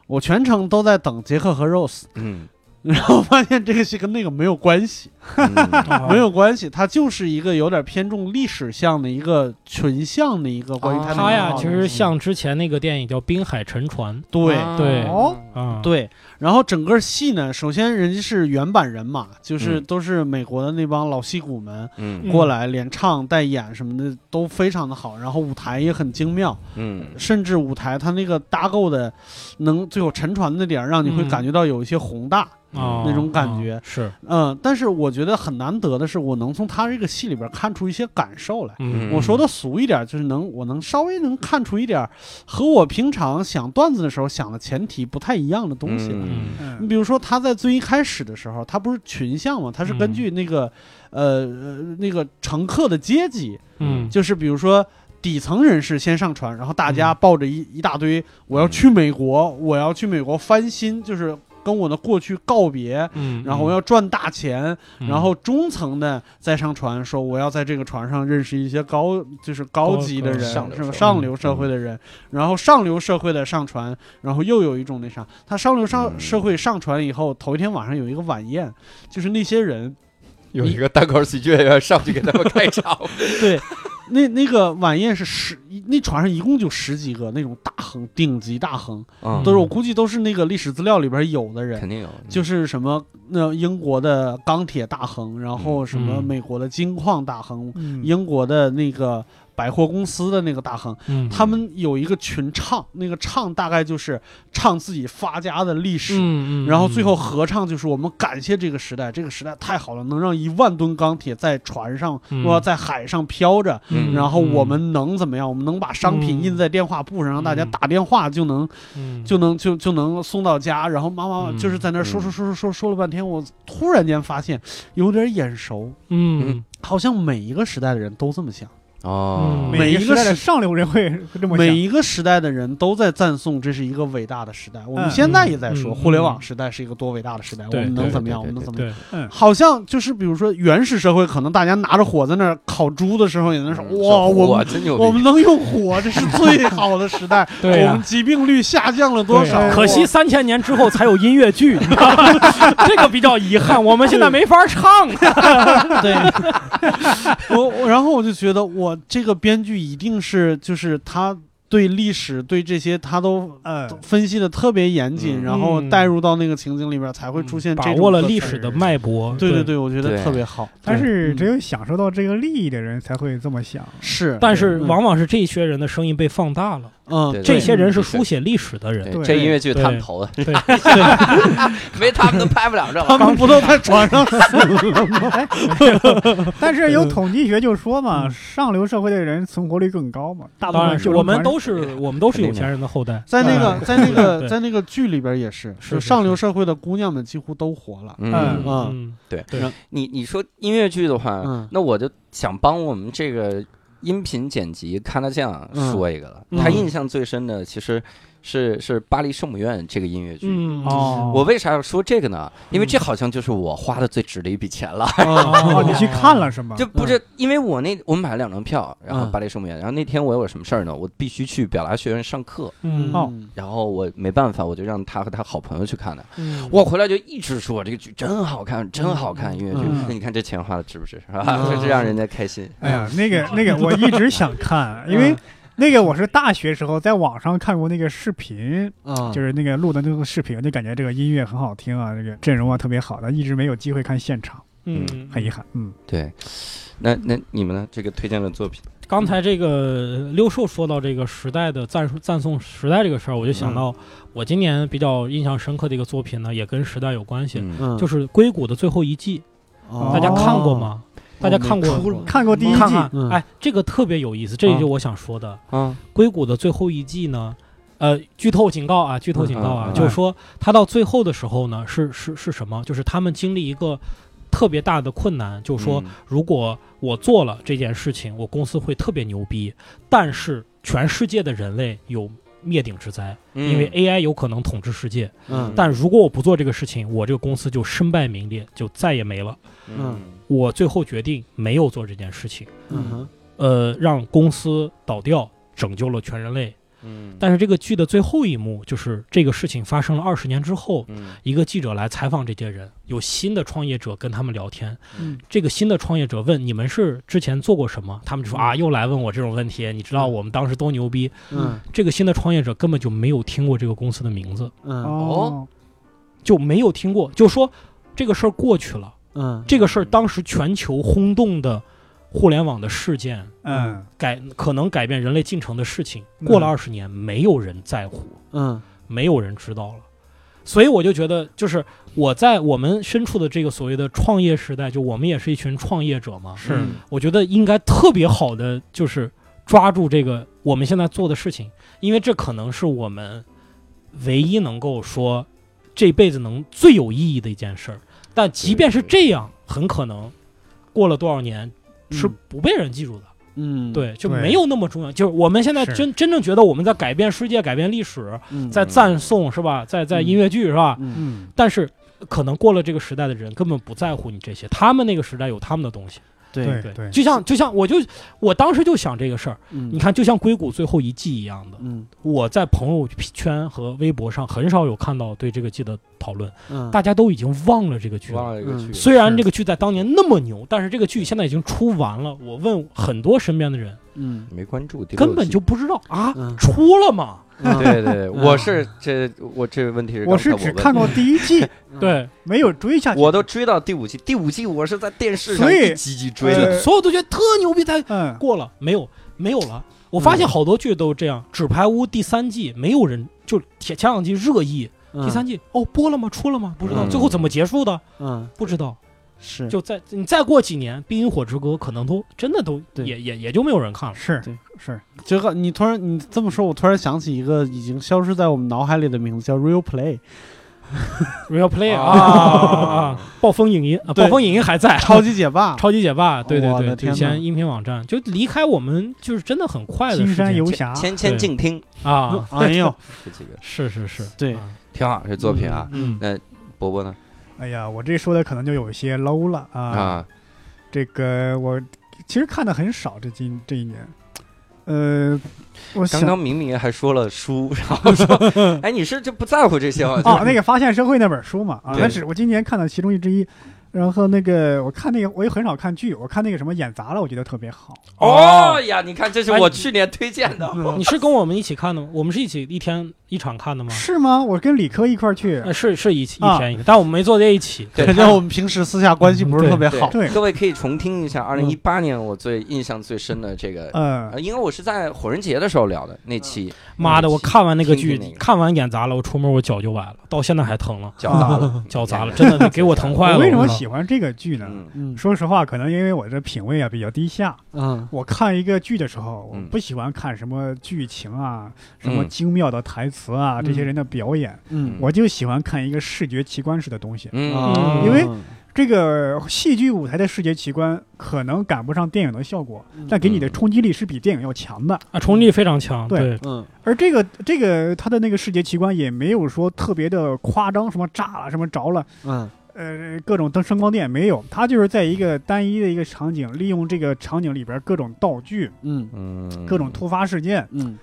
Speaker 3: 我全程都在等杰克和 Rose， [laughs]
Speaker 5: 嗯，
Speaker 3: 然后发现这个戏跟那个没有关系，
Speaker 5: 嗯
Speaker 4: 啊
Speaker 3: 没有关系，它就是一个有点偏重历史向的一个群像的一个关于
Speaker 5: 啊
Speaker 3: 泰坦尼克
Speaker 4: 他
Speaker 3: 号
Speaker 4: 呀，
Speaker 3: 的
Speaker 4: 其实像之前那个电影叫《滨海沉船
Speaker 3: 对。
Speaker 4: 对
Speaker 2: 哦，》
Speaker 4: 啊，，
Speaker 3: 对，然后整个戏呢，首先人家是原版人马，就是
Speaker 5: 嗯
Speaker 3: 都是美国的那帮老戏骨们，
Speaker 5: 嗯
Speaker 3: 过来，连唱带演什么的都非常的好，然后舞台也很精妙，
Speaker 5: 嗯
Speaker 3: 甚至舞台它那个搭构的，能最后沉船那点儿，让你会
Speaker 4: 嗯
Speaker 3: 感觉到有一些宏大，
Speaker 4: 啊
Speaker 3: 那种感觉
Speaker 4: 啊是，
Speaker 3: 嗯、但是我觉得很难得的是，我能从他这个戏里边看出一些感受来。
Speaker 5: 嗯
Speaker 3: 我说的俗一点，就是能，我能稍微能看出一点和我平常想段子的时候想的前提不太一样的东西来。
Speaker 5: 嗯
Speaker 4: 嗯
Speaker 3: 你
Speaker 2: 嗯
Speaker 3: 比如说，他在最一开始的时候，他不是群像嘛，他是根据那个、呃呃那个乘客的阶级，
Speaker 4: 嗯，
Speaker 3: 就是比如说底层人士先上船，然后大家抱着一、一大堆我要去美国，我要去美国翻新，就是跟我的过去告别。
Speaker 4: 嗯，
Speaker 3: 然后我要赚大钱，
Speaker 4: 嗯，
Speaker 3: 然后中层的再上船，说我要在这个船上认识一些高，就是
Speaker 4: 高
Speaker 3: 高级的人，
Speaker 5: 上流社
Speaker 3: 是吧？
Speaker 5: 会
Speaker 3: 上流社会的人，然后上流社会的上船，然后又有一种那啥，他上流上
Speaker 5: 嗯
Speaker 3: 社会上船以后，头一天晚上有一个晚宴，就是那些人，
Speaker 5: 有一个单口喜剧演员上去给他们开
Speaker 3: [laughs]
Speaker 5: 场，
Speaker 3: 对，那那个晚宴是十，那船上一共就十几个那种大亨，顶级大亨，
Speaker 5: 嗯
Speaker 3: 都是我估计都是那个历史资料里边有的人，
Speaker 5: 肯定有，
Speaker 3: 就是什么那英国的钢铁大亨，然后什么
Speaker 4: 嗯
Speaker 3: 美国的金矿大亨， [laughs]
Speaker 2: 嗯
Speaker 3: 英国的那个百货公司的那个大亨，
Speaker 4: 嗯
Speaker 3: 他们有一个群唱，那个唱大概就是唱自己发家的历史。
Speaker 4: 嗯嗯，
Speaker 3: 然后最后
Speaker 4: 嗯
Speaker 3: 合唱就是我们感谢这个时代，这个时代太好了，能让一万吨钢铁在船上，
Speaker 4: 嗯
Speaker 3: 或者在海上飘着，
Speaker 5: 嗯
Speaker 3: 然后我们能怎么样？我们能把商品印在电话簿上，让大家
Speaker 4: 嗯
Speaker 3: 打电话就能
Speaker 4: 嗯
Speaker 3: 就能就就能送到家。然后妈妈
Speaker 4: 嗯
Speaker 3: 就是在那儿
Speaker 5: 嗯
Speaker 3: 说说说说说说了半天，我突然间发现有点眼熟，
Speaker 4: 嗯
Speaker 3: 好像每一个时代的人都这么想。
Speaker 5: 哦，
Speaker 3: 嗯每一个
Speaker 2: 时代的
Speaker 3: 时
Speaker 2: 上流人会这么
Speaker 3: 每
Speaker 2: 想。
Speaker 3: 一个时代的人都在赞颂这是一个伟大的时代，我们
Speaker 2: 嗯
Speaker 3: 现在也在说
Speaker 4: 嗯
Speaker 3: 互联网时代是一个多伟大的时代，我
Speaker 4: 对
Speaker 3: 们能
Speaker 5: 对
Speaker 3: 怎么
Speaker 5: 对
Speaker 3: 样？
Speaker 5: 对
Speaker 3: 我们能
Speaker 5: 对
Speaker 3: 怎么样？
Speaker 4: 对，
Speaker 2: 嗯，
Speaker 3: 好像就是比如说原始社会，可能大家拿着火在那儿烤猪的时候，也能说
Speaker 5: 嗯这
Speaker 3: 哇，我
Speaker 5: 火
Speaker 3: 们
Speaker 5: 真牛逼！
Speaker 3: 我们能用火，这是最好的时代。
Speaker 4: [laughs] 对呀
Speaker 3: 我们疾病率下降了多 [laughs]
Speaker 2: 对
Speaker 3: 少？
Speaker 2: 呀
Speaker 4: 可惜三千年之后才有音乐剧， [laughs] 这个比较遗憾，我们现在没法唱。
Speaker 3: 对，我我然后我就觉得我这个编剧一定是就是他对历史对这些他都
Speaker 2: 呃，
Speaker 3: 分析的特别严谨，
Speaker 5: 嗯
Speaker 3: 然后带入到那个情景里边才会出现这
Speaker 4: 嗯把
Speaker 3: 种
Speaker 4: 握了
Speaker 3: 歌词
Speaker 4: 历史的脉搏。
Speaker 3: 对
Speaker 4: 对
Speaker 3: 对，对，我觉得
Speaker 5: 对
Speaker 3: 特别好。
Speaker 2: 但是
Speaker 3: 嗯
Speaker 2: 只有享受到这个利益的人才会这么想。
Speaker 3: 是，
Speaker 4: 但是
Speaker 3: 嗯
Speaker 4: 往往是这一些人的声音被放大了，
Speaker 3: 嗯，
Speaker 5: 对
Speaker 4: 这些人是
Speaker 5: 对
Speaker 4: 书写历史的人。
Speaker 5: 对
Speaker 2: 对
Speaker 5: 这音乐剧
Speaker 4: 对
Speaker 5: 他们投 [laughs] 的，
Speaker 4: 对，
Speaker 5: 没他们都拍不了这
Speaker 3: [laughs] 他
Speaker 5: 玩意儿。
Speaker 3: 们不都在床上
Speaker 2: 哎但是有统计学就说嘛，上流社会的人存活率更高嘛，大部
Speaker 4: 当
Speaker 2: 分
Speaker 4: 然是
Speaker 2: 就
Speaker 4: 我们都是我们都是
Speaker 5: 肯定
Speaker 4: 有
Speaker 5: 的
Speaker 4: 钱人的后代。
Speaker 3: 在那个在那个
Speaker 4: 嗯对
Speaker 3: 在那个剧里边也是，
Speaker 4: 是
Speaker 3: 就是上流
Speaker 4: 是
Speaker 3: 社会的姑娘们几乎都火了。
Speaker 2: 嗯
Speaker 5: 嗯，
Speaker 3: 啊
Speaker 4: 嗯，
Speaker 5: 你你说音乐剧的话
Speaker 3: 嗯，
Speaker 5: 那我就想帮我们这个音频剪辑看得见啊
Speaker 3: 嗯
Speaker 5: 说一个了。
Speaker 3: 嗯
Speaker 5: 他印象最深的其实是是《巴黎圣母院》这个音乐剧。
Speaker 4: 嗯
Speaker 2: 哦，
Speaker 5: 我为啥要说这个呢？因为
Speaker 3: 嗯
Speaker 5: 这好像就是我花的最值的一笔钱了。
Speaker 2: 哦，
Speaker 4: 哦
Speaker 2: 你去看了是吗？
Speaker 5: 就不是因为我那我买了两张票，然后
Speaker 3: 嗯
Speaker 5: 巴黎圣母院，然后那天我有什么事儿呢？我必须去表达学院上课，
Speaker 4: 嗯
Speaker 2: 哦
Speaker 3: 嗯
Speaker 5: 然后我没办法，我就让他和他好朋友去看的。
Speaker 4: 嗯
Speaker 5: 我回来就一直说这个剧真好看，真好看，音乐剧
Speaker 3: 嗯。
Speaker 5: 那你看这钱花的值不值？是吧？
Speaker 3: 嗯
Speaker 5: 这是让人家开心。
Speaker 2: [laughs] 哎呀，那
Speaker 5: 嗯
Speaker 2: 个那个，我一直想看，因为那个我是大学时候在网上看过那个视频，
Speaker 4: 嗯
Speaker 5: 嗯
Speaker 3: 啊，
Speaker 2: 就是那个录的那个视频，就感觉这个音乐很好听啊，这个阵容啊特别好，但一直没有机会看现场，
Speaker 4: 嗯，
Speaker 2: 很遗憾。嗯，
Speaker 5: 对，那那你们呢？这个推荐的作品，
Speaker 4: 刚才这个六兽说到这个时代的赞赞颂时代这个事儿，我就想到我今年比较印象深刻的一个作品呢，也跟时代有关系，
Speaker 5: 嗯，
Speaker 3: 嗯
Speaker 4: 就是《硅谷的最后一季》，
Speaker 3: 哦
Speaker 4: 大家看过吗？大家看过
Speaker 3: 我没出
Speaker 2: 看过第一
Speaker 4: 看
Speaker 2: 季，
Speaker 4: 看
Speaker 3: 嗯，
Speaker 4: 哎，这个特别有意思，这就是我想说的。
Speaker 5: 啊
Speaker 4: 硅谷的最后一季呢，呃，剧透警告啊，剧透警告啊，
Speaker 5: 嗯嗯嗯
Speaker 4: 就是说他到最后的时候呢，是是是什么？就是他们经历一个特别大的困难，就
Speaker 5: 我
Speaker 4: 是说如果我做了这件事情，我公司会特别牛逼，但是全世界的人类有。灭顶之灾，
Speaker 5: 嗯
Speaker 4: 因为 AI 有可能统治世界，
Speaker 3: 嗯
Speaker 4: 但如果我不做这个事情，我这个公司就身败名裂，就再也没了。
Speaker 5: 嗯
Speaker 4: 我最后决定没有做这件事情，
Speaker 3: 嗯哼
Speaker 4: 呃，让公司倒掉，拯救了全人类，
Speaker 5: 嗯，
Speaker 4: 但是这个剧的最后一幕就是这个事情发生了二十年之后，
Speaker 5: 嗯
Speaker 4: 一个记者来采访这些人，有新的创业者跟他们聊天。
Speaker 3: 嗯
Speaker 4: 这个新的创业者问你们是之前做过什么？他们就说啊，又来问我这种问题。你知道我们当时多牛逼？
Speaker 3: 嗯
Speaker 4: 这个新的创业者根本就没有听过这个公司的名字，
Speaker 3: 嗯
Speaker 2: 哦
Speaker 5: 哦，
Speaker 4: 就没有听过，就说这个事儿过去了。
Speaker 3: 嗯
Speaker 4: 这个事儿当时全球轰动的互联网的事件，
Speaker 2: 嗯，
Speaker 4: 改可能改变人类进程的事情，过了
Speaker 2: 嗯
Speaker 4: 二十年，没有人在乎。
Speaker 3: 嗯
Speaker 4: 没有人知道了。所以我就觉得，就是我在我们身处的这个所谓的创业时代，就我们也是一群创业者嘛。
Speaker 2: 是
Speaker 5: 嗯
Speaker 4: 我觉得应该特别好的就是抓住这个我们现在做的事情，因为这可能是我们唯一能够说这辈子能最有意义的一件事儿。但即便是这样，很可能过了多少年是不被人记住的。
Speaker 3: 嗯
Speaker 4: 对，就
Speaker 2: 对
Speaker 4: 没有那么重要。就是我们现在
Speaker 2: 是
Speaker 4: 真真正觉得我们在改变世界、改变历史，
Speaker 3: 嗯
Speaker 4: 在赞颂是吧？在在
Speaker 3: 嗯
Speaker 4: 音乐剧是吧？
Speaker 3: 嗯
Speaker 2: 嗯，
Speaker 4: 但是可能过了这个时代的人根本不在乎你这些，他们那个时代有他们的东西。
Speaker 2: 对
Speaker 3: 对
Speaker 4: 对，
Speaker 2: 对
Speaker 4: 就像就像我就我当时就想这个事儿，你
Speaker 3: 你
Speaker 4: 看就像硅谷最后一季一样的，
Speaker 3: 嗯
Speaker 4: 我在朋友圈和微博上很少有看到对这个剧的讨论，
Speaker 3: 嗯
Speaker 4: 大家都已经忘了这个剧了。
Speaker 5: 忘了一个
Speaker 3: 嗯
Speaker 5: 剧，
Speaker 4: 虽然
Speaker 2: 是
Speaker 4: 这个剧在当年那么牛，但是这个剧现在已经出完了。我问很多身边的人，
Speaker 3: 嗯
Speaker 5: 没关注，第六
Speaker 4: 根本
Speaker 5: 季
Speaker 4: 就不知道啊，
Speaker 3: 嗯
Speaker 4: 出了吗？
Speaker 3: 嗯
Speaker 5: 对对，我是这我这个问题是刚
Speaker 2: 我
Speaker 5: 才
Speaker 2: 是
Speaker 5: 我
Speaker 2: 只
Speaker 5: 问的
Speaker 2: 看过第一
Speaker 5: [laughs]
Speaker 2: 季，
Speaker 3: 嗯
Speaker 4: 对，
Speaker 2: 没有追下去。
Speaker 5: 我都追到第五季，第五季我是在电视上
Speaker 2: 所以
Speaker 5: 一集集追的。
Speaker 2: 呃
Speaker 4: 所有都觉得特牛逼，他
Speaker 2: 嗯，
Speaker 4: 过了没有？没有了。我发现
Speaker 3: 嗯
Speaker 4: 好多剧都这样，纸牌屋》第三季没有人，就前前两季热议，
Speaker 3: 嗯
Speaker 4: 第三季哦播了吗？出了吗？不知道，
Speaker 5: 嗯
Speaker 4: 最后怎么结束的
Speaker 3: 嗯
Speaker 4: 不知道。
Speaker 3: 是
Speaker 4: 就再你再过几年，《冰与火之歌》可能都真的都
Speaker 3: 对
Speaker 4: 也也也就没有人看了。
Speaker 2: 是
Speaker 3: 对
Speaker 2: 是，
Speaker 3: 结果你突然你这么说，我突然想起一个已经消失在我们脑海里的名字，叫 Real Play。
Speaker 4: Real Play 啊
Speaker 5: 啊
Speaker 4: 啊，暴风影音啊，
Speaker 3: 对
Speaker 4: 暴风影音还在，
Speaker 3: 超级解霸，
Speaker 4: [laughs] 超级解霸，对对
Speaker 3: 我
Speaker 4: 对，
Speaker 3: 的天
Speaker 4: 以
Speaker 3: 哪
Speaker 4: 前音频网站就离开我们，就是真的很快的
Speaker 2: 金
Speaker 4: 时
Speaker 2: 山
Speaker 4: 间
Speaker 2: 游侠，
Speaker 5: 千千静听
Speaker 4: 啊，
Speaker 3: 哎
Speaker 4: [laughs]
Speaker 3: 呦，
Speaker 5: 这几个
Speaker 4: 是是是，
Speaker 3: 对
Speaker 4: 啊
Speaker 5: 挺好，这作品啊。
Speaker 4: 嗯，
Speaker 5: 那伯伯呢？
Speaker 2: 哎呀，我这说的可能就有一些 low 了啊。
Speaker 5: 啊，
Speaker 2: 这个我其实看的很少，这今这一年，呃，我想
Speaker 5: 刚刚明明还说了书，然后说，哎，你是就不在乎这些 [laughs] 吗？
Speaker 2: 哦，那个《发现社会》那本书嘛，啊，
Speaker 5: 对
Speaker 2: 那只我今年看的其中一之一。然后那个我看那个我也很少看剧，我看那个什么演砸了，我觉得特别好。
Speaker 5: 哦呀，你看，这是我去年推荐的。
Speaker 4: 哦你是跟我们一起看的吗？我们是一起一天一场看的吗？
Speaker 2: 是吗？我跟理科一块儿去，
Speaker 4: 呃，是是一起
Speaker 2: 啊
Speaker 4: 一天一个，但我们没坐在一起。
Speaker 5: 对
Speaker 3: 可见我们平时私下关系
Speaker 4: 嗯
Speaker 3: 不是特别好。
Speaker 2: 对，
Speaker 5: 各位可以重听一下二零一八年我最印象最深的这个，
Speaker 2: 嗯
Speaker 5: 呃，因为我是在火人节的时候聊的那期，
Speaker 4: 妈的，我看完那个剧
Speaker 5: 听听那，个
Speaker 4: 看完眼砸了，我出门我脚就崴了，到现在还疼了，
Speaker 5: 脚砸了，
Speaker 4: 脚
Speaker 5: [laughs]
Speaker 4: 砸了，真的给我疼坏了。
Speaker 2: 我为什么
Speaker 4: 我操
Speaker 2: 喜欢这个剧呢？
Speaker 5: 哎嗯，
Speaker 3: 嗯
Speaker 2: 说实话，可能因为我这品味啊比较低下。
Speaker 3: 嗯
Speaker 2: 我看一个剧的时候，我
Speaker 5: 嗯
Speaker 2: 不喜欢看什么剧情啊，什么
Speaker 5: 嗯
Speaker 2: 精妙的台词啊，
Speaker 3: 嗯
Speaker 2: 这些人的表演，
Speaker 3: 嗯
Speaker 2: 我就喜欢看一个视觉奇观式的东西。
Speaker 5: 嗯
Speaker 3: 啊
Speaker 2: 因为这个戏剧舞台的视觉奇观可能赶不上电影的效果，但给你
Speaker 4: 嗯
Speaker 2: 的冲击力是比电影要强的。
Speaker 4: 啊，冲击力非常强，
Speaker 2: 对
Speaker 4: 对，
Speaker 3: 嗯
Speaker 2: 而这个这个它的那个视觉奇观也没有说特别的夸张，什么炸了，什么着了。
Speaker 3: 嗯
Speaker 2: 呃，各种灯声光电没有，它就是在一个单一的一个场景，利用这个场景里边各种道具、
Speaker 3: 嗯
Speaker 5: 嗯，
Speaker 2: 各种突发事件，
Speaker 3: 嗯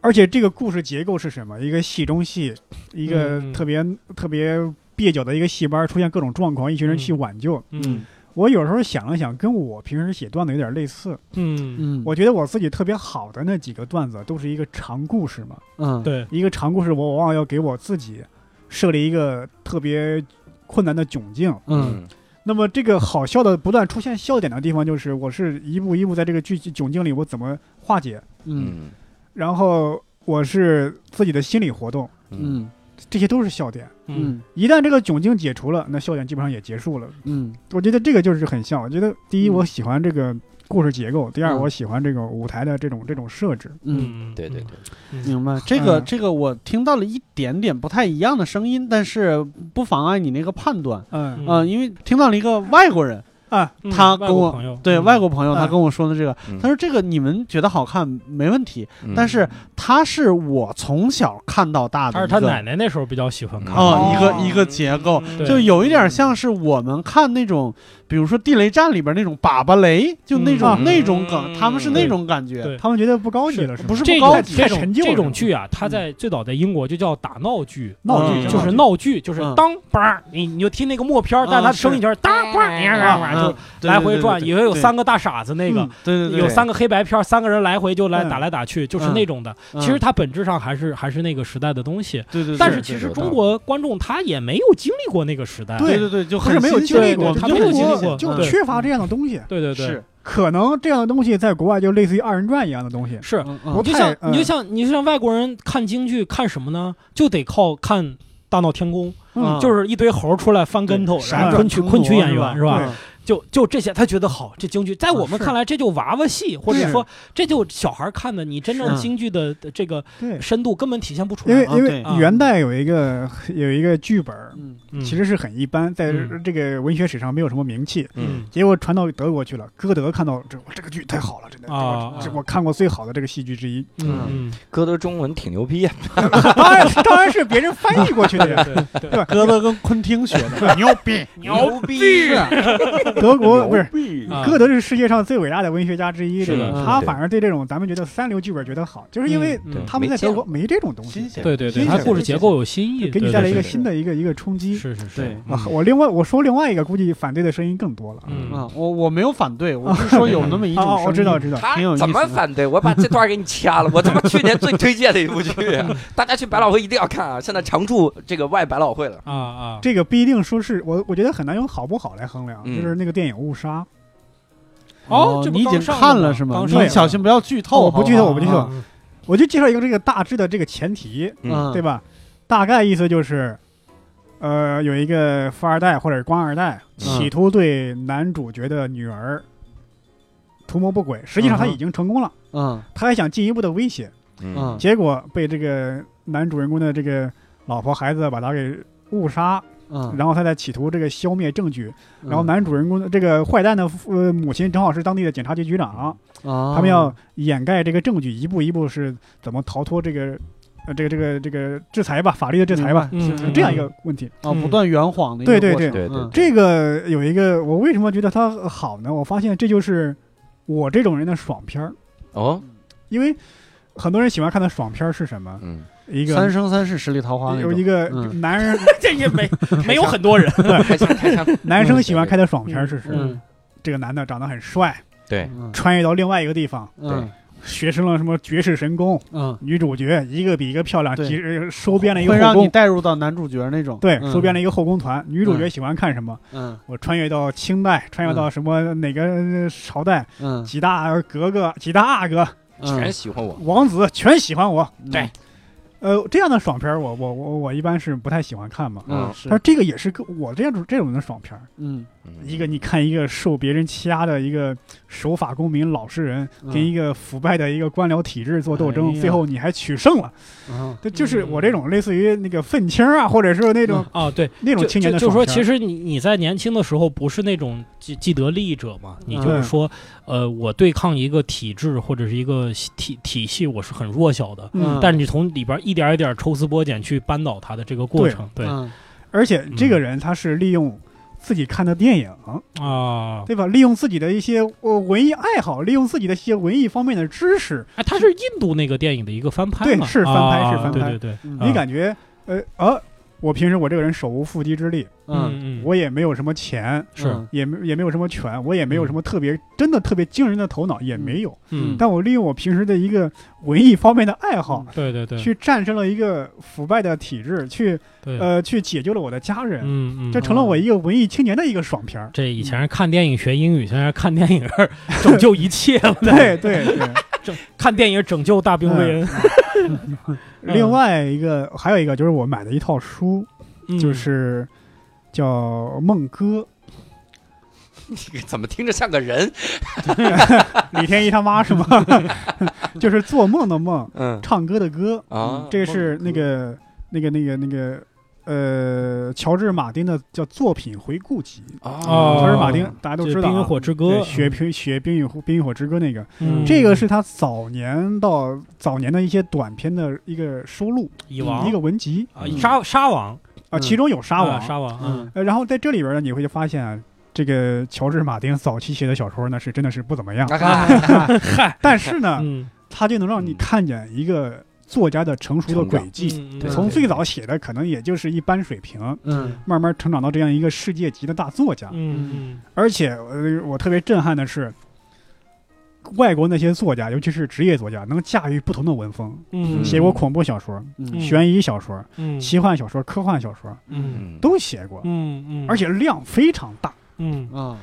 Speaker 2: 而且这个故事结构是什么？一个戏中戏，一个
Speaker 4: 嗯
Speaker 2: 特别、特别蹩脚的一个戏班出现各种状况，一群人去挽救。
Speaker 4: 嗯
Speaker 2: 我有时候想了想，跟我平时写段子有点类似。
Speaker 4: 嗯，
Speaker 3: 嗯，
Speaker 2: 我觉得我自己特别好的那几个段子都是一个长故事嘛，
Speaker 3: 嗯
Speaker 4: 对，
Speaker 2: 一个长故事我往往要给我自己设立一个特别困难的窘境。
Speaker 3: 嗯
Speaker 2: 那么这个好笑的不断出现笑点的地方，就是我是一步一步在这个剧窘境里我怎么化解，
Speaker 3: 嗯
Speaker 5: 嗯
Speaker 2: 然后我是自己的心理活动，
Speaker 5: 嗯
Speaker 3: 嗯
Speaker 2: 这些都是笑点。
Speaker 4: 嗯
Speaker 3: 嗯
Speaker 2: 一旦这个窘境解除了，那笑点基本上也结束了。
Speaker 3: 嗯
Speaker 2: 我觉得这个就是很像。我觉得第一，
Speaker 3: 嗯
Speaker 2: 我喜欢这个故事结构；第二，
Speaker 3: 嗯
Speaker 2: 我喜欢这个舞台的这种这种设置。
Speaker 3: 嗯，
Speaker 5: 对对，对，
Speaker 4: 嗯
Speaker 3: 明白。这个
Speaker 2: 嗯
Speaker 3: 这个我听到了一点点不太一样的声音，但是不妨碍你那个判断。
Speaker 2: 嗯
Speaker 3: 嗯，因为听到了一个外国人，
Speaker 2: 啊，
Speaker 4: 嗯
Speaker 3: 他
Speaker 4: 外
Speaker 3: 跟
Speaker 4: 国
Speaker 3: 我
Speaker 4: 朋友
Speaker 3: 对
Speaker 4: 嗯
Speaker 3: 外国朋友，他
Speaker 2: 嗯
Speaker 3: 跟我说的这个，
Speaker 5: 嗯
Speaker 3: 他说这个你们觉得好看没问题，但是他是我从小看到大
Speaker 4: 他
Speaker 3: 的
Speaker 4: 是
Speaker 3: 一
Speaker 4: 他
Speaker 3: 个，
Speaker 4: 奶奶那时候比较喜
Speaker 5: 嗯
Speaker 4: 欢看，
Speaker 3: 哦，一
Speaker 2: 哦
Speaker 3: 个一个结构，
Speaker 4: 对
Speaker 3: 就有一点像是我们看那种，比如说《地雷战》里边那种粑粑雷，就那种、
Speaker 2: 嗯
Speaker 3: 那种梗，他们是那种感觉
Speaker 4: 对。
Speaker 2: 他们觉得不高级了，
Speaker 3: 不
Speaker 2: 不
Speaker 3: 是
Speaker 4: 这
Speaker 3: 高
Speaker 4: 种
Speaker 2: 级
Speaker 4: 这
Speaker 2: 太
Speaker 4: 种
Speaker 2: 陈旧了
Speaker 4: 这
Speaker 2: 是
Speaker 4: 种
Speaker 2: 吗
Speaker 4: 剧啊，它在最早在英国就叫打闹剧，
Speaker 2: 闹
Speaker 3: 嗯
Speaker 2: 剧
Speaker 4: 就是
Speaker 2: 闹
Speaker 4: 闹剧，就是
Speaker 3: 嗯
Speaker 4: 当叭，你你就听那个默片儿，
Speaker 3: 嗯
Speaker 4: 但它声音就是当叭，就
Speaker 3: 嗯，对
Speaker 4: 来回转，
Speaker 3: 对对对
Speaker 4: 以为有三个大傻子那个。
Speaker 3: 对对对，
Speaker 4: 有三个黑白片儿，三个人来回就来
Speaker 2: 嗯
Speaker 4: 打来打去，就是那种的。
Speaker 3: 嗯
Speaker 4: 其实它本质上还是还是那个时代的东西，
Speaker 3: 对对，对
Speaker 4: 但
Speaker 5: 是
Speaker 4: 是其
Speaker 5: 是
Speaker 4: 实
Speaker 5: 有道
Speaker 4: 中
Speaker 5: 理
Speaker 4: 国观众他也没有经历过那个时代。
Speaker 2: 对
Speaker 3: 对对对，就
Speaker 2: 不
Speaker 3: 很
Speaker 2: 是没有
Speaker 3: 新
Speaker 2: 经历
Speaker 3: 鲜
Speaker 2: 过，嗯
Speaker 4: 对
Speaker 2: 他
Speaker 4: 对
Speaker 2: 们
Speaker 4: 对
Speaker 2: 中
Speaker 4: 没有经历
Speaker 2: 国
Speaker 4: 过
Speaker 2: 就
Speaker 3: 对
Speaker 2: 缺乏这样的东西。
Speaker 4: 对对对，
Speaker 3: 是，
Speaker 2: 可能这样的东西在国外就类似于二人转一样的东西。
Speaker 4: 是
Speaker 3: 嗯
Speaker 4: 你就
Speaker 3: 嗯
Speaker 2: 太
Speaker 4: 像你就
Speaker 2: 嗯
Speaker 4: 像你就像外国人看京剧看什么呢？就得靠看《大闹天宫》，
Speaker 3: 嗯
Speaker 4: 就是一堆猴儿出来翻跟头，
Speaker 2: 闪
Speaker 4: 然后
Speaker 2: 转
Speaker 4: 昆曲
Speaker 3: 腾挪
Speaker 4: 昆曲演
Speaker 3: 是吧
Speaker 4: 员是吧？
Speaker 2: 啊对啊
Speaker 4: 就就这些，他觉得好。这京剧在我们
Speaker 2: 是
Speaker 4: 看来，这就娃娃戏，或者
Speaker 2: 是
Speaker 4: 说这就小孩看的。你真正
Speaker 3: 是
Speaker 4: 京剧的的这个
Speaker 2: 对，
Speaker 4: 深度根本体现不出
Speaker 2: 因为
Speaker 4: 来。
Speaker 3: 啊
Speaker 2: 因
Speaker 3: 对
Speaker 2: 为
Speaker 4: 啊
Speaker 2: 元代有一个有一个剧本，
Speaker 3: 嗯
Speaker 4: 嗯
Speaker 2: 其实是很一般，在
Speaker 4: 嗯
Speaker 2: 这个文学史上没有什么名气。
Speaker 5: 嗯，
Speaker 2: 结果传到德国去了，歌德看到这这个剧太好了，真的，
Speaker 4: 啊
Speaker 2: 这我看过最好的这个戏剧之
Speaker 4: [laughs]
Speaker 2: 一。
Speaker 4: 嗯嗯，
Speaker 5: 歌德中文挺牛逼啊，
Speaker 2: 当然当然是别人翻译过去的呀，
Speaker 4: 对对
Speaker 2: 对吧？
Speaker 3: 歌德跟昆汀学的， [laughs] 牛逼，
Speaker 5: 牛逼，
Speaker 2: 德国不是
Speaker 5: 是
Speaker 4: 啊
Speaker 2: 歌德是世界上最伟大的文学家之一，
Speaker 4: 是的
Speaker 2: 这个他
Speaker 5: 对
Speaker 2: 反而对这种咱们觉得三流剧本觉得好，就是因为
Speaker 4: 嗯对
Speaker 2: 他们
Speaker 5: 没
Speaker 2: 在
Speaker 5: 见
Speaker 2: 德国没这种东
Speaker 3: 新
Speaker 2: 西，
Speaker 3: 鲜，
Speaker 4: 对对对，
Speaker 2: 新
Speaker 4: 它
Speaker 2: 鲜
Speaker 4: 故事结构有新意，
Speaker 2: 给你
Speaker 4: 对
Speaker 2: 带来一个
Speaker 4: 对
Speaker 2: 新的一个一个冲击。
Speaker 4: 是是是，
Speaker 3: [laughs] 对
Speaker 2: 啊，我另外我说另外一个，估计反对的声音更多了。
Speaker 4: 嗯
Speaker 3: 啊，我我没有反对，我是说有那么一
Speaker 2: 啊，
Speaker 3: 种
Speaker 2: 啊我知道，我
Speaker 3: 声
Speaker 2: 知道。
Speaker 5: 他
Speaker 3: 挺有意思
Speaker 5: 怎
Speaker 3: 的
Speaker 5: 么反对？我把这段给你掐了。我他妈去年最推荐的一部剧啊， [laughs] 大家去百老汇一定要看啊！现在常驻这个外百老汇了。
Speaker 4: 啊啊，
Speaker 2: 这个不一定说是我，我觉得很难用好不好来衡量。
Speaker 5: 嗯
Speaker 2: 就是那个电影《误杀》，
Speaker 4: 哦
Speaker 3: 哦，
Speaker 4: 这不
Speaker 3: 你已
Speaker 4: 刚
Speaker 3: 经
Speaker 4: 上
Speaker 3: 看
Speaker 4: 了
Speaker 3: 了
Speaker 4: 吗
Speaker 3: 是吗？
Speaker 4: 刚
Speaker 3: 你
Speaker 2: 上了
Speaker 3: 小心不要剧透，
Speaker 2: 我不剧透我不剧
Speaker 3: 好
Speaker 2: 透
Speaker 3: 好好
Speaker 4: 嗯
Speaker 2: 我就介绍一个这个大致的这个前提，
Speaker 3: 嗯，
Speaker 2: 对吧？大概意思就是，呃，有一个富二代或者是官二代，
Speaker 3: 嗯
Speaker 2: 企图对男主角的女儿图谋不轨，实际上他
Speaker 3: 嗯哼
Speaker 2: 已经成功了，
Speaker 3: 嗯
Speaker 2: 他还想进一步的威胁，
Speaker 5: 嗯
Speaker 3: 嗯
Speaker 2: 结果被这个男主人公的这个老婆孩子把他给误杀，
Speaker 3: 嗯，
Speaker 2: 然后他在企图这个消灭证据。
Speaker 3: 嗯
Speaker 2: 然后男主人公的这个坏蛋的父呃母亲正好是当地的警察局局长，
Speaker 3: 啊，
Speaker 2: 他们要掩盖这个证据，一步一步是怎么逃脱这个呃这个这个这个制裁吧，法律的制裁吧，
Speaker 4: 嗯 [laughs]
Speaker 2: 是这样一个问题。
Speaker 3: 啊不断圆谎的一个
Speaker 2: 对对
Speaker 3: 过程
Speaker 5: 对对
Speaker 3: 嗯
Speaker 2: 这个有一个我为什么觉得它好呢？我发现这就是我这种人的爽片儿，
Speaker 5: 哦，
Speaker 2: 因为很多人喜欢看的爽片儿是什么？
Speaker 5: 嗯，
Speaker 2: 一个
Speaker 3: 三生三世十里桃花那
Speaker 2: 有
Speaker 3: 种
Speaker 2: 一个 [laughs]
Speaker 3: 嗯
Speaker 2: 男
Speaker 3: [laughs]
Speaker 2: 人、
Speaker 4: 这也没没有很多人，
Speaker 5: 开枪开枪，
Speaker 2: 男生喜欢看的爽片儿是什么？
Speaker 3: 嗯
Speaker 2: 这个男的长得很帅，
Speaker 5: 对，
Speaker 3: 嗯
Speaker 2: 穿越到另外一个地方，
Speaker 3: 嗯
Speaker 2: 学成了什么绝世神功，
Speaker 3: 嗯，
Speaker 2: 女主角一个比一个漂亮，
Speaker 3: 对
Speaker 2: 其实收编了一个
Speaker 3: 会
Speaker 2: 后
Speaker 3: 让你
Speaker 2: 宫。
Speaker 3: 带入到男主角那种
Speaker 2: 对，
Speaker 3: 嗯
Speaker 2: 收编了一个后宫团。女主角喜欢看什么？
Speaker 3: 嗯
Speaker 2: 我穿越到清代，穿越到什么哪个呃朝代？
Speaker 3: 嗯
Speaker 2: 几大格格、几大阿哥、
Speaker 3: 嗯
Speaker 5: 全喜欢我，
Speaker 2: 王子全喜欢我。
Speaker 3: 嗯
Speaker 5: 对
Speaker 2: 呃，这样的爽片儿我我我我一般是不太喜欢看嘛。
Speaker 3: 嗯
Speaker 2: [laughs] 但是这个也是个我这样种这种的爽片儿，
Speaker 3: 嗯
Speaker 5: 嗯
Speaker 2: 一个你看一个受别人欺压的一个守法公民老实人，
Speaker 3: 嗯
Speaker 2: 跟一个腐败的一个官僚体制做斗争，
Speaker 3: 哎呀
Speaker 2: 最后你还取胜了，
Speaker 3: 嗯
Speaker 2: 这就是我这种类似于那个愤青啊，或者是那种、
Speaker 4: 哦，对，
Speaker 2: 那种
Speaker 4: 就
Speaker 2: 青年
Speaker 4: 就
Speaker 2: 的
Speaker 4: 就
Speaker 2: 爽
Speaker 4: 说，
Speaker 2: 片。嗯
Speaker 4: 其
Speaker 2: 实
Speaker 4: 实你你在年轻的时候不是那种既既得利益者嘛，你就是
Speaker 2: 嗯
Speaker 4: 说，呃，我对抗一个体制或者是一个系体体系，我是很弱小的，
Speaker 2: 嗯
Speaker 4: 但是你从里边一点一点抽丝剥茧去扳倒它的这个过
Speaker 2: 对
Speaker 4: 程，对
Speaker 3: 嗯
Speaker 2: 而且这个人他是利用自己看的电影，
Speaker 4: 啊，
Speaker 2: 对吧？利用自己的一些呃文艺爱好，利用自己的一些文艺方面的知识，
Speaker 4: 哎，它是印度那个电影的一个翻拍
Speaker 2: 对
Speaker 4: 嘛，
Speaker 2: 是翻拍
Speaker 4: 啊
Speaker 2: 是翻拍
Speaker 4: 对对对，
Speaker 3: 嗯
Speaker 2: 你
Speaker 4: 啊
Speaker 2: 感觉呃啊，我平时我这个人手无缚鸡之力，
Speaker 3: 嗯
Speaker 4: 嗯嗯，
Speaker 2: 我也没有什么钱，
Speaker 4: 是
Speaker 3: 嗯
Speaker 2: 也没也没有什么权，我也没有什么特别、真的特别惊人的头脑，也没有。
Speaker 4: 嗯，
Speaker 2: 但我利用我平时的一个文艺方面的爱好，
Speaker 4: 对对对，
Speaker 2: 去战胜了一个腐败的体制，去
Speaker 4: 对，
Speaker 2: 呃去解救了我的家人，
Speaker 4: 嗯嗯，
Speaker 2: 这嗯成了我一个文艺青年的一个爽片儿。
Speaker 4: 这以前是看电影学英语，现在是看电影儿拯救一切了，
Speaker 2: 对对
Speaker 4: [laughs]
Speaker 2: 对，
Speaker 4: 拯看电影拯救大兵瑞恩，嗯
Speaker 2: 另外一个还有一个就是我买的一套书，
Speaker 4: 嗯
Speaker 2: 就是叫《梦
Speaker 4: [laughs]
Speaker 2: 歌
Speaker 5: 这 [laughs] 个怎么听着像个人？》，
Speaker 2: 李天一他妈
Speaker 4: [laughs]
Speaker 2: 是吗？就是做梦的梦，
Speaker 5: 嗯
Speaker 2: 唱歌的歌。嗯
Speaker 5: 啊，
Speaker 2: 这个是那
Speaker 5: 梦歌
Speaker 2: 个那个那个那个呃，乔治马丁的叫作品回顾集。
Speaker 5: 哦
Speaker 4: 哦
Speaker 2: 乔治马丁大家都
Speaker 4: 就是
Speaker 2: 知道啊，
Speaker 4: 冰与火之歌
Speaker 2: 对》学冰学冰与火冰与火之歌那个，
Speaker 4: 嗯，
Speaker 2: 这个是他早年到早年的一些短片的一个收录，
Speaker 4: 蚁王
Speaker 2: 一个文集
Speaker 4: 啊，沙沙王，
Speaker 2: 啊，
Speaker 3: 嗯
Speaker 2: 其中有沙
Speaker 4: 啊
Speaker 2: 王。
Speaker 4: 沙王，嗯
Speaker 3: 嗯
Speaker 2: 呃然后在这里边呢，你会发现啊，这个乔治马丁早期写的小说呢是真的是不怎么样，
Speaker 5: 啊看
Speaker 2: 但是呢，
Speaker 4: 嗯，
Speaker 2: 他就能让你
Speaker 5: 嗯
Speaker 2: 看见一个作家的成熟的
Speaker 5: 成长
Speaker 2: 轨迹。
Speaker 4: 嗯
Speaker 3: 对
Speaker 2: 从最早写的可能也就是一般水平，
Speaker 3: 嗯
Speaker 2: 慢慢成长到这样一个世界级的大作家。
Speaker 4: 嗯
Speaker 2: 而且，呃，我特别震撼的是，外国那些作家，尤其是职业作家，能驾驭不同的文风，
Speaker 4: 嗯嗯，
Speaker 2: 写过恐怖小说、
Speaker 3: 嗯
Speaker 2: 悬疑小说、
Speaker 4: 嗯
Speaker 2: 奇幻小说、科幻小说
Speaker 4: 嗯
Speaker 5: 嗯
Speaker 2: 都写过，
Speaker 4: 嗯嗯，
Speaker 2: 而且量非常大。
Speaker 4: 嗯
Speaker 3: 啊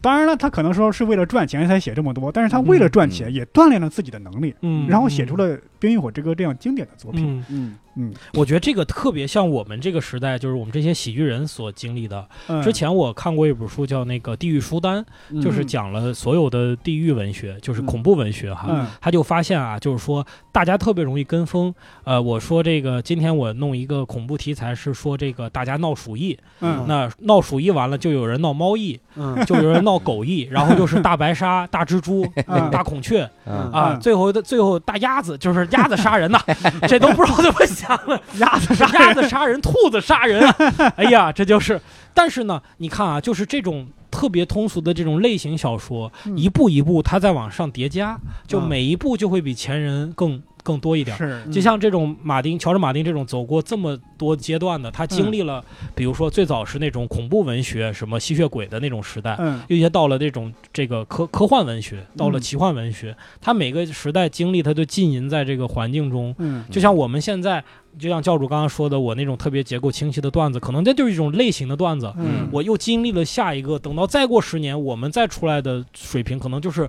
Speaker 2: 当然了，他可能说是为了赚钱才写这么多，但是他为了赚钱
Speaker 5: 嗯
Speaker 2: 也锻炼了自己的能力，
Speaker 4: 嗯，
Speaker 2: 然后写出了《冰与火之歌》这样经典的作品。
Speaker 4: 嗯，
Speaker 3: 嗯
Speaker 2: 嗯，
Speaker 4: 我觉得这个特别像我们这个时代，就是我们这些喜剧人所经历的。
Speaker 2: 嗯
Speaker 4: 之前我看过一本书叫那个《地狱书单》，就是讲了所有的地狱文学，就是恐怖文学哈。
Speaker 2: 嗯
Speaker 4: 他就发现啊，就是说大家特别容易跟风。呃，我说这个今天我弄一个恐怖题材，是说这个大家闹鼠疫，
Speaker 2: 嗯
Speaker 4: 那闹鼠疫完了就有人闹猫
Speaker 2: [laughs]
Speaker 4: 疫，
Speaker 3: 嗯
Speaker 4: 就有人闹狗疫，然后就是大白鲨、大蜘蛛、
Speaker 2: 嗯
Speaker 4: 大孔雀
Speaker 5: 啊
Speaker 4: 啊，
Speaker 2: 嗯
Speaker 4: 最后的最后大鸭子就是鸭子
Speaker 2: [laughs]
Speaker 4: 杀人呐、这都不知道怎么想的，
Speaker 2: 鸭子杀
Speaker 4: 鸭子杀人，兔子杀
Speaker 2: [laughs]
Speaker 4: 人啊，哎呀，这就是。但是呢，你看啊，就是这种特别通俗的这种类型小说，
Speaker 2: 嗯
Speaker 4: 一步一步它在往上叠加，就
Speaker 3: 啊
Speaker 4: 每一步就会比前人更更多一点儿。
Speaker 2: 是嗯
Speaker 4: 就像这种马丁、乔治·马丁这种走过这么多阶段的，他
Speaker 2: 嗯
Speaker 4: 经历了，比如说最早是那种恐怖文学，什么吸血鬼的那种时代，
Speaker 2: 嗯
Speaker 4: 又一些到了这种这个科科幻文学，到
Speaker 2: 嗯
Speaker 4: 了奇幻文学，他每个时代经历，他都浸淫在这个环境中。
Speaker 2: 嗯
Speaker 4: 就像我们现在，就像教主刚刚说的，我那种特别结构清晰的段子，可能这就是一种类型的段子。
Speaker 2: 嗯
Speaker 4: 我又经历了下一个，等到再过十年，我们再出来的水平，可能就是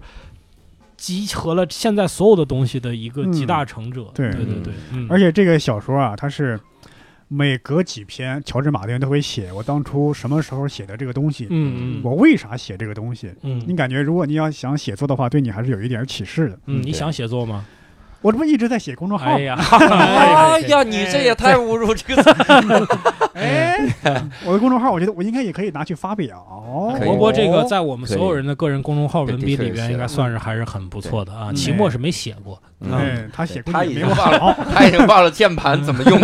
Speaker 4: 集合了现在所有的东西的一个集大成者。
Speaker 2: 对
Speaker 4: 对对对，嗯，
Speaker 2: 而且这个小说啊，它是每隔几篇，乔治马丁都会写我当初什么时候写的这个东西，
Speaker 4: 嗯嗯
Speaker 2: 我为啥写这个东西。你
Speaker 4: 嗯
Speaker 2: 感觉，如果你要想写作的话，对你还是有一点启示的。
Speaker 4: 嗯，你想写作吗？哎
Speaker 2: 我这不一直在写公众号吗
Speaker 4: 哎，呀，哎
Speaker 5: 哎呀，你这也太侮辱这个
Speaker 2: 哎，我的公众号，我觉得我应该也可以拿去发表。
Speaker 5: 可以
Speaker 4: 博博这个在我们所有人的个人公众号
Speaker 5: 可以
Speaker 4: 文笔里
Speaker 5: 这的确是
Speaker 4: 边，
Speaker 5: 写
Speaker 4: 应
Speaker 5: 的
Speaker 4: 该算是还是很不错的啊。
Speaker 2: 嗯
Speaker 4: 期末是没写过，
Speaker 5: 嗯， [laughs]
Speaker 2: 哎，他写
Speaker 5: 他
Speaker 2: 过
Speaker 5: 已
Speaker 2: 也没
Speaker 5: 经
Speaker 2: 我
Speaker 5: 忘了，他已经忘了键盘怎么
Speaker 4: [laughs]
Speaker 5: 用。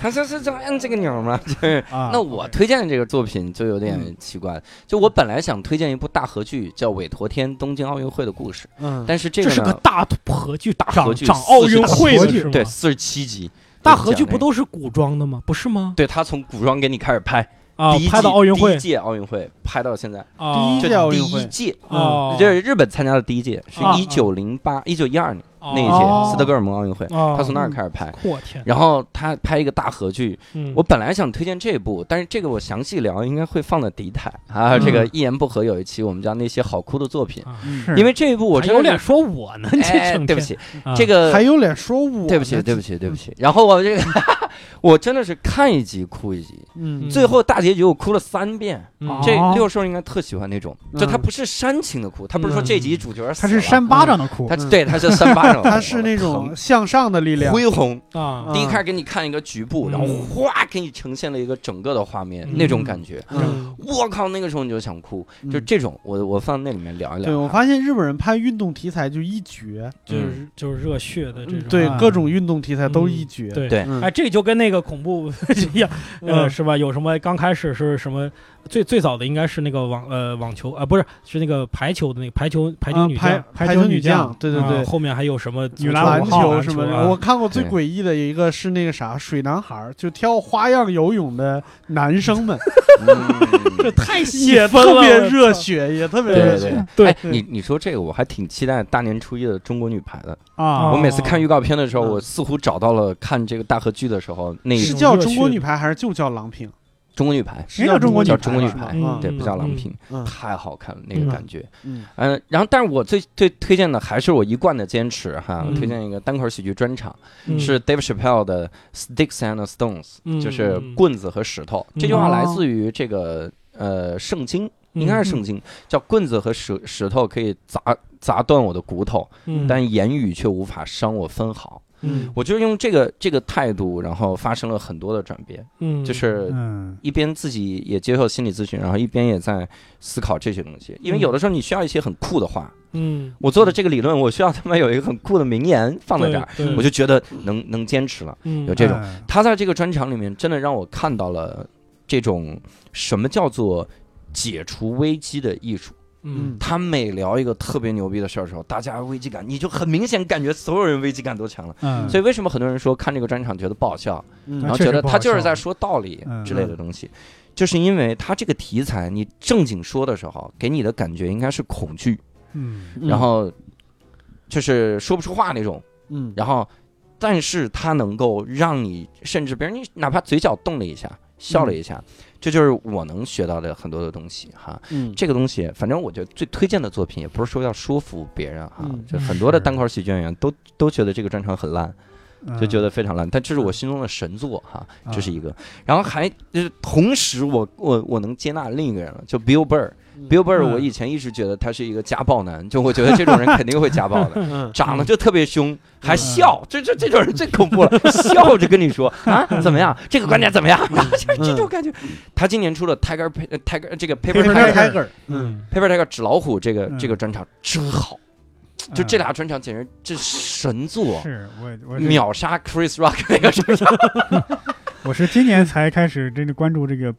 Speaker 5: 他说是怎么按这个钮吗？就是
Speaker 2: 啊。
Speaker 5: [laughs] 那我推荐这个作品就有点奇怪，就我本来想推荐一部大合剧，叫《韦陀天东京奥运会的故事》，
Speaker 3: 嗯，
Speaker 5: 但是这
Speaker 4: 这
Speaker 5: 个
Speaker 4: 是个
Speaker 5: 呢，
Speaker 4: 大合剧，大
Speaker 5: 合
Speaker 4: 长
Speaker 5: 剧
Speaker 4: 长
Speaker 5: 四
Speaker 4: 奥
Speaker 5: 十
Speaker 4: 运
Speaker 5: 大
Speaker 4: 会
Speaker 2: 合
Speaker 4: 的
Speaker 2: 剧
Speaker 4: 是吗？
Speaker 5: 对，四十七集，
Speaker 4: 大合剧不
Speaker 5: 讲
Speaker 4: 都是古装的吗？不是吗
Speaker 5: 那个？对他从古装给你开始拍，
Speaker 4: 啊
Speaker 5: 第一，季
Speaker 4: 拍到奥运
Speaker 5: 第
Speaker 4: 会
Speaker 5: 一届奥运会拍到现在，
Speaker 4: 啊，
Speaker 3: 第一届
Speaker 5: 就
Speaker 3: 奥运
Speaker 5: 第一
Speaker 3: 会
Speaker 5: 届，
Speaker 4: 哦，
Speaker 5: 就是日本参加的第一届，是
Speaker 4: 啊
Speaker 5: 一九零八一九一二年那一
Speaker 4: 哦
Speaker 5: 届斯德哥尔摩奥运会，
Speaker 4: 哦
Speaker 5: 他从那儿开始拍。
Speaker 4: 我天，
Speaker 5: 然后他拍一个大合剧，
Speaker 4: 嗯
Speaker 5: 我本来想推荐这部，但是这个我详细聊应该会放在底台啊。这个一言不合有一期我们叫那些好哭的作品，
Speaker 4: 啊
Speaker 2: 是
Speaker 5: 因为这一部我
Speaker 4: 还
Speaker 5: 真
Speaker 4: 有
Speaker 5: 的
Speaker 4: 脸说我呢，这
Speaker 5: 哎，
Speaker 4: 整
Speaker 5: 对不起，
Speaker 4: 天啊
Speaker 5: 这个
Speaker 3: 还有脸说我？
Speaker 5: 对不起，对不
Speaker 3: 起，
Speaker 5: 起，对不起。然后我这个 [laughs] 我真的是看一集哭一集，
Speaker 3: 嗯，
Speaker 5: 最后大结局我哭了三遍。
Speaker 4: 嗯
Speaker 5: 这
Speaker 2: 哦
Speaker 5: 六兽应该特喜欢那种，就他
Speaker 3: 嗯
Speaker 5: 不是煽情的哭，他不是说这集主角
Speaker 2: 他
Speaker 5: 死
Speaker 2: 是
Speaker 5: 了
Speaker 2: 扇巴掌的哭
Speaker 5: 他，对他是扇巴掌，
Speaker 3: [laughs] 他是那种向上的力
Speaker 5: 疼
Speaker 3: 量，
Speaker 5: 恢宏。
Speaker 4: 啊
Speaker 3: 嗯
Speaker 5: 第一开始给你看一个局部，然后
Speaker 4: 嗯
Speaker 5: 哗给你呈现了一个整个的画面，
Speaker 4: 嗯
Speaker 5: 那种感觉。
Speaker 3: 嗯，
Speaker 5: 我靠，那个时候你就想哭，就
Speaker 3: 嗯
Speaker 5: 这种，我我放那里面聊一聊啊。
Speaker 3: 对我发现日本人拍运动题材就一绝，
Speaker 4: 就是
Speaker 5: 嗯
Speaker 4: 就是热血的这种
Speaker 3: 对
Speaker 2: 啊
Speaker 3: 各种运动题材都一绝。
Speaker 4: 嗯对
Speaker 5: 对
Speaker 3: 嗯
Speaker 4: 哎，这就跟那个
Speaker 5: [laughs]
Speaker 4: 恐怖一样，
Speaker 5: 嗯
Speaker 4: 呃，是吧？有什么刚开始是什么？最最早的应该是那个网呃网球啊、不是是那个排球的那个排球排球
Speaker 3: 啊
Speaker 4: 女
Speaker 3: 排
Speaker 4: 将
Speaker 3: 排
Speaker 4: 排
Speaker 3: 球
Speaker 4: 女
Speaker 3: 女将对对
Speaker 4: 啊
Speaker 3: 对
Speaker 4: 后面还有什么
Speaker 2: 女篮
Speaker 3: 篮
Speaker 2: 五号
Speaker 3: 球
Speaker 4: 篮
Speaker 3: 什么
Speaker 4: 球
Speaker 3: 的，
Speaker 4: 啊 [laughs]
Speaker 3: 我看过最
Speaker 5: 对
Speaker 3: 诡异的一个是那个啥水男孩儿，就跳花样游泳的男生
Speaker 4: [laughs]
Speaker 3: 们，
Speaker 5: 嗯
Speaker 4: 这太细
Speaker 3: 也
Speaker 4: 分
Speaker 3: 特
Speaker 4: 了
Speaker 3: 别
Speaker 4: 我
Speaker 3: 热
Speaker 4: 操
Speaker 3: 血，也特别
Speaker 5: 对 [laughs] 对
Speaker 3: 热
Speaker 5: 对
Speaker 3: 血。
Speaker 4: 对
Speaker 5: 哎，你你说这个，我还挺期待大年初一的中国女排的。
Speaker 2: 啊
Speaker 5: 我每次看预告片的时候，
Speaker 3: 嗯
Speaker 5: 我似乎找到了看这个大合剧的时候那一
Speaker 3: 是
Speaker 4: 种
Speaker 3: 叫
Speaker 4: 热
Speaker 3: 中国
Speaker 4: 血
Speaker 3: 女排还是就叫郎平？
Speaker 5: 中国女排，
Speaker 3: 是
Speaker 2: 叫中国女
Speaker 5: 叫
Speaker 2: 排
Speaker 5: 中国女
Speaker 3: 是吗
Speaker 5: 排
Speaker 4: 嗯，
Speaker 5: 对，不叫郎
Speaker 4: 嗯
Speaker 5: 平，
Speaker 3: 嗯
Speaker 5: 太好看了那个
Speaker 4: 嗯
Speaker 5: 感觉。
Speaker 3: 嗯
Speaker 5: 嗯，然后，但是我最最推荐的还是我一贯的坚持哈，
Speaker 4: 嗯
Speaker 5: 推荐一个单口喜剧专场，
Speaker 4: 嗯
Speaker 5: 是 Dave Chappelle 的 Sticks and Stones，、
Speaker 4: 嗯
Speaker 5: 就是棍子和石头。
Speaker 4: 嗯
Speaker 5: 这句话来自于这个呃圣经，
Speaker 4: 嗯
Speaker 5: 应该是圣经，叫棍子和石石头可以砸砸断我的骨头，
Speaker 4: 嗯
Speaker 5: 但言语却无法伤我分毫。
Speaker 4: 嗯
Speaker 5: 我就用这个这个态度，然后发生了很多的转变，
Speaker 4: 嗯
Speaker 5: 就是
Speaker 2: 嗯，
Speaker 5: 一边自己也接受心理咨询，然后一边也在思考这些东西。因为
Speaker 4: 嗯
Speaker 5: 有的时候你需要一些很酷的话，
Speaker 4: 嗯
Speaker 5: 我做的这个理论，我需要他妈有一个很酷的名言放在这儿，
Speaker 4: 对对
Speaker 5: 我就觉得能能坚持了。
Speaker 4: 嗯
Speaker 5: 有这种
Speaker 2: 嗯
Speaker 5: 他在这个专场里面真的让我看到了这种什么叫做解除危机的艺术。
Speaker 4: 嗯
Speaker 5: 他每聊一个特别牛逼的事儿的时候，大家危机感，你就很明显感觉所有人危机感都强了。
Speaker 2: 嗯，
Speaker 5: 所以为什么很多人说看这个专场觉得不好笑，
Speaker 3: 嗯
Speaker 5: 然后
Speaker 2: 确
Speaker 5: 觉
Speaker 2: 实
Speaker 5: 得
Speaker 2: 不
Speaker 5: 他
Speaker 2: 好
Speaker 5: 就是
Speaker 2: 笑
Speaker 5: 在说道理
Speaker 2: 嗯
Speaker 5: 之类的东西，就是因为他这个题材你正经说的时候，给你的感觉应该是恐惧，
Speaker 2: 嗯
Speaker 5: 然后就是说不出话那种，
Speaker 3: 嗯，
Speaker 5: 然后但是它能够让你，甚至比如你哪怕嘴角动了一下，笑
Speaker 3: 嗯
Speaker 5: 了一下，这就是我能学到的很多的东西哈。
Speaker 3: 嗯
Speaker 5: 这个东西，反正我觉得最推荐的作品，也不是说要说服别人哈，
Speaker 3: 嗯
Speaker 5: 就很多的
Speaker 2: 是
Speaker 5: 单口喜剧演员都都觉得这个专场很烂，就觉得
Speaker 2: 得
Speaker 3: 嗯
Speaker 5: 非常烂，但这是我心中的神作哈，这是
Speaker 2: 啊
Speaker 5: 一个。然后还就是同时我，我我能接纳另一个人了，就 Bill Burr。
Speaker 3: 嗯
Speaker 5: Bill Burr，我
Speaker 2: 嗯
Speaker 5: 以前一直觉得他是一个家暴男，就我觉得这种人肯定会家暴的。
Speaker 3: 嗯
Speaker 5: 长得就特别凶，
Speaker 2: 嗯
Speaker 5: 还笑，这这这种人最恐怖了，笑着跟你说啊怎么样，这个观点怎么样，
Speaker 2: 嗯
Speaker 5: 然后就 [laughs] 这种感觉。他今年出了 Tiger Pa- 呃 Tiger 这个 Paper
Speaker 2: Paper
Speaker 5: Tiger
Speaker 2: Tiger，
Speaker 3: 嗯，
Speaker 4: 嗯
Speaker 5: Paper Tiger 纸老虎这个
Speaker 2: 嗯
Speaker 5: 这个专场真好，嗯就这俩专场简直这神作，
Speaker 2: 是我我
Speaker 5: [laughs]
Speaker 2: 是
Speaker 5: 秒杀 Chris Rock 那个专场。
Speaker 2: 我是今年才开始真的关注这个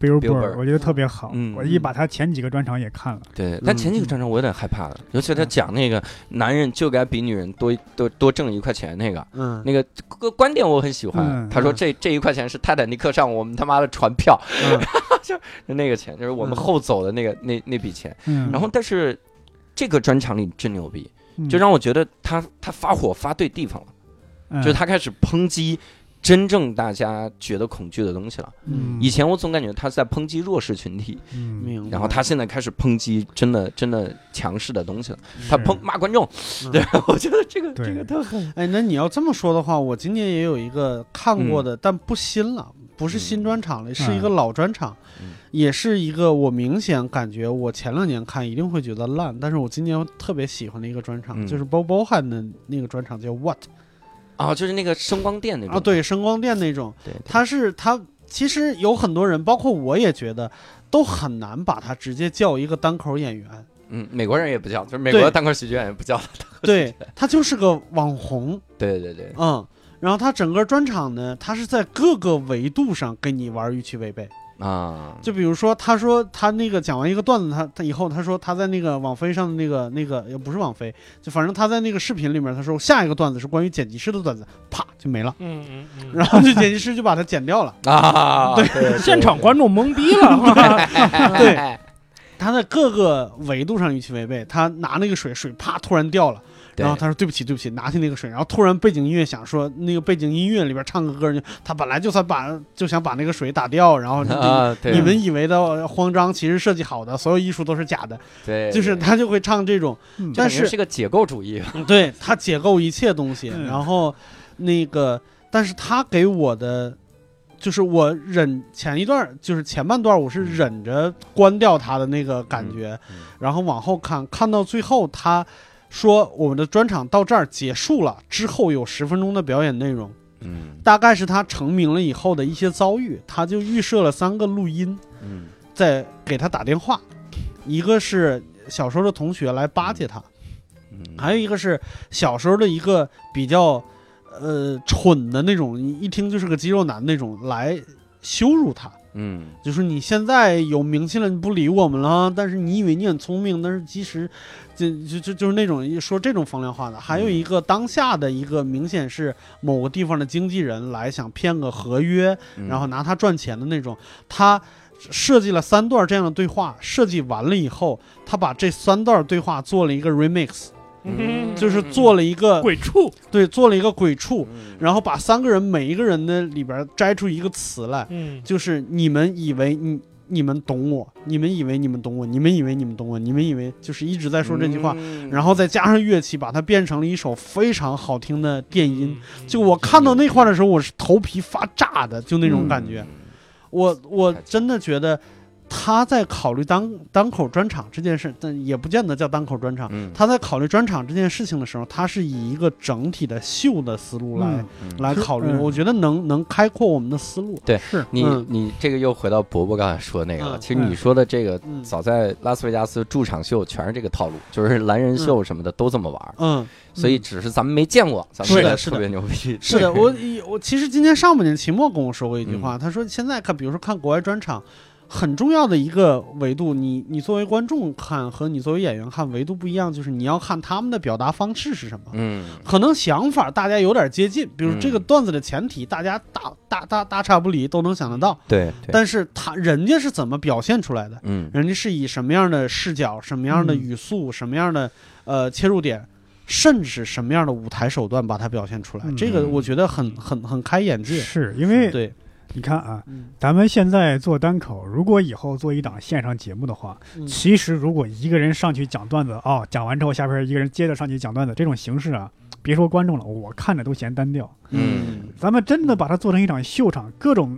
Speaker 5: Billboard
Speaker 2: Billboard，我觉得特别好
Speaker 5: 嗯，
Speaker 2: 我一把他前几个专场也看了，
Speaker 5: 对，但前几个专场我有点害怕了，尤其他
Speaker 2: 嗯
Speaker 5: 讲那个男人就该比女人多多多挣一块钱那个。
Speaker 3: 嗯
Speaker 5: 那个观观点我很喜欢，
Speaker 2: 嗯
Speaker 5: 他说
Speaker 3: 嗯
Speaker 5: 这这一块钱是泰坦尼克上我们他妈的船票，
Speaker 3: 嗯
Speaker 5: 就那个钱，就是我们
Speaker 3: 嗯
Speaker 5: 后走的那个、那那笔钱。
Speaker 2: 嗯，
Speaker 5: 然后，但是这个专场里真牛逼，
Speaker 2: 嗯
Speaker 5: 就让我觉得他他发火发对地方了，
Speaker 2: 嗯
Speaker 5: 就是他开始抨击真正大家觉得恐惧的东西了。
Speaker 2: 嗯
Speaker 5: 以前我总感觉他是在抨击弱势群体，
Speaker 2: 嗯
Speaker 3: 明白。
Speaker 5: 然后他现在开始抨击真的真的强势的东西了，他
Speaker 2: 是
Speaker 5: 抨骂观众，
Speaker 3: 嗯
Speaker 5: 对，我觉得这个
Speaker 2: 对
Speaker 5: 这个特狠。
Speaker 3: 哎，那你要这么说的话，我今年也有一个看过的，但不新了，不是新专场了，是一个老专场，
Speaker 5: 嗯
Speaker 3: 也是一个我明显感觉我前两年看一定会觉得烂，但是我今年特别喜欢的一个专场，
Speaker 5: 嗯
Speaker 3: 就是 Bob Bohan 的那个专场叫 What
Speaker 5: 啊，就是那个声光电那种
Speaker 3: 啊，对，声光电那种，
Speaker 5: 对，对
Speaker 3: 它是它其实有很多人，包括我也觉得，都很难把他直接叫一个单口演员。
Speaker 5: 嗯，美国人也不叫，就是美国的
Speaker 3: 对
Speaker 5: 单口喜剧演员不
Speaker 3: [laughs]
Speaker 5: 叫。
Speaker 3: 对他就是个网红，
Speaker 5: 对对对，
Speaker 3: 嗯。然后他整个专场呢，他是在各个维度上跟你玩预期违背。
Speaker 5: 啊，
Speaker 3: 就比如说，他说他那个讲完一个段子，他他以后他说他在那个网飞上的那个那个也呃不是网飞，就反正他在那个视频里面，他说下一个段子是关于剪辑师的段子，啪就没了，
Speaker 4: 嗯嗯嗯
Speaker 3: 然后就剪辑师就把它剪掉了。
Speaker 5: 啊，对对，对哎
Speaker 4: 现场观众懵逼了，
Speaker 3: 对，他在各个维度上与其违背。他拿那个水，水啪突然掉了，
Speaker 5: 对
Speaker 3: 然后他说对不起，对不起，拿起那个水，然后突然背景音乐响，说那个背景音乐里边唱个歌，就他本来就想把就想把那个水打掉，然后就。
Speaker 5: 啊，对，
Speaker 3: 你们以为的慌张，其实设计好的，所有艺术都是假的，
Speaker 5: 对，
Speaker 3: 就是
Speaker 5: 对
Speaker 3: 他就会唱这种，
Speaker 2: 嗯
Speaker 5: 感
Speaker 3: 但
Speaker 5: 觉
Speaker 3: 是
Speaker 5: 是个解构主义，
Speaker 3: 对他解构一切东西，
Speaker 2: 嗯
Speaker 3: 然后那个，但是他给我的，就是我忍前一段，就是前半段我是忍着关掉他的那个感觉，
Speaker 5: 嗯嗯
Speaker 3: 然后往后看，看到最后他说我们的专场到这儿结束了，之后有十分钟的表演内容，
Speaker 5: 嗯
Speaker 3: 大概是他成名了以后的一些遭遇，他就预设了三个录音，
Speaker 5: 嗯
Speaker 3: 在给他打电话，一个是小时候的同学来巴结他。
Speaker 5: 嗯，
Speaker 3: 还有一个是小时候的一个比较呃蠢的那种，你一听就是个肌肉男那种来羞辱他，
Speaker 5: 嗯
Speaker 3: 就说你现在有名气了，你不理我们了，但是你以为你很聪明，但是其实就就就就是那种说这种风凉话的。还有一个当下的一个明显是某个地方的经纪人来想骗个合约，
Speaker 5: 嗯，
Speaker 3: 然后拿他赚钱的那种，他。设计了三段这样的对话，设计完了以后，他把这三段对话做了一个 remix，
Speaker 5: 嗯
Speaker 3: 就是做了一个
Speaker 4: 鬼畜，
Speaker 3: 对，做了一个鬼畜，
Speaker 5: 嗯，
Speaker 3: 然后把三个人每一个人的里边摘出一个词来，
Speaker 4: 嗯，
Speaker 3: 就是你们以为你你们懂我，你们以为你们懂我，你们以为你们懂我，你们以为就是一直在说这句话，
Speaker 5: 嗯
Speaker 3: 然后再加上乐器，把它变成了一首非常好听的电
Speaker 5: 嗯
Speaker 3: 音。就我看到那块儿的时候，我是头皮发炸的，就那
Speaker 5: 嗯
Speaker 3: 种感觉。我我真的觉得他在考虑单单口专场这件事，但也不见得叫单口专场。
Speaker 5: 嗯，
Speaker 3: 啊他在考虑专场这件事情的时候，他是以一个整体的秀的思路来、
Speaker 2: 嗯
Speaker 5: 嗯
Speaker 3: 来考虑，
Speaker 2: 嗯
Speaker 3: 我觉得能能开阔我们的思路。
Speaker 2: 是
Speaker 5: 你
Speaker 3: 嗯
Speaker 5: 你这个又回到伯伯刚才说那个了，
Speaker 3: 嗯
Speaker 5: 其实你说的这个
Speaker 3: 嗯
Speaker 5: 早在拉斯维加斯驻场秀全是这个套路，就是蓝人秀什么的都这么玩儿，
Speaker 3: 嗯，
Speaker 5: 所以只是咱们没见过，咱们
Speaker 3: 是的
Speaker 5: 觉得
Speaker 3: 是
Speaker 5: 特
Speaker 3: 的
Speaker 5: 别牛逼。
Speaker 3: 是的，我我其实今年上半年期末跟我说过一句
Speaker 5: 嗯
Speaker 3: 话，他说现在看，比如说看国外专场。很重要的一个维度，你你作为观众看和你作为演员看维度不一样，就是你要看他们的表达方式是什么。
Speaker 5: 嗯
Speaker 3: 可能想法大家有点接近，比如
Speaker 5: 嗯
Speaker 3: 这个段子的前提，大家大大大大差不离都能想得到，
Speaker 5: 对对，
Speaker 3: 但是他人家是怎么表现出来的？
Speaker 5: 嗯
Speaker 3: 人家是以什么样的视角、什么样的
Speaker 2: 嗯
Speaker 3: 语速、什么样的呃切入点，甚至是什么样的舞台手段把它表现出来，
Speaker 2: 嗯
Speaker 3: 这个我觉得很很很开眼界。
Speaker 2: 是因为
Speaker 3: 对，
Speaker 2: 你看啊，
Speaker 3: 嗯
Speaker 2: 咱们现在做单口，如果以后做一档线上节目的话，
Speaker 3: 嗯
Speaker 2: 其实如果一个人上去讲段子，哦，讲完之后下边一个人接着上去讲段子，这种形式啊，别说观众了，我看着都嫌单调。
Speaker 5: 嗯
Speaker 2: 咱们真的把它做成一场秀场，各种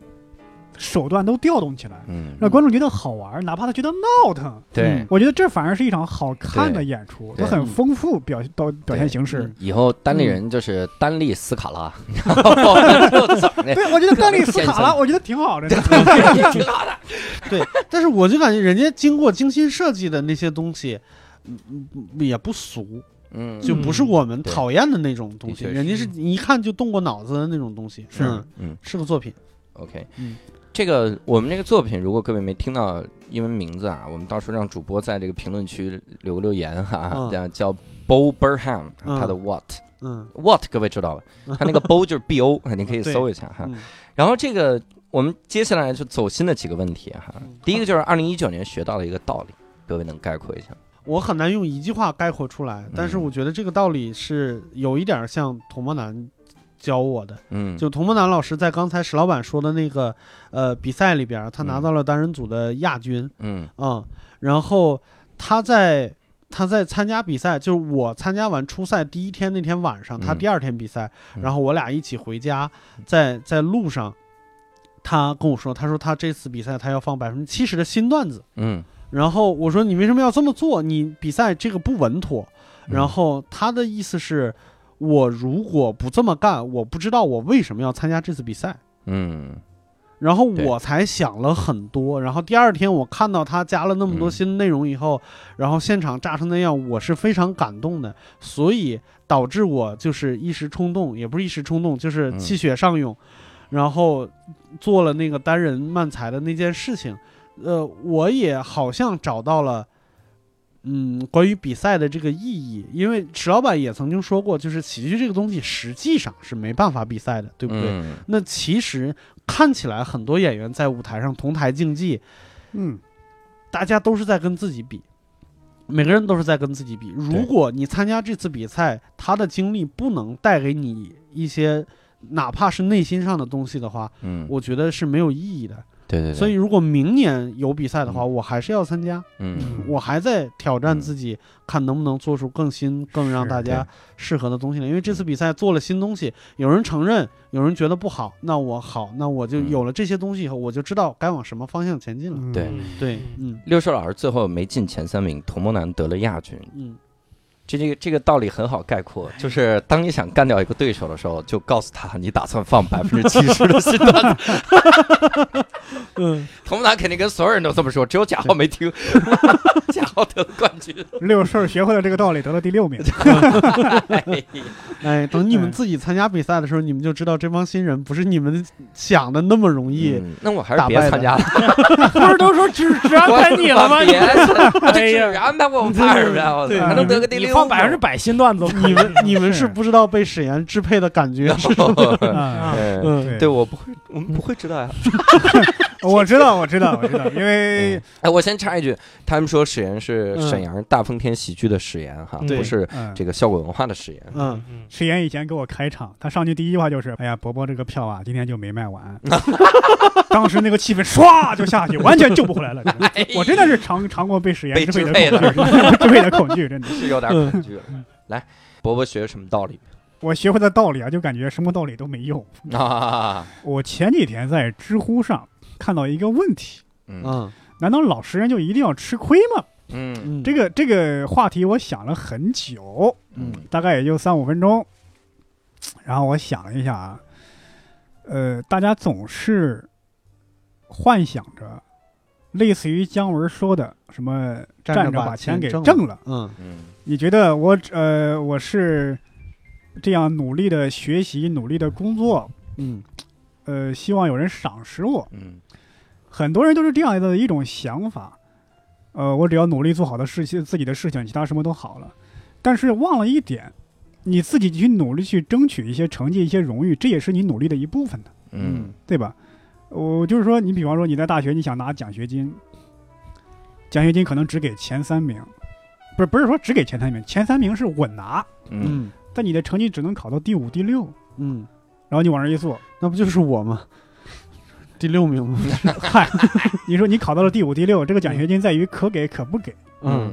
Speaker 2: 手段都调动起来，
Speaker 5: 嗯，
Speaker 2: 让观众觉得好玩，哪怕他觉得闹腾，
Speaker 5: 对
Speaker 3: 嗯。
Speaker 2: 我觉得这反而是一场好看的演出，
Speaker 5: 对嗯
Speaker 2: 它很丰富表到表现形式。
Speaker 5: 以后单立人就是单立斯卡拉，然后就整那
Speaker 2: 对，我觉得丹利斯卡
Speaker 5: 天 [laughs]
Speaker 2: 拉，
Speaker 5: 生
Speaker 2: 我觉得挺好的。
Speaker 5: 挺好的。
Speaker 3: 但是我就感觉人家经过精心设计的那些东西。嗯嗯也不俗，
Speaker 5: [laughs] 嗯，
Speaker 3: 就不是我们
Speaker 5: 对
Speaker 3: 讨厌的那种东西，
Speaker 5: 的确是
Speaker 3: 人家是一看就动过脑子的那种东
Speaker 2: [laughs]
Speaker 3: 西，
Speaker 2: 是
Speaker 3: 嗯
Speaker 5: 嗯
Speaker 3: 是个作品，
Speaker 5: OK，
Speaker 3: 嗯
Speaker 5: 这个我们这个作品，如果各位没听到英文名字啊，我们到时候让主播在这个评论区留个留言哈、
Speaker 3: 嗯
Speaker 5: 这样叫 Bo Burnham，
Speaker 3: 嗯
Speaker 5: 他的 What、
Speaker 3: 嗯
Speaker 5: What 各位知道吧？他那个 Bo 就是 B O，你 [laughs] 可以
Speaker 3: 对
Speaker 5: 搜一下哈。
Speaker 3: 嗯
Speaker 5: 然后这个我们接下来就走心的几个问题啊哈。
Speaker 3: 嗯
Speaker 5: 第一个就是二零一九年学到的一个道理，各位能概括一下吗？
Speaker 3: 我很难用一句话概括出来，但是
Speaker 5: 嗯
Speaker 3: 我觉得这个道理是有一点儿像童梦楠教我的。
Speaker 5: 嗯，
Speaker 3: 就童梦楠老师在刚才石老板说的那个呃比赛里边儿，他拿到了单人组的亚军
Speaker 5: 嗯
Speaker 3: 啊、嗯然后他在他在参加比赛，就是我参加完初赛第一天那天晚上，他
Speaker 5: 嗯
Speaker 3: 第二天比赛，
Speaker 5: 嗯
Speaker 3: 然后我俩一起回家，在在路上，他跟我说，他说他这次比赛他要放百分之七十的新段子。
Speaker 5: 嗯
Speaker 3: 然后我说你为什么要这么做？你比赛这个不稳妥。
Speaker 5: 嗯
Speaker 3: 然后他的意思是，我如果不这么干，我不知道我为什么要参加这次比赛。
Speaker 5: 嗯
Speaker 3: 然后
Speaker 5: 对
Speaker 3: 我才想了很多，然后第二天我看到他加了那么多
Speaker 5: 嗯
Speaker 3: 新内容以后，然后现场炸成那样，我是非常感动的，所以导致我就是一时冲动，也不是一时冲动，就是
Speaker 5: 嗯
Speaker 3: 气血上涌，然后做了那个单人漫才的那件事情，呃，我也好像找到了。嗯，关于比赛的这个意义，因为池老板也曾经说过，就是喜剧这个东西实际上是没办法比赛的，对不对？
Speaker 5: 嗯
Speaker 3: 那其实看起来很多演员在舞台上同台竞技，
Speaker 2: 嗯，
Speaker 3: 大家都是在跟自己比，每个人都是在跟自己比。如果你参加这次比赛，他的经历不能带给你一些哪怕是内心上的东西的话，
Speaker 5: 嗯，
Speaker 3: 我觉得是没有意义的。
Speaker 5: 对对对，
Speaker 3: 所以如果明年有比赛的话，我还是要参加，
Speaker 5: 嗯
Speaker 3: 我还在挑战自己，看能不能做出更新、更让
Speaker 2: 是
Speaker 3: 大家适合的东西来。因为这次比赛做了新东西，有人承认，有人觉得不好，那我好，那我就
Speaker 5: 嗯
Speaker 3: 有了这些东西以后，我就知道该往什么方向前进了。
Speaker 2: 嗯
Speaker 5: 对
Speaker 3: 对，嗯
Speaker 5: 六兽老师最后没进前三名，童梦楠得了亚军。
Speaker 3: 嗯，
Speaker 5: 这这个这个道理很好概括，就是当你想干掉一个对手的时候，就告诉他你打算放百分之七十的新 [laughs] 段子。
Speaker 3: 嗯，
Speaker 5: [laughs] 童梦楠肯定跟所有人都这么说，只有贾浩没
Speaker 4: [laughs]
Speaker 5: 听，贾浩得了冠军。
Speaker 2: 六顺儿学会了这个道理，得了第六名。
Speaker 3: 哎，等你们
Speaker 2: 嗯
Speaker 3: 自己参加比赛的时候，你们就知道这帮新人不是你们想的那么容易。
Speaker 5: 嗯那我还是别参加了，
Speaker 4: [laughs] 不是都说只只安排你
Speaker 3: [laughs]
Speaker 4: 了吗？
Speaker 5: 别参，
Speaker 4: 哎
Speaker 5: 只
Speaker 4: 呀
Speaker 5: 安排
Speaker 4: [laughs]
Speaker 5: 我我怕什么呀？我
Speaker 3: 对
Speaker 5: 操还能得个第
Speaker 4: 你
Speaker 5: 六？
Speaker 4: 放百分之百新段子，
Speaker 3: 你们你们是
Speaker 2: 是
Speaker 4: 嗯
Speaker 3: 不知道被沈岩支配的感觉是什么。
Speaker 2: 啊，
Speaker 5: [laughs]
Speaker 4: [laughs]
Speaker 5: 嗯，
Speaker 3: 嗯，
Speaker 5: 对，我不会，我们不会知道呀。
Speaker 2: 我知道，我知道，我知道，因为
Speaker 4: 嗯
Speaker 5: 哎，我先插一句，他们说史岩是
Speaker 3: 嗯
Speaker 5: 沈阳大风天喜剧的史岩哈，
Speaker 4: 对
Speaker 5: 不是
Speaker 2: 嗯
Speaker 5: 这个效果文化的史岩。
Speaker 3: 嗯，
Speaker 4: 嗯，
Speaker 2: 石岩以前给我开场，他上去第一句话就是：“哎呀，伯伯这个票啊，今天就没卖
Speaker 4: [laughs]
Speaker 2: 完。”当时那个气氛唰就下去，完全救不回来
Speaker 4: [laughs]
Speaker 2: 了。
Speaker 5: 哎
Speaker 2: 我真的是尝尝过被史岩
Speaker 5: 被
Speaker 2: 支
Speaker 5: 支配
Speaker 2: 配的恐
Speaker 4: [laughs]
Speaker 2: 惧，支配的恐惧，真的。
Speaker 5: 是有点恐惧了。来，伯伯学什么道理
Speaker 2: 我学会的道理啊，就感觉什么道理都没用。
Speaker 5: [laughs] 啊？
Speaker 2: 我前几天在知乎上看到一个问题：
Speaker 5: 嗯
Speaker 3: 嗯
Speaker 2: 难道老实人就一定要吃亏吗？
Speaker 5: 嗯
Speaker 3: 嗯，
Speaker 2: 这个这个话题我想了很久，
Speaker 5: 嗯
Speaker 2: 大概也就三五分钟。然后我想了一下啊，呃，大家总是幻想着类似于姜文说的什么“
Speaker 3: 站着
Speaker 2: 站着
Speaker 3: 把
Speaker 2: 把钱
Speaker 3: 钱
Speaker 2: 给
Speaker 3: 挣
Speaker 2: 挣了
Speaker 3: 嗯
Speaker 5: 嗯，”，
Speaker 2: 你觉得我呃我是这样努力的学习，努力的工作，
Speaker 3: 嗯
Speaker 2: 呃，希望有人赏识我。
Speaker 5: 嗯
Speaker 2: 很多人都是这样的一种想法，呃，我只要努力做好的事情，自己的事情，其他什么都好了。但是忘了一点，你自己去努力去争取一些成绩、一些荣誉，这也是你努力的一部分的，
Speaker 5: 嗯
Speaker 2: 对吧？我就是说，你比方说你在大学，你想拿奖学金，奖学金可能只给前三名，不是不是说只给前三名，前三名是稳拿，
Speaker 5: 嗯，
Speaker 3: 嗯
Speaker 2: 但你的成绩只能考到第五、第六，
Speaker 3: 嗯，
Speaker 2: 然后你往这一坐，
Speaker 3: 那不就是我吗？ [laughs] 第六名吗？
Speaker 2: 嗨， [laughs] 你说你考到了第五、第六，这个奖学金在于可给可不给。
Speaker 3: 嗯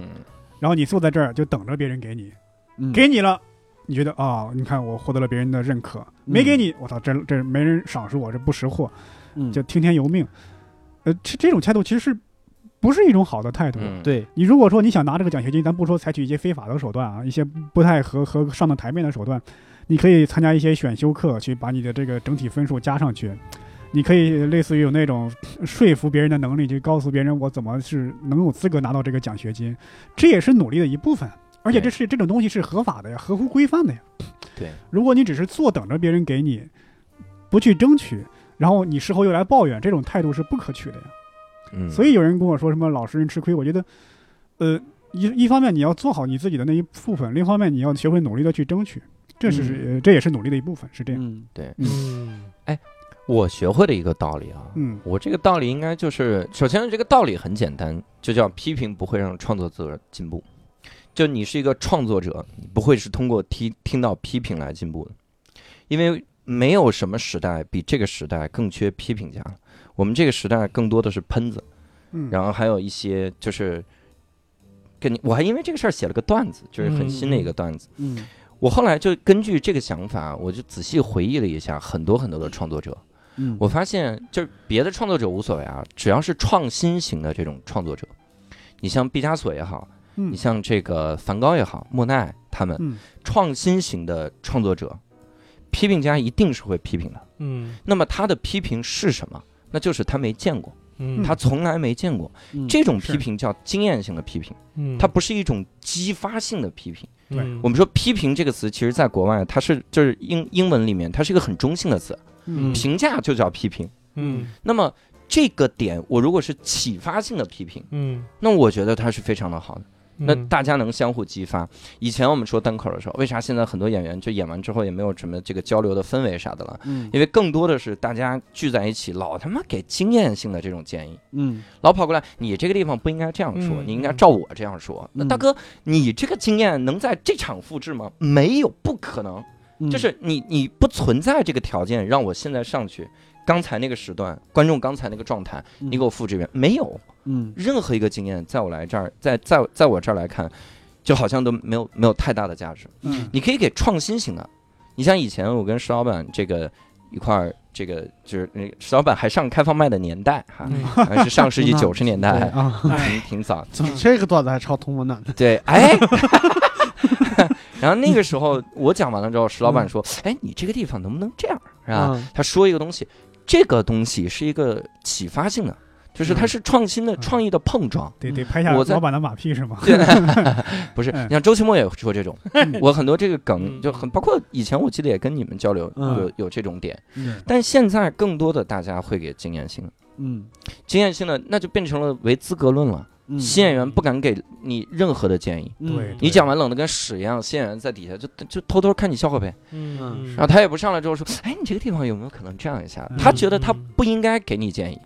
Speaker 2: 然后你坐在这儿就等着别人给你，
Speaker 3: 嗯，
Speaker 2: 给你了，你觉得啊、你看我获得了别人的认可，没给你，我操，这这没人赏识我，这不识货，
Speaker 3: 嗯
Speaker 2: 就听天由命。呃，这这种态度其实是不是一种好的态度。
Speaker 5: 嗯，
Speaker 3: 对，
Speaker 2: 你如果说你想拿这个奖学金，咱不说采取一些非法的手段啊，一些不太合合上的台面的手段，你可以参加一些选修课，去把你的这个整体分数加上去。你可以类似于有那种说服别人的能力，去告诉别人我怎么是能有资格拿到这个奖学金，这也是努力的一部分。而且
Speaker 5: 对
Speaker 2: 这是这种东西是合法的呀，合乎规范的呀。
Speaker 5: 对，
Speaker 2: 如果你只是坐等着别人给你，不去争取，然后你事后又来抱怨，这种态度是不可取的呀。
Speaker 5: 嗯
Speaker 2: 所以有人跟我说什么老实人吃亏，我觉得，呃，一一方面你要做好你自己的那一部分，另一方面你要学会努力的去争取，这是、
Speaker 5: 嗯
Speaker 2: 呃这也是努力的一部分，是这样。
Speaker 3: 嗯
Speaker 4: 嗯
Speaker 5: 我学会的一个道理啊，
Speaker 2: 嗯
Speaker 5: 我这个道理应该就是，首先这个道理很简单，就叫批评不会让创作者进步。就你是一个创作者，你不会是通过听听到批评来进步的，因为没有什么时代比这个时代更缺批评家了。我们这个时代更多的是喷子，
Speaker 2: 嗯，
Speaker 5: 然后还有一些就是跟你，我还因为这个事儿写了个段子，就是很新的一个段子。
Speaker 3: 嗯
Speaker 5: 我后来就根据这个想法，我就仔细回忆了一下很多很多的创作者，
Speaker 3: 嗯，
Speaker 5: 我发现，就是别的创作者无所谓啊，只要是创新型的这种创作者，你像毕加索也好，
Speaker 2: 嗯
Speaker 5: 你像这个梵高也好，莫奈他们
Speaker 2: 嗯
Speaker 5: 创新型的创作者，批评家一定是会批评的。
Speaker 4: 嗯
Speaker 5: 那么他的批评是什么？那就是他没见过，
Speaker 4: 嗯，
Speaker 5: 他从来没见过。
Speaker 3: 嗯
Speaker 5: 这种
Speaker 2: 是
Speaker 5: 批评叫经验性的批评，
Speaker 4: 嗯
Speaker 5: 它不是一种激发性的批评。
Speaker 2: 对
Speaker 4: 嗯
Speaker 5: 我们说批评这个词，其实在国外它是就是英英文里面它是一个很中性的词，
Speaker 4: 嗯
Speaker 5: 评价就叫批评。
Speaker 4: 嗯
Speaker 5: 那么这个点，我如果是启发性的批评，
Speaker 4: 嗯，
Speaker 5: 那我觉得它是非常的好的。那
Speaker 4: 嗯
Speaker 5: 大家能相互激发。以前我们说单口的时候，为啥现在很多演员就演完之后也没有什么这个交流的氛围啥的了？
Speaker 3: 嗯
Speaker 5: 因为更多的是大家聚在一起，老他妈给经验性的这种建议，
Speaker 3: 嗯
Speaker 5: 老跑过来，你这个地方不应该这样说，
Speaker 4: 嗯
Speaker 5: 你应该照我这样说。那
Speaker 3: 嗯
Speaker 5: 大哥，你这个经验能在这场复制吗？没有，不可能。
Speaker 3: 嗯，
Speaker 5: 就是你你不存在这个条件，让我现在上去，刚才那个时段，观众刚才那个状态，
Speaker 3: 嗯
Speaker 5: 你给我复制一遍，没有
Speaker 3: 嗯
Speaker 5: 任何一个经验，在我来这儿，在在在我这儿来看，就好像都没有没有太大的价值。
Speaker 3: 嗯
Speaker 5: 你可以给创新型的，你像以前我跟石老板这个一块儿。这个就是那个石老板还上开放麦的年代哈，还是上世纪
Speaker 3: 那
Speaker 5: 九十年代，
Speaker 3: 啊，
Speaker 5: 挺挺早。
Speaker 3: 怎么这个段子还抄童文呢？
Speaker 5: 对，哎， [laughs] 然后那个时候我讲完了之后，石老板说：“哎，你这个地方能不能这样？”是吧？
Speaker 3: 嗯
Speaker 5: 他说一个东西，这个东西是一个启发性的，就是它是创新的、
Speaker 2: 嗯
Speaker 5: 创意的碰撞。
Speaker 2: 得得拍下
Speaker 5: 我在
Speaker 2: 老板的马屁是吗？ [laughs]
Speaker 5: 对，不是，
Speaker 2: 嗯
Speaker 5: 你像周奇墨也
Speaker 1: [laughs]
Speaker 5: 说这种，
Speaker 1: 嗯
Speaker 5: [laughs] 我很多这个梗
Speaker 4: 嗯
Speaker 5: 就很，包括以前我记得也跟你们交流
Speaker 3: 嗯
Speaker 5: 有有这种点，
Speaker 3: 嗯
Speaker 5: 但现在更多的大家会给经验性的，
Speaker 3: 嗯
Speaker 5: 经验性的那就变成了唯资格论了，
Speaker 3: 嗯，
Speaker 5: 新演员不敢给你任何的建议，
Speaker 3: 嗯
Speaker 2: 对
Speaker 5: 你讲完冷的跟屎一样，新演员在底下就就偷偷看你笑话呗。
Speaker 4: 嗯
Speaker 5: 然后他也不上来之后说：“哎，你这个地方有没有可能这样一下？”他觉得
Speaker 4: 嗯
Speaker 5: 他不应该给你建议，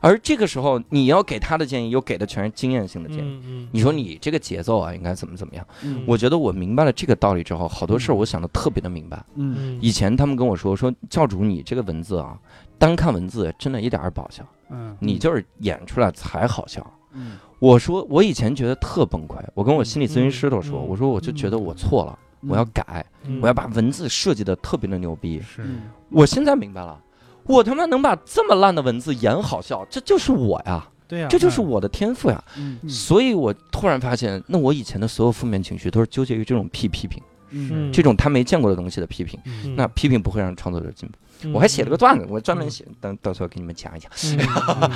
Speaker 5: 而这个时候你要给他的建议，又给的全是经验性的建议。
Speaker 4: 嗯嗯，
Speaker 5: 你说你这个节奏啊，应该怎么怎么样？
Speaker 3: 嗯
Speaker 5: 我觉得我明白了这个道理之后，好多事儿我想的特别的明白。
Speaker 3: 嗯
Speaker 4: 嗯
Speaker 5: 以前他们跟我说说教主，你这个文字啊，单看文字真的一点儿也不好笑，
Speaker 2: 嗯，
Speaker 5: 你就是演出来才好笑。
Speaker 3: 嗯
Speaker 5: 我说我以前觉得特崩溃，我跟我心理咨询师都说，
Speaker 4: 嗯嗯
Speaker 5: 我说我就觉得我错了，我要改，
Speaker 4: 嗯
Speaker 5: 我要把文字设计的特别的牛逼。
Speaker 2: 是
Speaker 3: 嗯
Speaker 5: 我现在明白了，我他妈能把这么烂的文字演好笑，这就是我呀，
Speaker 3: 对呀
Speaker 5: 这就是我的天赋呀。
Speaker 3: 嗯
Speaker 2: 嗯
Speaker 5: 所以我突然发现，那我以前的所有负面情绪都是纠结于这种批批评，
Speaker 3: 嗯
Speaker 5: 这种他没见过的东西的批评。
Speaker 4: 嗯
Speaker 5: 那批评不会让创作者进步。
Speaker 3: 嗯
Speaker 5: 我还写了个段子，我专门写，等到时候给你们讲一讲。
Speaker 4: 嗯嗯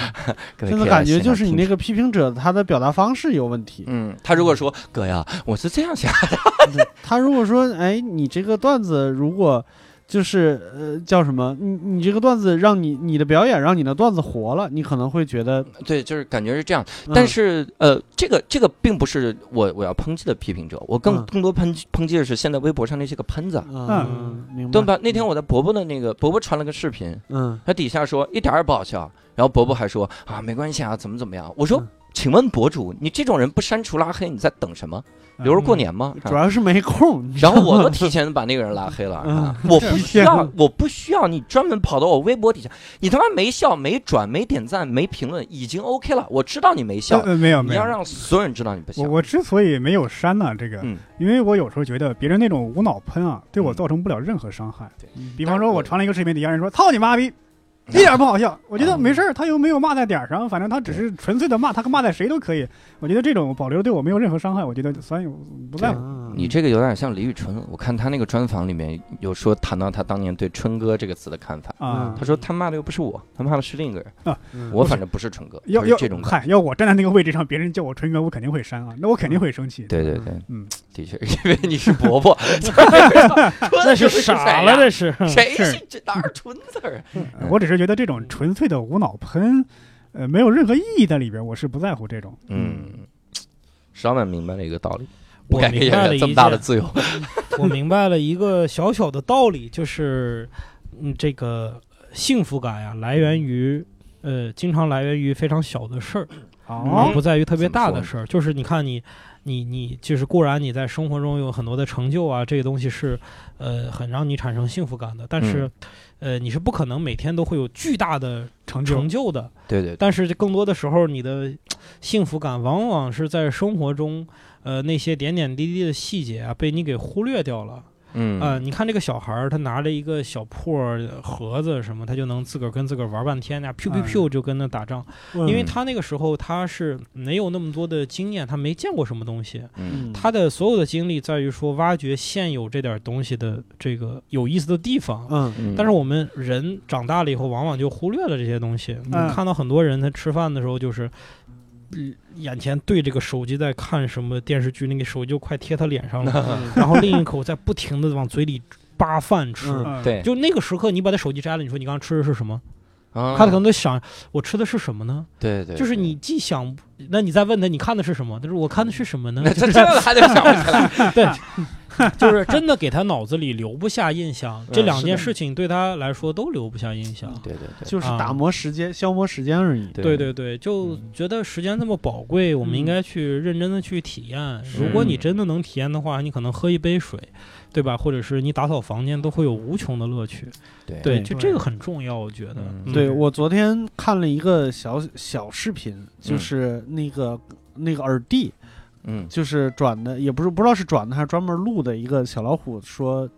Speaker 5: 各位可
Speaker 3: 现在
Speaker 5: 以
Speaker 3: 感
Speaker 5: 来
Speaker 3: 觉
Speaker 5: 现
Speaker 3: 就
Speaker 5: 场
Speaker 3: 是你
Speaker 5: 听
Speaker 3: 那个批评者他的表达方式有问题。
Speaker 5: 嗯，他如果说哥呀，我是这样想， [laughs]
Speaker 3: 他如果说，哎，你这个段子如果就是呃叫什么，你你这个段子让你你的表演让你的段子活了，你可能会觉得，
Speaker 5: 对，就是感觉是这样。
Speaker 3: 嗯
Speaker 5: 但是呃，这个这个并不是我我要抨击的批评者，我更、
Speaker 3: 嗯
Speaker 5: 更多抨击抨击的是现在微博上那些个喷子，
Speaker 3: 嗯，明白。
Speaker 5: 对吧？那天我在伯伯的那个伯伯传了个视频，
Speaker 3: 嗯
Speaker 5: 他底下说一点儿也不好笑，然后伯伯还说啊没关系啊，怎么怎么样？我说。
Speaker 3: 嗯
Speaker 5: 请问博主，你这种人不删除拉黑，你在等什么？留着
Speaker 3: 嗯
Speaker 5: 过年吗？
Speaker 3: 主要是没空。你知道
Speaker 5: 然后我都提前把那个人拉黑了，啊我不需
Speaker 3: 这样
Speaker 5: 要，我不需要你专门跑到我微博底下，你他妈没笑、没转、没点赞、没评论，已经 OK 了。我知道你没
Speaker 2: 呃
Speaker 5: 笑，
Speaker 2: 呃没有
Speaker 5: 你
Speaker 2: 没
Speaker 5: 要
Speaker 2: 有。
Speaker 5: 让所有人知道你不笑
Speaker 2: 我。我之所以没有删呢，这个，
Speaker 5: 嗯
Speaker 2: 因为我有时候觉得别人那种无脑喷啊，对我
Speaker 5: 嗯
Speaker 2: 造成不了任何伤害。
Speaker 3: 嗯
Speaker 2: 比方说，
Speaker 5: 但是
Speaker 2: 我
Speaker 5: 我
Speaker 2: 传了一个视频，底下人说“操你妈逼”，一点不好笑。我觉得没事
Speaker 5: 嗯
Speaker 2: 儿，他又没有骂在点儿上，反正他只是纯粹的骂，他骂在谁都可以。我觉得这种保留对我没有任何伤害，我觉得所以我不在乎。
Speaker 3: 嗯
Speaker 5: 你这个有点像李宇春，我看他那个专访里面有说谈到他当年对“春哥”这个词的看法。
Speaker 2: 啊
Speaker 5: 他说他骂的又不是我，他骂的是另一个人。
Speaker 3: 嗯
Speaker 5: 我反正不是嗯春哥，
Speaker 2: 要
Speaker 5: 他
Speaker 2: 要
Speaker 5: 是这种感觉。嗯
Speaker 2: 嗨，要我站在那个位置上，别人叫我春哥，我肯定会删啊，那我肯定会生气。
Speaker 5: 对对对，
Speaker 2: 嗯，
Speaker 5: 的确， [laughs] 因为你是伯 [laughs] 伯，
Speaker 4: [laughs] 那
Speaker 5: [laughs] 那
Speaker 4: 是傻了，这是
Speaker 5: 谁
Speaker 2: 是
Speaker 5: 是这哪儿春字儿？啊
Speaker 2: 呃我只是觉得这
Speaker 5: 嗯
Speaker 2: 种纯粹的无脑喷，呃，没有任何意义在里边，我是不在乎这种。
Speaker 5: 嗯，石老板明白了一个道理，不
Speaker 4: 我
Speaker 5: 敢给
Speaker 4: 明
Speaker 5: 演
Speaker 4: 白
Speaker 5: 员
Speaker 4: 了一
Speaker 5: 这么大
Speaker 4: 件
Speaker 5: 的自由。
Speaker 4: [laughs] 我明白了一个小小的道理，就是，嗯，这个幸福感呀，来
Speaker 5: 嗯
Speaker 4: 源于，呃，经常来源于非常小的事儿，
Speaker 2: 哦
Speaker 4: 而，不在于特别大
Speaker 5: 怎
Speaker 4: 的
Speaker 5: 么
Speaker 4: 事儿。就是你看你，你你就是固然你在生活中有很多的成就啊，这些东西是，呃，很让你产生幸福感的。
Speaker 5: 嗯
Speaker 4: 但是，呃，你是不可能每天都会有巨大的
Speaker 2: 成就
Speaker 4: 成就的。
Speaker 5: 对对对，
Speaker 4: 但是更多的时候，你的幸福感往往是在生活中，呃，那些点点滴滴的细节啊，被你给忽略掉了。
Speaker 1: 嗯
Speaker 4: 呃，你看这个小孩儿，他拿着一个小破盒子什么，他就能自个儿跟自个儿玩半天，那样 p u p
Speaker 2: 嗯
Speaker 4: p 就跟那打仗。
Speaker 2: 嗯
Speaker 4: 因为他那个时候他是没有那么多的经验，他没见过什么东西，
Speaker 5: 嗯
Speaker 4: 他的所有的精力在于说挖掘现有这点东西的这个有意思的地方。
Speaker 2: 嗯
Speaker 5: 嗯
Speaker 4: 但是我们人长大了以后，往往就忽略了这些东西。你
Speaker 2: 嗯
Speaker 4: 看到很多人他吃饭的时候就是。嗯眼前对这个手机在看什么电视剧，那个手机就快贴他脸上了，
Speaker 5: 嗯
Speaker 4: 然后另一口在不停的往嘴里扒饭吃。
Speaker 3: 嗯
Speaker 2: 嗯
Speaker 1: 对，
Speaker 4: 就那个时刻，你把他手机摘了，你说你刚刚吃的是什么？
Speaker 5: 啊
Speaker 4: 他可能在想，我吃的是什么呢？
Speaker 5: 对对，
Speaker 4: 就是你既想，那你再问他你看的是什么？他说我看的是什么
Speaker 5: [laughs]
Speaker 4: 呢
Speaker 5: 那？
Speaker 4: [laughs]
Speaker 5: 这这还得想 [laughs] 不起来，
Speaker 4: 就是真的给他脑子里留不下印象，这
Speaker 5: 嗯
Speaker 4: 两
Speaker 3: 是
Speaker 4: 件
Speaker 3: 的
Speaker 4: 事情对他来说都留不下印象。
Speaker 5: 对对对，
Speaker 3: [laughs] 就是
Speaker 4: 啊
Speaker 3: 打磨时间、消磨时间而已。
Speaker 4: 对对对，就
Speaker 5: 嗯
Speaker 4: 觉得时间这么宝贵，我们应
Speaker 3: 嗯
Speaker 4: 该去认真的去体验。如果你
Speaker 5: 是
Speaker 4: 真的能体验的话，你可能喝一杯水，对吧？或者是你打扫房间，都会有无穷的乐趣。
Speaker 5: 对
Speaker 4: 对，
Speaker 3: 对
Speaker 4: 就
Speaker 3: 对
Speaker 4: 这个很重要，我觉得
Speaker 5: 嗯。
Speaker 4: 嗯
Speaker 3: 对我昨天看了一个小小视频，就是那个、那个耳帝，
Speaker 5: 嗯
Speaker 3: 就是转的，也不是不知道是转的还是专门录的一个小老虎说，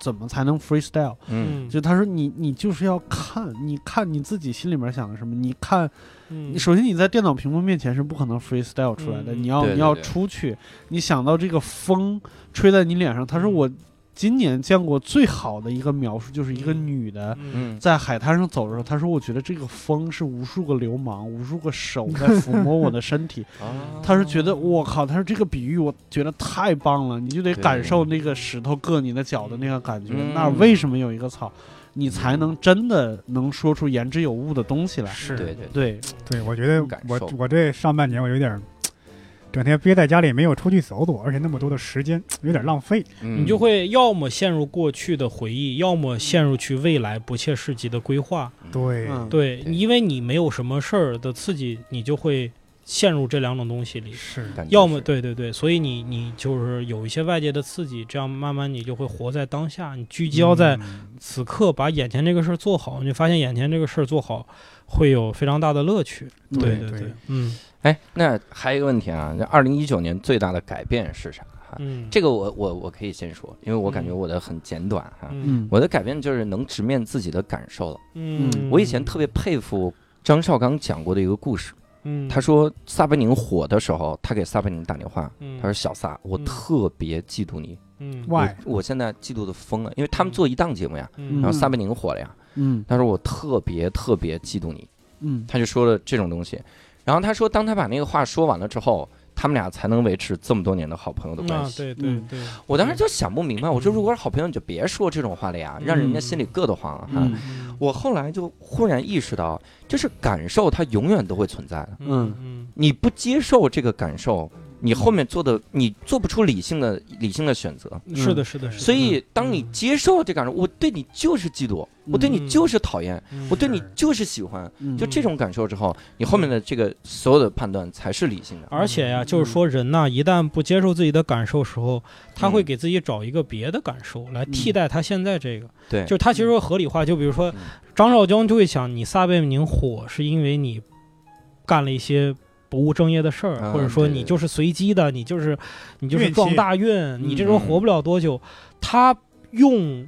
Speaker 3: 怎么才能 freestyle？
Speaker 5: 嗯
Speaker 3: 就他说你你就是要看，你看你自己心里面想的什么，你看，
Speaker 4: 嗯
Speaker 3: 首先你在电脑屏幕面前是不可能 freestyle 出来的，
Speaker 4: 嗯
Speaker 3: 你要
Speaker 5: 对对
Speaker 3: 你要
Speaker 5: 对
Speaker 3: 出去，你想到这个风吹在你脸上，他说
Speaker 4: 嗯
Speaker 3: 我今年见过最好的一个描述就是一个
Speaker 4: 嗯
Speaker 3: 女的。
Speaker 4: 嗯
Speaker 5: 嗯
Speaker 3: 在海滩上走的时候，他说：“我觉得这个风是无数个流氓，无数个手在抚摸我的身体。
Speaker 5: 啊”
Speaker 3: 他是觉得我靠，他说这个比喻我觉得太棒了，你就得
Speaker 5: 对
Speaker 3: 感受那个石头硌你的脚的那个感觉。
Speaker 5: 嗯
Speaker 3: 那儿为什么有一个草，你才能真的能说出言之有物的东西来？
Speaker 4: 是
Speaker 5: 对对
Speaker 3: 对，
Speaker 2: 对，我觉得
Speaker 5: 感
Speaker 2: 我
Speaker 5: 受
Speaker 2: 我这上半年我有点儿整天憋在家里，没有出去走走，而且那么多的时间有点浪费。
Speaker 5: 嗯
Speaker 4: 你就会要么陷入过去的回忆，要么陷入去未来不切实际的规划。
Speaker 2: 对，
Speaker 3: 嗯，
Speaker 4: 对，
Speaker 5: 对
Speaker 4: 因为你没有什么事儿的刺激，你就会陷入这两种东西里。
Speaker 2: 是
Speaker 5: 嗯感觉
Speaker 4: 要么
Speaker 5: 是
Speaker 4: 对对对，所以你你就是有一些外界的刺激，这样慢慢你就会活在当下，你聚焦在
Speaker 2: 嗯
Speaker 4: 此刻，把眼前这个事儿做好，你就发现眼前这个事儿做好会有非常大的乐趣。
Speaker 2: 对
Speaker 4: 对
Speaker 2: 对，
Speaker 4: 嗯
Speaker 5: 哎，那还有一个问题啊，那二零一九年最大的改变是啥？哈，
Speaker 4: 嗯，
Speaker 5: 啊这个我我我可以先说，因为我感觉我的很简短哈。
Speaker 4: 嗯
Speaker 3: 嗯，
Speaker 5: 我的改变就是能直面自己的感受了。
Speaker 4: 嗯，
Speaker 5: 我以前特别佩服张绍刚讲过的一个故事，
Speaker 4: 嗯，
Speaker 5: 他说撒贝宁火的时候，他给撒贝宁打电话，
Speaker 4: 嗯
Speaker 5: 他说小撒，我
Speaker 4: 嗯
Speaker 5: 特别嫉妒你，
Speaker 4: 嗯
Speaker 2: 哇 Why？
Speaker 5: 我我现在嫉妒的疯了，因为他们做一档节目呀，
Speaker 4: 嗯
Speaker 5: 然后
Speaker 3: 嗯
Speaker 5: 撒贝宁火了呀，
Speaker 3: 嗯
Speaker 5: 他说我特别特别嫉妒你，
Speaker 3: 嗯
Speaker 5: 他就说了这种东西。然后他说，当他把那个话说完了之后，他们俩才能维持这么多年的好朋友的关
Speaker 4: 啊
Speaker 5: 系。
Speaker 4: 对对
Speaker 3: 嗯
Speaker 4: 对，
Speaker 5: 我当时就想不明白，我说如果是好朋友，你就别说这种话了呀，让人家
Speaker 4: 嗯
Speaker 5: 心里硌得慌啊。
Speaker 3: 嗯
Speaker 4: 嗯
Speaker 5: 我后来就忽然意识到，就是感受它永远都会存在的。
Speaker 4: 嗯嗯
Speaker 5: 你不接受这个感受，你后面做的你做不出理性的理性的选择。
Speaker 4: 嗯，是的，是的，是的
Speaker 5: 所以，当你接受这感受，我对你就是嫉妒，我哦对你就是讨厌，
Speaker 4: 嗯
Speaker 5: 我对你就是喜欢，
Speaker 3: 嗯，
Speaker 5: 就这种感受之后，你后面的这个所有的判断才是理性的。
Speaker 4: 而且呀、
Speaker 5: 嗯
Speaker 4: 就是说人呐、一旦不接受自己的感受时候，他会
Speaker 5: 嗯
Speaker 4: 给自己找一个别的感受来替代他现在这个。
Speaker 5: 对
Speaker 4: 就是他其实说合理化，就比如说
Speaker 5: 嗯
Speaker 4: 张绍江就会想，你撒贝宁火是因为你干了一些。不务正业的事儿，
Speaker 5: 啊
Speaker 4: 或者说
Speaker 5: 对
Speaker 4: 你
Speaker 5: 对
Speaker 4: 就是随机的，你就是你就是
Speaker 2: 运气
Speaker 4: 撞大运，你这
Speaker 5: 嗯
Speaker 4: 时候活不了多久。他用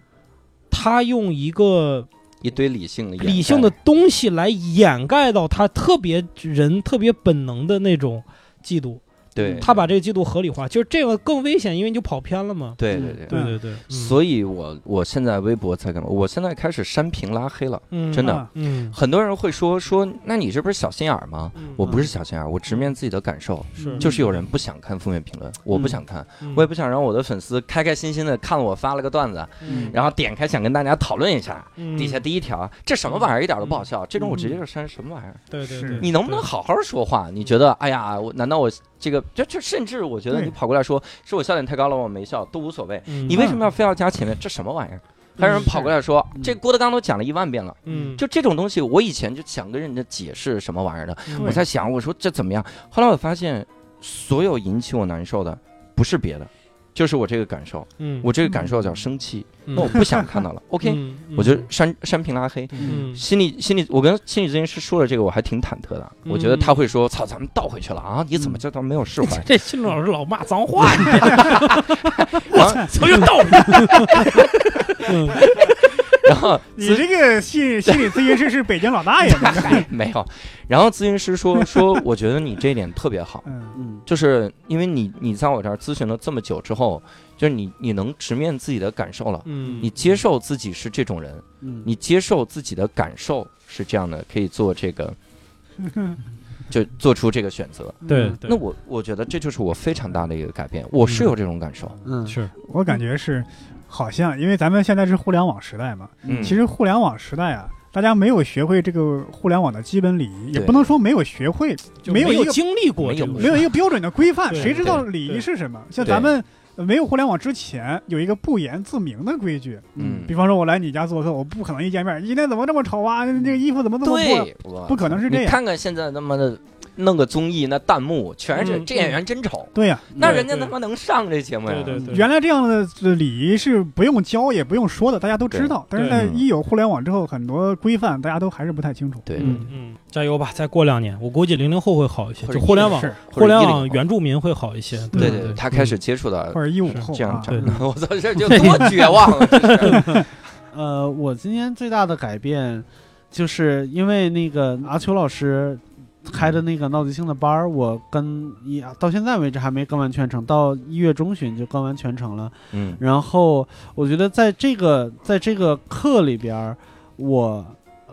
Speaker 4: 他用一个
Speaker 5: 一堆理性的掩盖
Speaker 4: 理性的东西来掩盖到他特别人特别本能的那种嫉妒，
Speaker 5: 对，
Speaker 4: 他把这个嫉妒合理化，就是这个更危险，因为你就跑偏了嘛。
Speaker 5: 对对对。
Speaker 4: 对对对，嗯
Speaker 5: 所以我我现在微博在干嘛？我现在开始删屏拉黑了。
Speaker 4: 嗯
Speaker 5: 真的
Speaker 2: 啊
Speaker 4: 嗯，
Speaker 5: 很多人会说说，那你这不是小心眼儿吗？
Speaker 4: 嗯
Speaker 5: 我不是小心眼儿，我直面自己的感受。
Speaker 4: 是
Speaker 5: 就是有人不想看负面评论，我不想看，
Speaker 4: 嗯
Speaker 5: 我也不想让我的粉丝开开心心的看了我发了个段子，
Speaker 4: 嗯
Speaker 5: 然后点开想跟大家讨论一下。
Speaker 4: 嗯
Speaker 5: 底下第一条，这什么玩意儿，一点都不好笑，这种我直接就删什么玩意儿。
Speaker 4: 对对对
Speaker 2: 是，
Speaker 5: 你能不能好好说话？你觉得，哎呀，我难道我这个这这，甚至我觉得
Speaker 2: 对
Speaker 5: 你跑过来说是我笑点太高了，我没笑都无所谓。
Speaker 4: 嗯
Speaker 5: 你为什么要非要加前面？这什么玩意儿？还有人跑过来说，
Speaker 3: 是嗯
Speaker 5: 这郭德纲都讲了一万遍了，
Speaker 4: 嗯
Speaker 5: 就这种东西，我以前就想跟人家解释什么玩意儿的，
Speaker 4: 嗯
Speaker 5: 我在想，我说这怎么样？后来我发现，所有引起我难受的不是别的，就是我这个感受，
Speaker 4: 嗯，
Speaker 5: 我这个感受叫生气，哦
Speaker 4: 嗯
Speaker 5: 那我不想看到
Speaker 4: [laughs]
Speaker 5: 了。OK，
Speaker 4: 嗯嗯
Speaker 5: 我就删删屏拉黑。
Speaker 4: 嗯
Speaker 5: 心理心理，我跟心理咨询师说了这个，我还挺忐忑的。
Speaker 4: 嗯
Speaker 5: 我觉得他会说：“操，咱们倒回去了啊！你怎么这倒没有释
Speaker 4: [laughs]
Speaker 5: 怀
Speaker 4: 这新老师老骂脏话，？”
Speaker 5: [laughs]
Speaker 4: [laughs]
Speaker 5: 然后，
Speaker 4: 我就逗
Speaker 5: [laughs]
Speaker 4: 嗯
Speaker 5: 然后
Speaker 2: 你这个心心理咨询师是北京老大爷吗？ [laughs]
Speaker 5: [laughs] 没有，然后咨询师说：“说我觉得你这一点特别好，
Speaker 2: 嗯，
Speaker 3: 嗯
Speaker 5: 就是因为你你在我这儿咨询了这么久之后，就是你你能直面自己的感受了，
Speaker 4: 嗯，
Speaker 5: 你接受自己是这种人，
Speaker 3: 嗯，
Speaker 5: 你接受自己的感受是这样的，可以做这个，就做出这个选择。
Speaker 4: 嗯对，对
Speaker 5: 那我我觉得这就是我非常大的一个改变，我是有这种感受。
Speaker 3: 嗯
Speaker 4: 是
Speaker 2: 我感觉是好像，因为咱们现在是互联网时代嘛，
Speaker 5: 嗯，
Speaker 2: 其实互联网时代啊。大家没有学会这个互联网的基本礼仪，也
Speaker 5: 对
Speaker 2: 不能说没有学会，
Speaker 4: 就
Speaker 2: 没有一个
Speaker 4: 经历过
Speaker 5: 没
Speaker 4: 这
Speaker 5: 有
Speaker 4: 个
Speaker 2: 没有一个标准的规范，
Speaker 4: 对
Speaker 2: 谁知道
Speaker 5: 对
Speaker 2: 礼仪
Speaker 4: 对
Speaker 2: 是什么？像
Speaker 5: 对
Speaker 2: 咱们呃没有互联网之前，有一个不言自明的规矩。
Speaker 5: 嗯
Speaker 2: 比，方说，我来你家做客，我不可能一见面，你今天怎么这么丑啊？你这个衣服怎么这么破？
Speaker 5: 嗯对，
Speaker 2: 不可能是这
Speaker 5: 你
Speaker 2: 样
Speaker 5: 看看现在他妈的弄个综艺，那弹幕全是
Speaker 4: 嗯
Speaker 5: 这演员真丑，
Speaker 2: 对呀、
Speaker 5: 那人家
Speaker 4: 对
Speaker 5: 他妈能上这节目呀？
Speaker 4: 对对对，
Speaker 2: 原来这样的礼仪是不用教也不用说的，大家都知道。但是在
Speaker 5: 嗯
Speaker 2: 一有互联网之后，很多规范大家都还是不太清楚。
Speaker 5: 对
Speaker 4: 嗯嗯，加油吧！再过两年，我估计零零后会好一些，
Speaker 5: 或者
Speaker 4: 就互联网
Speaker 2: 是，
Speaker 5: 或者
Speaker 4: 互联
Speaker 5: 10
Speaker 4: 网
Speaker 5: 后
Speaker 4: 原住民会好一些。
Speaker 3: 嗯
Speaker 5: 对
Speaker 4: 对
Speaker 5: 对，他开始接触到
Speaker 2: 或者一五后
Speaker 5: 这样
Speaker 2: 啊
Speaker 5: 这，
Speaker 4: 对
Speaker 5: 样，我操，这就多绝望啊！
Speaker 3: 呃，我今天最大的改变，就是因为那个阿秋老师开的那个闹剧性的班儿，我跟一到现在为止还没跟完全程，到一月中旬就跟完全程了。
Speaker 5: 嗯
Speaker 3: 然后我觉得在这个在这个课里边儿，我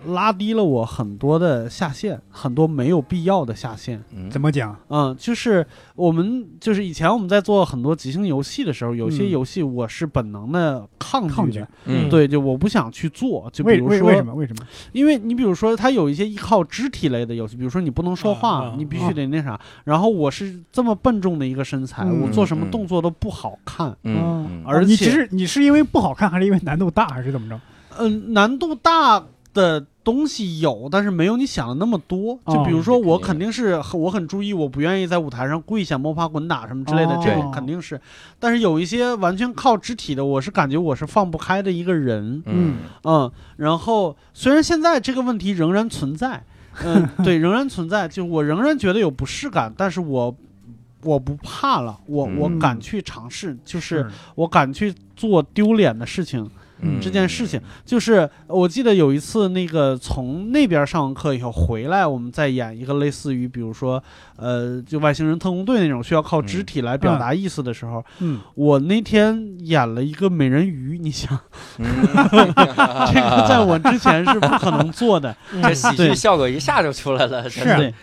Speaker 3: 拉低了我很多的下限，很多没有必要的下限。
Speaker 5: 嗯
Speaker 2: 怎么讲？
Speaker 3: 嗯，就是我们就是以前我们在做很多即兴游戏的时候，有些
Speaker 2: 嗯
Speaker 3: 游戏我是本能的抗
Speaker 2: 抗
Speaker 3: 拒
Speaker 2: 拒
Speaker 3: 的，
Speaker 5: 嗯，
Speaker 3: 对，就我不想去做。就比
Speaker 2: 为
Speaker 3: 如
Speaker 2: 为为什
Speaker 3: 说，
Speaker 2: 么？为什么？
Speaker 3: 因为你比如说，它有一些依靠肢体类的游戏，比如说你不能说
Speaker 4: 啊
Speaker 3: 话，
Speaker 4: 啊
Speaker 3: 你必须
Speaker 2: 啊
Speaker 3: 得那啥。然后我是这么笨重的一个身材，我
Speaker 2: 嗯
Speaker 3: 做什么
Speaker 5: 嗯
Speaker 3: 动作都不好看，
Speaker 5: 嗯，嗯
Speaker 3: 而且
Speaker 2: 哦你其实你是因为不好看，还是因为难度大，还是怎么着？
Speaker 3: 嗯，难度大的东西有，但是没有你想的那么多。就
Speaker 2: 哦
Speaker 3: 比如说，
Speaker 5: 这肯
Speaker 3: 我
Speaker 5: 定
Speaker 3: 肯定是很我很注意，我不愿意在舞台上跪下摸爬滚打什么之类的，
Speaker 2: 哦
Speaker 3: 这个肯定是。但是有一些完全靠肢体的，我是感觉我是放不开的一个人。
Speaker 5: 嗯
Speaker 3: 嗯，然后虽然现在这个问题仍然存在，嗯，对，仍然存在，就我仍然觉得有不适感，但是我。我不怕了，我我
Speaker 2: 嗯
Speaker 3: 敢去尝试，就是我敢去做丢脸的事情，
Speaker 5: 嗯
Speaker 3: 这件事情，就是我记得有一次，那个从那边上完课以后回来，我们再演一个类似于，比如说，呃，就外星人特工队那种需要靠肢体来表达意思的时候，
Speaker 2: 嗯，
Speaker 3: 我那天演了一个美人鱼，你想，
Speaker 5: 嗯
Speaker 3: [laughs] 这个在我之前是不可能做的，
Speaker 4: 嗯
Speaker 5: 这喜剧
Speaker 3: 对
Speaker 5: 效果一下就出来了，真
Speaker 2: 是
Speaker 5: 的
Speaker 2: 啊
Speaker 3: 对。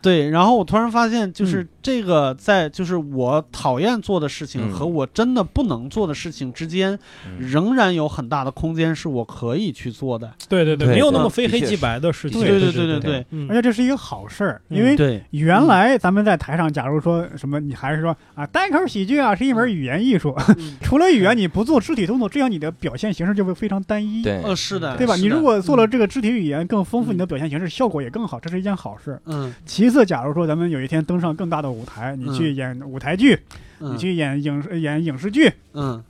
Speaker 3: 对，然后我突然发现，就是这个在就是我讨厌做的事
Speaker 5: 嗯
Speaker 3: 情和我真的不能做的事情之间，
Speaker 5: 嗯
Speaker 3: 仍然有很大的空间是我可以去做的。
Speaker 4: [laughs] 对对
Speaker 5: 对
Speaker 4: 对，没有那么
Speaker 5: 对
Speaker 4: 非黑即白的事情。嗯
Speaker 5: 的确
Speaker 3: 对
Speaker 5: 是
Speaker 3: 对
Speaker 5: 对
Speaker 3: 对
Speaker 5: 对嗯
Speaker 3: 对，
Speaker 2: 而且这是一个好事儿，因为
Speaker 3: 嗯对，嗯
Speaker 2: 原来咱们在台上，假如说什么，你还是说啊，单口喜剧啊是一
Speaker 3: 嗯
Speaker 2: 门语言艺术， [laughs] 除了语言，你不做肢体动作，这样你的表现形式就会非常单一，
Speaker 5: 对
Speaker 3: 呃，是的，
Speaker 2: 对吧？
Speaker 3: 是
Speaker 2: 你
Speaker 3: 的
Speaker 2: 如果做了这个肢体语言更丰富，
Speaker 3: 嗯
Speaker 2: 你的表现形式效果也更好，这是一件好事。
Speaker 3: 嗯，
Speaker 2: 其次，假如说咱们有一天登上更大的舞台，你去演舞台剧，
Speaker 3: 嗯
Speaker 2: 你去演影视演影视剧，
Speaker 3: 嗯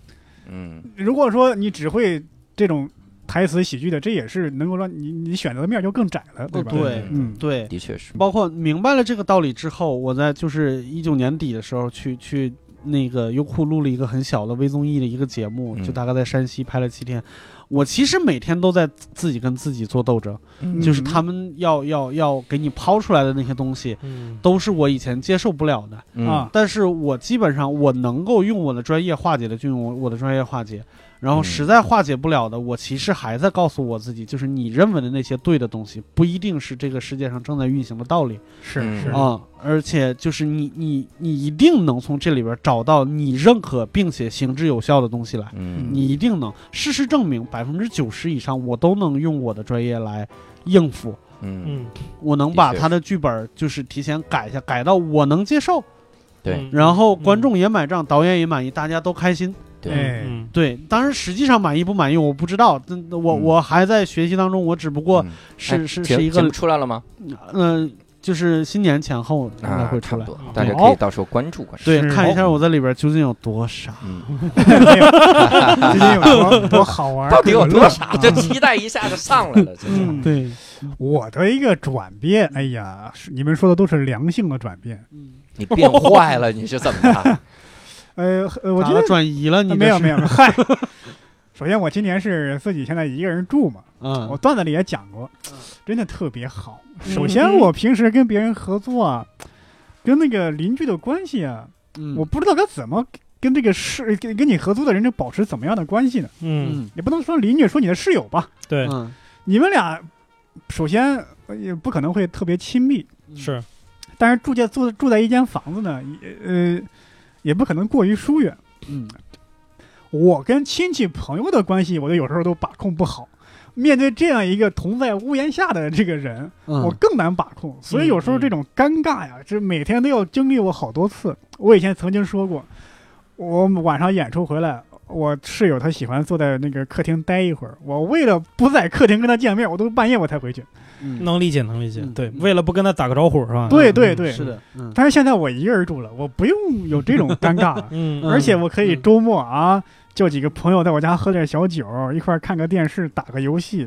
Speaker 5: 嗯
Speaker 2: 如果说你只会这种台词喜剧的，这也是能够让你你选择的面就更窄了，对吧？
Speaker 3: 哦对
Speaker 2: 嗯，
Speaker 3: 对，
Speaker 5: 的确是，
Speaker 3: 包括明白了这个道理之后，我在就是一九年底的时候去去那个优酷录了一个很小的微综艺的一个节目，
Speaker 5: 嗯
Speaker 3: 就大概在山西拍了七天。我其实每天都在自己跟自己做斗争，
Speaker 2: 嗯
Speaker 3: 就是他们要要要给你抛出来的那些东西，
Speaker 4: 嗯，
Speaker 3: 都是我以前接受不了的。
Speaker 2: 啊，
Speaker 3: 但是我基本上我能够用我的专业化解的，就用我我的专业化解。然后
Speaker 5: 嗯
Speaker 3: 实在化解不了的，我其实还在告诉我自己，就是你认为的那些对的东西，不一定是这个世界上正在运行的道理
Speaker 2: 是
Speaker 5: 嗯
Speaker 2: 是
Speaker 3: 啊、，而且就是你你你一定能从这里边找到你认可并且行之有效的东西来，
Speaker 5: 嗯
Speaker 3: 你一定能。事实证明，百分之九十以上我都能用我的专业来应付。
Speaker 5: 嗯，
Speaker 4: 嗯，
Speaker 3: 我能
Speaker 5: 的
Speaker 3: 把
Speaker 5: 确
Speaker 3: 他的剧本就是提前改一下，改到我能接
Speaker 5: 嗯
Speaker 3: 受，
Speaker 4: 嗯
Speaker 5: 对
Speaker 3: 然后观众也买账，导演也满意，大家都开心。
Speaker 5: 对，
Speaker 2: 哎，
Speaker 4: 嗯，
Speaker 3: 对，当然实际上满意不满意我不知道，但我
Speaker 5: 嗯
Speaker 3: 我还在学习当中，我只不过
Speaker 5: 嗯
Speaker 3: 是
Speaker 5: 哎
Speaker 3: 是
Speaker 5: 节
Speaker 3: 是一
Speaker 5: 节目
Speaker 3: 个
Speaker 5: 出来了吗？
Speaker 3: 嗯。就是新年前后应该
Speaker 5: 啊
Speaker 3: 会，
Speaker 5: 差
Speaker 3: 出
Speaker 5: 不哦多
Speaker 4: 啊，
Speaker 3: 来。
Speaker 5: 大家可以到时候关注关注。
Speaker 3: 对
Speaker 2: 是，哦
Speaker 3: 看一下我在里边究竟有多傻。
Speaker 5: 嗯，
Speaker 2: [laughs] 最近有
Speaker 3: [laughs] 嗯
Speaker 2: 多多好玩儿，
Speaker 5: 到底有
Speaker 2: 各种
Speaker 5: 多 [laughs]
Speaker 2: 乐
Speaker 5: 傻？
Speaker 2: 啊
Speaker 5: 这期待一下就上
Speaker 4: [laughs]
Speaker 5: 来了，这就
Speaker 2: 嗯
Speaker 3: 对，
Speaker 2: 我的一个转变，哎呀，是你们说的都是良性的转变。
Speaker 5: 你变坏了，你是怎么了？
Speaker 2: 呃，呃我
Speaker 3: 咋
Speaker 2: 觉
Speaker 3: 了
Speaker 2: 得
Speaker 3: 转移了你
Speaker 2: 呃
Speaker 3: 这
Speaker 2: 没有
Speaker 3: 是 [laughs]
Speaker 2: 没有，没有嗨。首先，我今年是自己现在一个人住嘛，我
Speaker 3: 嗯
Speaker 2: 段子里也讲过，
Speaker 5: 嗯
Speaker 2: 真的特别好。首先，
Speaker 3: 嗯
Speaker 2: 我平时跟别人合作啊，跟那个邻居的关系啊，
Speaker 3: 嗯
Speaker 2: 我不知道该怎么跟这个室跟跟你合租的人就保持怎么样的关系呢？
Speaker 4: 嗯，
Speaker 3: 嗯
Speaker 2: 也不能说邻居，说你的室友吧，
Speaker 4: 对，
Speaker 3: 嗯
Speaker 2: 你们俩首先呃也不可能会特别亲密，
Speaker 5: 嗯
Speaker 4: 是，
Speaker 2: 但是住在住住在一间房子呢，也呃也不可能过于疏远。
Speaker 3: 嗯
Speaker 2: 我跟亲戚朋友的关系，我就有时候都把控不好。面对这样一个同在屋檐下的这个人，我
Speaker 3: 嗯
Speaker 2: 更难把控。所以有
Speaker 4: 嗯
Speaker 2: 时候这种尴尬呀，这每天都要经历我好多次。我以前曾经说过，我晚上演出回来，我室友他喜欢坐在那个客厅待一会儿。我为了不在客厅跟他见面，我都半夜我才回去。
Speaker 3: 嗯
Speaker 4: 能理解能理解。
Speaker 3: 嗯
Speaker 4: 对，
Speaker 3: 嗯
Speaker 4: 为了不跟他打个招呼嗯是吧？
Speaker 2: 对对对，
Speaker 3: 是。的，嗯
Speaker 2: 但是现在我一个人住了，我不用有这种尴尬了。
Speaker 4: [laughs] 嗯，
Speaker 2: 而且我可以
Speaker 4: 嗯
Speaker 2: 周末啊，叫几个朋友在我家喝点小酒，一块儿看个电视，打个游戏。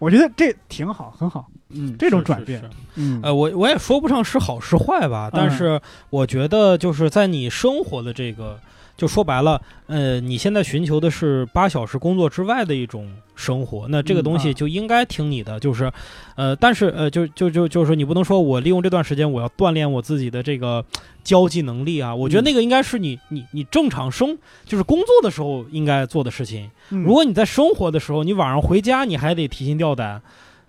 Speaker 2: 我觉得这挺好，很好，
Speaker 3: 嗯
Speaker 2: 这种
Speaker 4: 是
Speaker 2: 转
Speaker 4: 是
Speaker 2: 变
Speaker 4: 是，
Speaker 2: 嗯
Speaker 4: 呃，我我也说不上是好是坏吧，但是我觉得就是在你生活的这个，就说白了，呃，你现在寻求的是八小时工作之外的一种生活，那这个
Speaker 2: 嗯
Speaker 4: 东
Speaker 2: 啊
Speaker 4: 西就应该听你的，就是，呃，但是呃，就就就就是说你不能说我利用这段时间我要锻炼我自己的这个交际能力啊，我觉得
Speaker 3: 嗯
Speaker 4: 那个应该是你你你正常生就是工作的时候应该做的事情，
Speaker 2: 嗯
Speaker 4: 如果你在生活的时候，你晚上回家你还得提心吊胆，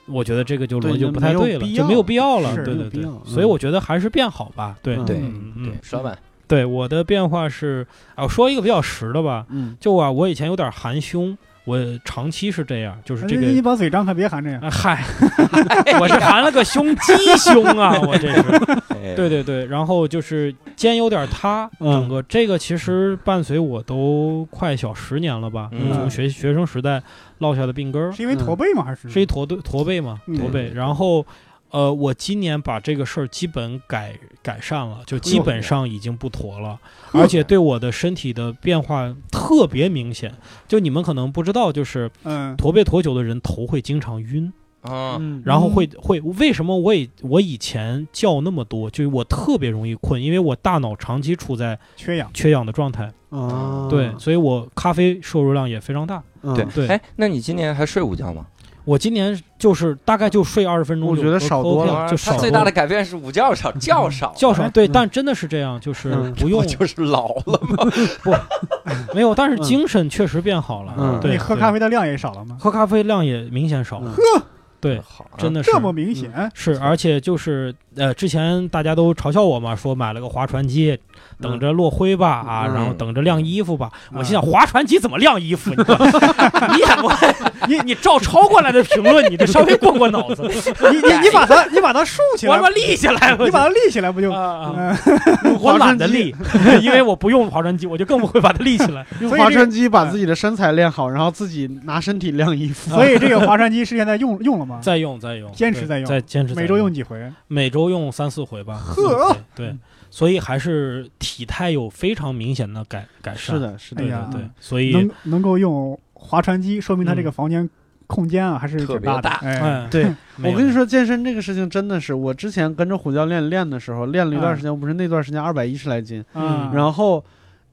Speaker 4: 我觉得这个就
Speaker 3: 对
Speaker 4: 逻辑
Speaker 3: 就
Speaker 4: 不太
Speaker 3: 没有
Speaker 4: 对了，
Speaker 3: 必
Speaker 4: 就
Speaker 3: 要
Speaker 4: 没有必要了。
Speaker 2: 是
Speaker 4: 对
Speaker 3: 没
Speaker 4: 对
Speaker 3: 有必
Speaker 4: 对
Speaker 3: 要，
Speaker 4: 所以我觉得还是变好吧。 [laughs] 对
Speaker 3: 嗯
Speaker 5: 对
Speaker 4: 嗯嗯
Speaker 5: 对，说吧，
Speaker 4: 对，我的变化是啊，我说一个比较实的吧，
Speaker 3: 嗯
Speaker 4: 就啊，我以前有点含胸，我长期是这样，就是这
Speaker 2: 你
Speaker 3: 哎
Speaker 2: 你
Speaker 4: 个。
Speaker 2: 把嘴张开，别含这样。
Speaker 4: 啊 [laughs] 嗨，我是含了个胸，鸡胸啊，我这是。
Speaker 5: 哎
Speaker 4: 对，对对，然后就是肩有点塌，
Speaker 3: 嗯
Speaker 4: 整个这个其实伴随我都快小十年了吧，
Speaker 5: 嗯
Speaker 4: 从学学生时代落下的病根儿。
Speaker 2: 是因为驼背吗？还是
Speaker 4: 是一驼队驼背嘛，
Speaker 2: 嗯
Speaker 4: 驼背。然后，呃，我今年把这个事儿基本改改善了，就基本上已经不驼了，而且对我的身体的变化特别明显。就你们可能不知道，就是
Speaker 2: 嗯
Speaker 4: 驼背驼久的人头会经常晕，
Speaker 5: 嗯，
Speaker 3: 嗯
Speaker 4: 然后会会为什么我以我以前觉那么多，就是我特别容易困，因为我大脑长期处在
Speaker 2: 缺氧？
Speaker 4: 缺氧的状态，
Speaker 3: 啊
Speaker 4: 对，所以我咖啡摄入量也非常大。
Speaker 3: 嗯
Speaker 5: 嗯对
Speaker 4: 对
Speaker 5: 哎，那你今年还睡午觉吗？
Speaker 4: 我今年就是大概就睡二十分钟就，
Speaker 3: 我觉得少多
Speaker 4: OK
Speaker 3: 了
Speaker 4: 了，嗯就少
Speaker 5: 他最
Speaker 4: 多
Speaker 5: 大
Speaker 4: 了
Speaker 5: 的改变是午觉少，觉少，
Speaker 4: 较少，对，
Speaker 3: 嗯
Speaker 4: 但真的是这样，就
Speaker 5: [laughs]
Speaker 4: 是
Speaker 3: 嗯
Speaker 4: 不用
Speaker 5: 我就是老了嘛。 [laughs]
Speaker 4: 没有，但是
Speaker 3: 嗯
Speaker 4: 精神确实变好了。
Speaker 3: 嗯
Speaker 4: 对，
Speaker 5: 哎
Speaker 2: 你喝
Speaker 4: 对
Speaker 2: 咖啡的量也少了吗？
Speaker 4: 喝咖啡量也明显少了
Speaker 3: 嗯，
Speaker 4: 对，
Speaker 5: 好啊，
Speaker 4: 真的是嗯
Speaker 2: 这么明显？
Speaker 4: 是，而且就是呃，之前大家都嘲笑我嘛，说买了个划船机，等着落灰吧啊，
Speaker 5: 嗯
Speaker 4: 然后等着晾衣服吧。
Speaker 2: 嗯
Speaker 4: 我心想，划船机怎么晾衣服？ [laughs] 你你也不你你照抄过来的评论，你这稍微过过脑 [laughs] 子，
Speaker 5: [laughs]
Speaker 2: 你你
Speaker 5: 哎
Speaker 2: 你把它你把它竖起
Speaker 4: 我
Speaker 2: 来
Speaker 4: 他妈，立起来，我
Speaker 2: 你
Speaker 4: 就
Speaker 2: 把它立起来不就？
Speaker 4: 啊啊
Speaker 2: 嗯，
Speaker 4: 我懒得立， [laughs] 因为我不用划船机，我就更不会把它立起来。
Speaker 3: 用
Speaker 2: 所以
Speaker 3: 划
Speaker 2: 这
Speaker 3: 船机把自己的身材练好，然后自己拿身体晾衣服。
Speaker 2: 所以这个划船机是现在用用了吗？
Speaker 4: [laughs] 再用，再用，
Speaker 2: 坚持
Speaker 4: 对
Speaker 2: 再用
Speaker 4: 再坚持再，
Speaker 2: 每周用几回？
Speaker 4: 每周用三四回吧。嗯
Speaker 2: 呵
Speaker 4: 对，对，所以还是体态有非常明显的改改善。
Speaker 3: [laughs] 是，的，是
Speaker 2: 哎
Speaker 4: 对
Speaker 3: 的，
Speaker 2: 呀
Speaker 4: 对对，所以
Speaker 2: 能能够用划船机，说明他这个
Speaker 4: 嗯
Speaker 2: 房间空间啊还是
Speaker 5: 特
Speaker 2: 挺
Speaker 5: 别
Speaker 2: 的。
Speaker 5: 大
Speaker 2: 哎，
Speaker 4: 哎，
Speaker 3: 对
Speaker 4: 没有
Speaker 3: 嗯 [laughs] 我跟你，说，健身这个事情真的是，我之前跟着虎教练练的时候，练了一段时间，我不是那段时间二百一十来斤，
Speaker 2: 嗯，
Speaker 3: 然后，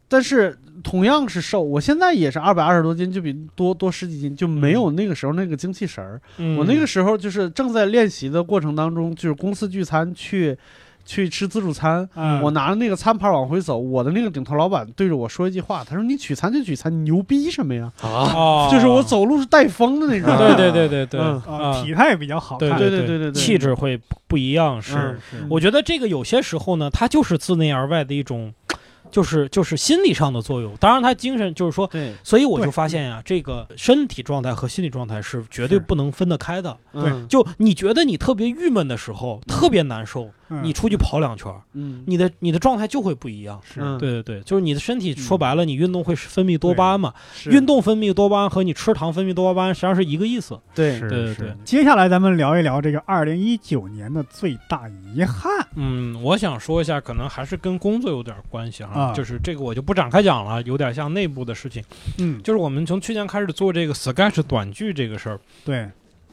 Speaker 3: 但是同样是瘦，我现在也是二百二十多斤，就比多多十几斤，就没有那个时候那个精气神儿。
Speaker 4: 嗯
Speaker 3: 我那个时候就是正在练习的过程当中，就是公司聚餐去，去吃自助餐，
Speaker 2: 嗯
Speaker 3: 我拿着那个餐盘往回走，我的那个顶头老板对着我说一句话，他说：“你取餐就取餐，你牛逼什么呀？”
Speaker 5: 啊，
Speaker 4: 哦，
Speaker 3: 就是我，走路是带风的那种。
Speaker 4: 对对对对对，
Speaker 3: 嗯
Speaker 2: 啊
Speaker 4: 啊
Speaker 2: 体态比较好看。
Speaker 4: 对
Speaker 3: 对
Speaker 4: 对
Speaker 3: 对对对对
Speaker 4: 气质会不不一样。是，
Speaker 3: 嗯
Speaker 2: 是
Speaker 4: 我觉得这个有些时候呢，它就是自内而外的一种，就是就是心理上的作用。当然，它精神就是说。
Speaker 3: 对，
Speaker 4: 所以我
Speaker 2: 对
Speaker 4: 就发现呀、这个身体状态和心理状态是绝对
Speaker 2: 是
Speaker 4: 不能分得开的。
Speaker 3: 嗯
Speaker 4: 就你觉得你特别郁闷的时候，特别难受，
Speaker 2: 嗯
Speaker 4: 你出去跑两圈儿，
Speaker 3: 嗯，
Speaker 4: 你的你的状态就会不一样。
Speaker 2: 是
Speaker 3: 嗯
Speaker 4: 对对对，就是你的身体说白了，你运动会分泌多巴胺嘛，
Speaker 3: 是
Speaker 4: 运动分泌多巴胺和你吃糖分泌多巴胺实际上是一个意思。
Speaker 3: 对
Speaker 2: 是
Speaker 4: 对对
Speaker 2: 是
Speaker 4: 对
Speaker 2: 接下来咱们聊一聊这个二零一九年的最大遗憾。
Speaker 4: 嗯，我想说一下，可能还是跟工作有点关系哈，
Speaker 2: 啊
Speaker 4: 就是这个我就不展开讲了，有点像内部的事情。
Speaker 2: 嗯，
Speaker 4: 就是我们从去年开始做这个 Sketch 短剧这个事儿，
Speaker 2: 对，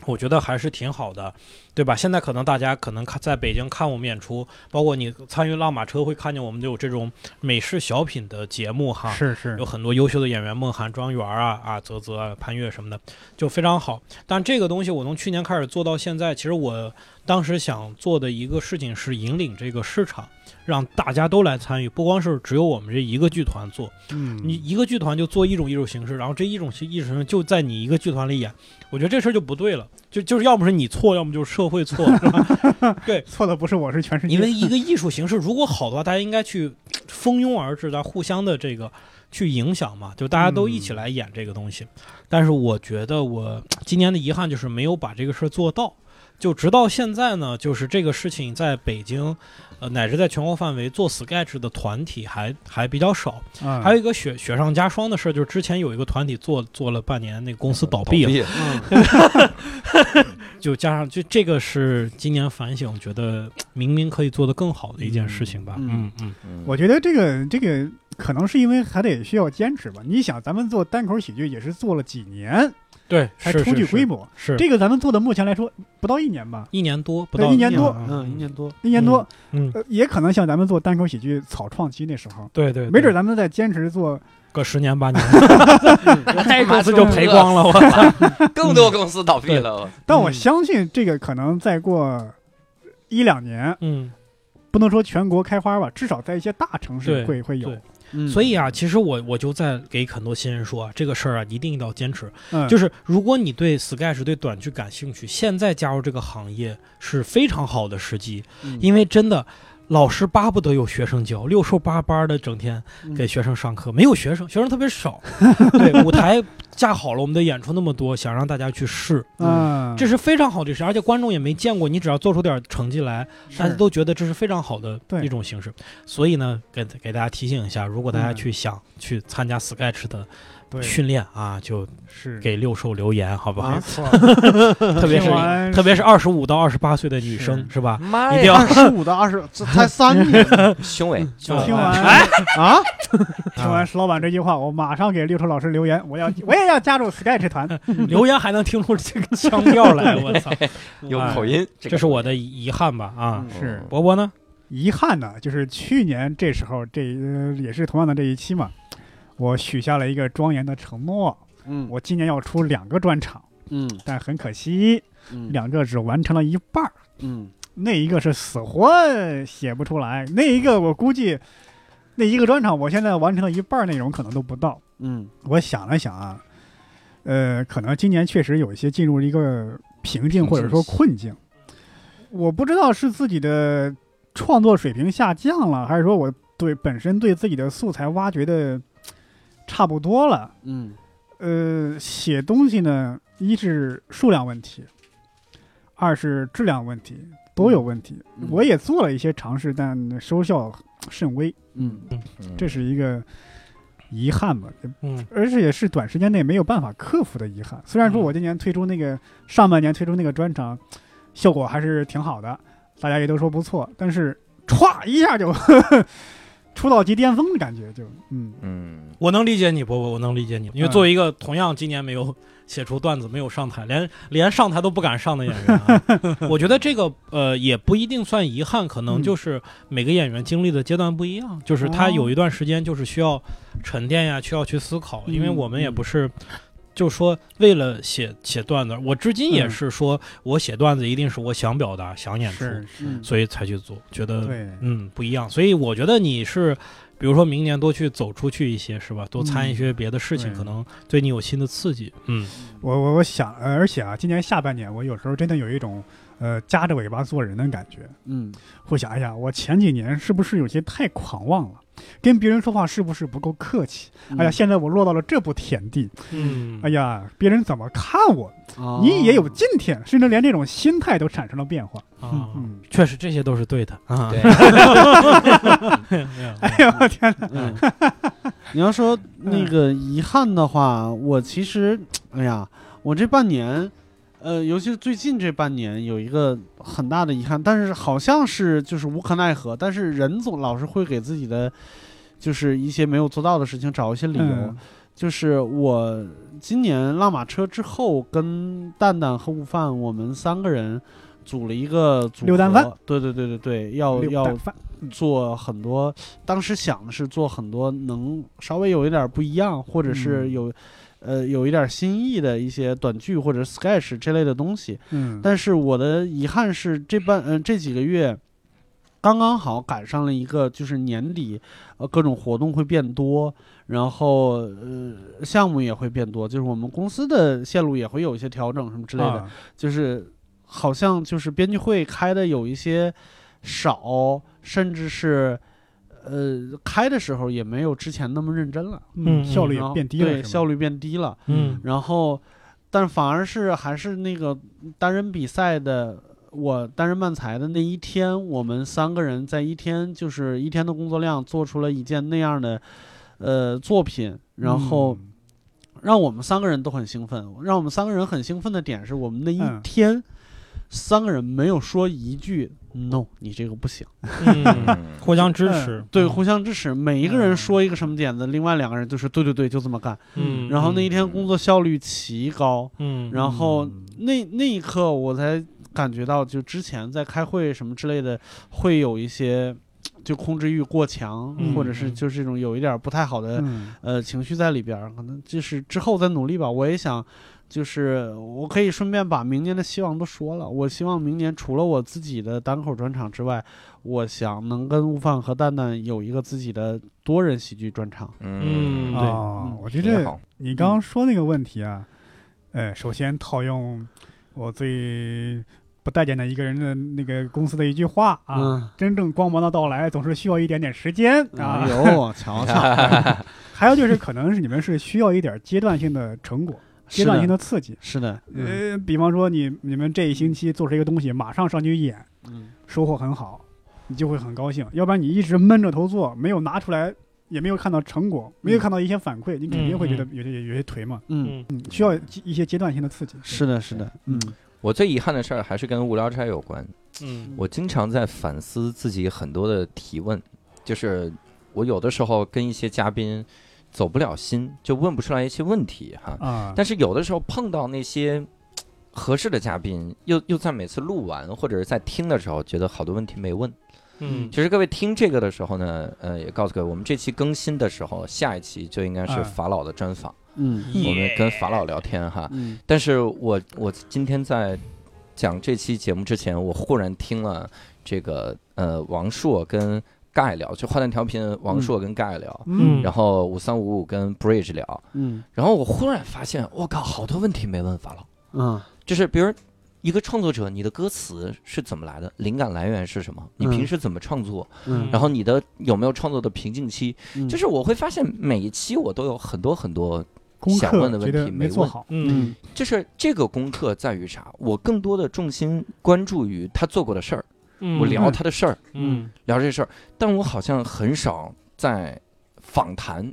Speaker 4: 我觉得还是挺好的，对吧？现在可能大家可能看在北京看我们演出，包括你参与拉马车会看见我们有这种美式小品的节目哈，
Speaker 2: 是是
Speaker 4: 有，很多优秀的演员，孟涵、庄园啊啊、泽泽、啊、潘越什么的，就非常好。但这个东西我从去年开始做到现在，其实我当时想做的一个事情是引领这个市场，让大家都来参与，不光是只有我们这一个剧团做，
Speaker 2: 嗯，
Speaker 4: 你一个剧团就做一种艺术形式，然后这一种形艺术形式就在你一个剧团里演，我觉得这事儿就不对了，就就是要么是你错，要么就是社会错， [laughs] 是吧？
Speaker 2: 错的不是我，是全世界。
Speaker 4: [laughs] 因为一个艺术形式如果好的话，大家应该去蜂拥而至，大家互相的这个去影响嘛，就大家都一起来演这个东西。但是我觉得我今年的遗憾就是没有把这个事儿做到。就直到现在呢，就是这个事情在北京，呃，乃至在全国范围做 sketch 的团体还还比较少。
Speaker 2: 嗯
Speaker 4: 还有一个雪雪上加霜的事儿，就是之前有一个团体做做了半年，那个公司嗯倒闭了，
Speaker 5: 了，
Speaker 4: 就加上就这个是今年反省，我觉得明明可以做得更好的一件事情吧。
Speaker 3: 嗯
Speaker 4: 嗯嗯，
Speaker 5: 嗯
Speaker 2: 我觉得这个这个可能是因为还得需要坚持吧。你想，咱们做单口喜剧也是做了几年
Speaker 4: 对，
Speaker 2: 才
Speaker 4: 是
Speaker 2: 初具
Speaker 4: 是
Speaker 2: 规模，
Speaker 4: 是是
Speaker 2: 这个咱们做的目前来说不到一年吧，
Speaker 4: 一年多不
Speaker 2: 对
Speaker 4: 到
Speaker 2: 一年多
Speaker 4: 啊
Speaker 3: 嗯，一年多，
Speaker 2: 一年多，
Speaker 4: 嗯，
Speaker 2: 呃，也可能像咱们做单口喜剧草创期那时候，
Speaker 4: 对对，对
Speaker 2: 没准咱们再坚持做，
Speaker 4: 个十年 [laughs] 八年，嗯
Speaker 5: 我太
Speaker 4: 公司就赔光了，我
Speaker 5: 了，更多公司倒闭了。
Speaker 2: 但我
Speaker 4: 嗯
Speaker 2: 相信这个可能再过一两年，
Speaker 4: [laughs] 嗯。
Speaker 2: 不能说全国开花吧，至少在一些大城市
Speaker 4: 对
Speaker 2: 会会有
Speaker 4: 对。
Speaker 3: 嗯
Speaker 4: 所以啊，其实我我就在给很多新人说啊，这个事儿啊，一定要坚持。
Speaker 2: 嗯，
Speaker 4: 就是是如果你对 Sketch 对短剧感兴趣，现在加入这个行业是非常好的时机，
Speaker 3: 嗯
Speaker 4: 因为真的。老师巴不得有学生教，六兽巴巴的整天
Speaker 2: 嗯
Speaker 4: 给学生上课，没有学生，学生特别少。 [laughs] 对，舞台架好了，我们的演出那么多，想让大家去试，
Speaker 2: 嗯，
Speaker 4: 这是非常好的事，而且观众也没见过，你只要做出点成绩来，
Speaker 2: 是
Speaker 4: 大家都觉得这是非常好的
Speaker 2: 对
Speaker 4: 一种形式。所以呢，给给大家提醒一下，如果大家
Speaker 2: 嗯
Speaker 4: 去想去参加 Sketch 的
Speaker 2: 对
Speaker 4: 训练啊，就是给六兽留言，好不好？
Speaker 3: 啊
Speaker 2: 没错，
Speaker 4: 特别是
Speaker 2: 听完哎
Speaker 4: 特别是二十五到二十八岁的女生是吧？
Speaker 5: 妈
Speaker 4: 一定
Speaker 5: 呀，
Speaker 4: 要
Speaker 3: 二十五到二十，这才三年
Speaker 5: 胸伟，
Speaker 4: 听
Speaker 2: 听完
Speaker 4: 哎
Speaker 2: [laughs]
Speaker 3: 啊！
Speaker 2: 哎听完石老板这句话，我马上给六头老师留言，我要我也要加入 Sketch 团。
Speaker 4: 留言还能听出这个腔调来，我
Speaker 2: [laughs]
Speaker 4: 操！
Speaker 5: 有口音，
Speaker 4: 嗯哎
Speaker 5: 哦
Speaker 4: 这是我的遗憾吧啊！
Speaker 3: 嗯
Speaker 2: 是
Speaker 4: 博博呢？
Speaker 2: 遗憾呢，就是去年这时候这、呃也是同样的这一期嘛，我许下了一个庄严的承诺，
Speaker 3: 嗯
Speaker 2: 我今年要出两个专场，
Speaker 3: 嗯
Speaker 2: 但很可惜，
Speaker 3: 嗯
Speaker 2: 两个只完成了一半儿。
Speaker 3: 嗯
Speaker 2: 那一个是死活写不出来，那一个我估计，那一个专场我现在完成了一半儿内容可能都不到。
Speaker 3: 嗯
Speaker 2: 我想了想啊，呃，可能今年确实有一些进入了一个瓶颈或者说困境。我不知道是自己的创作水平下降了，还是说我对本身对自己的素材挖掘的差不多了。
Speaker 3: 嗯
Speaker 2: 呃，写东西呢，一是数量问题，二是质量问题，都有问题。
Speaker 3: 嗯
Speaker 2: 我也做了一些尝试，但收效甚微，
Speaker 3: 嗯
Speaker 2: 这是一个遗憾吧，
Speaker 4: 嗯
Speaker 2: 而且也是短时间内没有办法克服的遗憾。虽然说
Speaker 4: 嗯
Speaker 2: 我今年推出那个上半年推出那个专场，效果还是挺好的，大家也都说不错，但是歘一下就 [laughs] 出道即巅峰的感觉，就嗯
Speaker 4: [laughs]
Speaker 5: 嗯，
Speaker 4: 我能理解你，博博，我能理解你，因为
Speaker 2: 嗯
Speaker 4: 作为一个同样今年没有写出段子、没有上台， [laughs] 连连上台都不敢上的演员、
Speaker 2: [laughs]
Speaker 4: 啊，我觉得这个呃也不一定算遗憾，可能
Speaker 2: 嗯
Speaker 4: 就是每个演员经历的阶段不一样，就是他
Speaker 2: 哦
Speaker 4: 有一段时间就是需要沉淀呀，需要去思考，因为
Speaker 3: 嗯
Speaker 4: 我们也
Speaker 3: 嗯
Speaker 4: 不是。就说为了写写段子，我至今也
Speaker 2: 嗯
Speaker 4: 是说，我写段子一定是我想表达、想演出，
Speaker 2: 是
Speaker 3: 嗯，
Speaker 4: 所以才去做，觉得
Speaker 2: 对。
Speaker 4: 嗯，不一样。所以我觉得你是，比如说明年多去走出去一些，是吧？多参与一些别的事情，
Speaker 2: 对
Speaker 4: 可能对你有新的刺激。嗯
Speaker 2: 我我我想，呃，而且啊，今年下半年我有时候真的有一种，呃，夹着尾巴做人的感觉，
Speaker 3: 嗯
Speaker 2: 会想，哎呀，我前几年是不是有些太狂妄了？跟别人说话是不是不够客气？哎
Speaker 3: 嗯
Speaker 2: 呀，现在我落到了这步田地，
Speaker 4: 嗯，
Speaker 2: 哎呀，别人怎么看我？
Speaker 3: 啊
Speaker 2: 你也有今天，甚至连这种心态都产生了变化。
Speaker 4: 啊，
Speaker 2: 嗯，
Speaker 4: 确实这些都是对的啊。
Speaker 5: 对，
Speaker 4: [laughs]
Speaker 2: 哎呀，我天哪！
Speaker 3: 嗯，你要说那个遗憾的话，我其实，哎呀，我这半年，呃，尤其是最近这半年，有一个很大的遗憾，但是好像是就是无可奈何，但是人总老是会给自己的就是一些没有做到的事情找一些理由。
Speaker 2: 嗯
Speaker 3: 就是我今年拉马车之后，跟蛋蛋和悟饭，我们三个人组了一个组合。
Speaker 2: 六蛋饭
Speaker 3: 对对对对对，要
Speaker 2: 六
Speaker 3: 要
Speaker 2: 蛋饭
Speaker 3: 做很多，当时想的是做很多能稍微有一点不一样，或者是
Speaker 2: 嗯
Speaker 3: 有，呃，有一点新意的一些短剧或者 sketch 这类的东西。
Speaker 2: 嗯，
Speaker 3: 但是我的遗憾是，这半嗯、这几个月，刚刚好赶上了一个就是年底，呃，各种活动会变多，然后呃项目也会变多，就是我们公司的线路也会有一些调整什么之类的。
Speaker 2: 啊
Speaker 3: 就是好像就是编剧会开的有一些少，甚至是呃开的时候也没有之前那么认真了，
Speaker 4: 嗯
Speaker 2: 嗯，效率
Speaker 3: 然后
Speaker 2: 也变低了，
Speaker 3: 对，效率变低了。
Speaker 4: 嗯
Speaker 3: 然后，但反而是还是那个单人比赛的，我单人漫才的那一天，我们三个人在一天就是一天的工作量做出了一件那样的呃作品，然
Speaker 2: 嗯
Speaker 3: 后。让我们三个人都很兴奋。让我们三个人很兴奋的点是我们那一
Speaker 2: 嗯
Speaker 3: 天，三个人没有说一句 “no”，你这个不行。嗯
Speaker 4: 嗯，互相支持，
Speaker 3: 对，互相支持，每一个人
Speaker 2: 嗯
Speaker 3: 说一个什么点子，另外两个人就说“对对对，就这么干”。
Speaker 4: 嗯，
Speaker 3: 然后那一天工作效率奇高，
Speaker 4: 嗯，
Speaker 3: 然后
Speaker 2: 嗯
Speaker 3: 那那一刻我才感觉到，就之前在开会什么之类的，会有一些就控制欲过强，
Speaker 4: 嗯
Speaker 3: 或者是
Speaker 4: 嗯
Speaker 3: 就是这种有一点不太好的
Speaker 2: 嗯
Speaker 3: 呃情绪在里边儿，可能就是之后再努力吧。我也想，就是我可以顺便把明年的希望都说了。我希望明年除了我自己的单口专场之外，我想能跟悟饭和蛋蛋有一个自己的多人喜剧专场。
Speaker 1: 嗯，
Speaker 4: 对
Speaker 2: 哦，我觉
Speaker 1: 挺
Speaker 2: 得
Speaker 1: 好，
Speaker 2: 你刚刚说那个问题啊，呃，首先套用我最不待见的一个人的那个公司的一句话啊，
Speaker 3: 嗯
Speaker 2: 真正光芒的到来总是需要一点点时间啊。
Speaker 3: 哎 [laughs] 呦，瞧瞧，
Speaker 2: 还有就是，可能是你们是需要一点阶段性的成果，阶
Speaker 3: 是
Speaker 2: 段性
Speaker 3: 的，
Speaker 2: 的刺激。
Speaker 3: 是的，嗯
Speaker 2: 呃，比方说你你们这一星期做出一个东西，马上上去演，
Speaker 3: 嗯
Speaker 2: 收获很好，你就会很高兴。要不然你一直闷着头做，没有拿出来，也没有看到成果，没有看到一些反馈，你肯定会觉得有些有些颓嘛。
Speaker 3: 嗯，
Speaker 4: 嗯
Speaker 2: 嗯，需要一些阶段性的刺激。
Speaker 3: 是的，是的，嗯
Speaker 1: 我最遗憾的事儿还是跟无聊斋有关。
Speaker 4: 嗯
Speaker 1: 我经常在反思自己很多的提问，就是我有的时候跟一些嘉宾走不了心，就问不出来一些问题哈。
Speaker 2: 啊，
Speaker 1: 但是有的时候碰到那些合适的嘉宾，又又在每次录完或者是在听的时候，觉得好多问题没问。
Speaker 4: 嗯
Speaker 1: 其实各位听这个的时候呢，呃，也告诉各位，我们这期更新的时候，下一期就应该是
Speaker 2: 嗯
Speaker 1: 法老的专访，
Speaker 3: 嗯
Speaker 1: 我们跟法老聊天哈。
Speaker 3: 嗯
Speaker 1: 但是我我今天在讲这期节目之前，我忽然听了这个呃王朔跟盖聊，就花旦调频王朔跟盖聊，
Speaker 4: 嗯
Speaker 1: 然后五三五五跟 Bridge 聊，
Speaker 3: 嗯
Speaker 1: 然后我忽然发现，我靠，好多问题没问法老，
Speaker 3: 嗯
Speaker 1: 就是比如。一个创作者，你的歌词是怎么来的？灵感来源是什么？你
Speaker 3: 嗯
Speaker 1: 平时怎么创作？
Speaker 3: 嗯，
Speaker 1: 然后你的有没有创作的瓶颈期？
Speaker 3: 嗯
Speaker 1: 就是我会发现每一期我都有很多很多，
Speaker 2: 功
Speaker 1: 想
Speaker 2: 课
Speaker 1: 问的
Speaker 2: 觉
Speaker 1: 问
Speaker 2: 得
Speaker 1: 题
Speaker 2: 没
Speaker 1: 没
Speaker 2: 做
Speaker 1: 问
Speaker 2: 好。
Speaker 4: 嗯
Speaker 3: 嗯
Speaker 1: 就是这个功课在于啥？我更多的重心关注于他做过的事儿，
Speaker 4: 嗯，
Speaker 1: 我聊他的事儿，
Speaker 4: 嗯
Speaker 1: 聊这事儿，但我好像很少在访谈，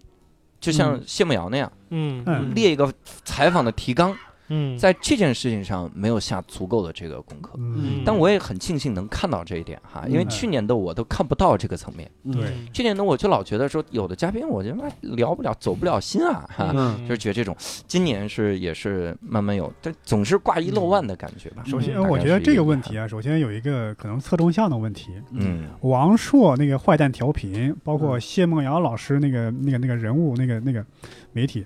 Speaker 1: 就像谢梦瑶那样、
Speaker 4: 嗯
Speaker 1: 列一个采访的提纲，
Speaker 4: 嗯
Speaker 1: 在这件事情上没有下足够的这个功课。
Speaker 2: 嗯
Speaker 1: 但我也很庆幸能看到这一点哈，因为
Speaker 2: 嗯
Speaker 1: 去年的我都看不到这个层面。
Speaker 3: 嗯
Speaker 2: 对
Speaker 1: 去年的我就老觉得说，有的嘉宾我觉得妈聊不了，走不了心啊，哈、
Speaker 3: 嗯
Speaker 1: 就是觉得这种，今年是也是慢慢有，但总是挂一漏万的感觉吧。
Speaker 2: 嗯首先，
Speaker 1: 嗯大概
Speaker 2: 我觉得
Speaker 1: 是一
Speaker 2: 这个
Speaker 1: 遗
Speaker 2: 问
Speaker 1: 憾
Speaker 2: 题，啊，首先有一个可能侧重项的问题。
Speaker 1: 嗯
Speaker 2: 王朔那个坏蛋调频，包
Speaker 3: 嗯
Speaker 2: 括谢梦瑶老师那个、那个、那个人物、那个、那个媒体，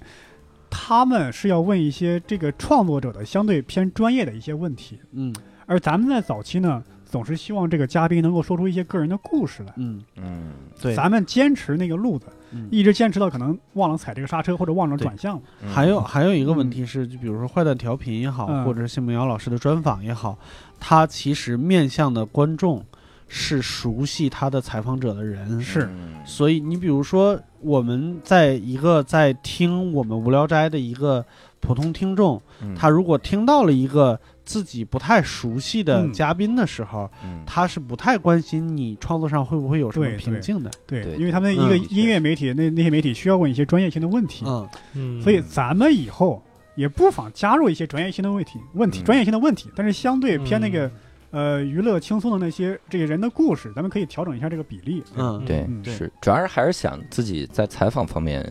Speaker 2: 他们是要问一些这个创作者的相对偏专业的一些问题，
Speaker 3: 嗯
Speaker 2: 而咱们在早期呢，总是希望这个嘉宾能够说出一些个人的故事来。
Speaker 3: 嗯，
Speaker 1: 嗯，
Speaker 3: 对，
Speaker 2: 咱们坚持那个路子，
Speaker 3: 嗯
Speaker 2: 一直坚持到可能忘了踩这个刹车或者忘了
Speaker 3: 对
Speaker 2: 转向了。
Speaker 1: 嗯
Speaker 3: 还有还有一个问题是，就比如说坏蛋调频也好，
Speaker 2: 嗯
Speaker 3: 或者是谢梦瑶老师的专访也好，他其实面向的观众是熟悉他的采访者的人。
Speaker 2: 是
Speaker 5: 嗯
Speaker 3: 所以你比如说，我们在一个在听我们无聊斋的一个普通听众，
Speaker 5: 嗯
Speaker 3: 他如果听到了一个自己不太熟悉的
Speaker 2: 嗯
Speaker 3: 嘉宾的时候，
Speaker 5: 嗯
Speaker 3: 他是不太关心你创作上会不会有什么
Speaker 2: 对
Speaker 3: 瓶
Speaker 2: 对
Speaker 3: 颈的。
Speaker 2: 对
Speaker 5: 对，
Speaker 2: 因为他们一个
Speaker 3: 嗯
Speaker 2: 音乐媒体，那那些媒体需要问一些专业性的问题，
Speaker 3: 嗯，
Speaker 4: 嗯，
Speaker 2: 所以咱们以后也不妨加入一些专业性的问题，问题
Speaker 5: 嗯
Speaker 2: 专业性的问题，但是相对偏那个
Speaker 4: 嗯
Speaker 2: 呃娱乐轻松的那些这些人的故事，咱们可以调整一下这个比例。
Speaker 3: 嗯
Speaker 5: 对
Speaker 2: 嗯，对
Speaker 5: 是主要是还是想自己在采访方面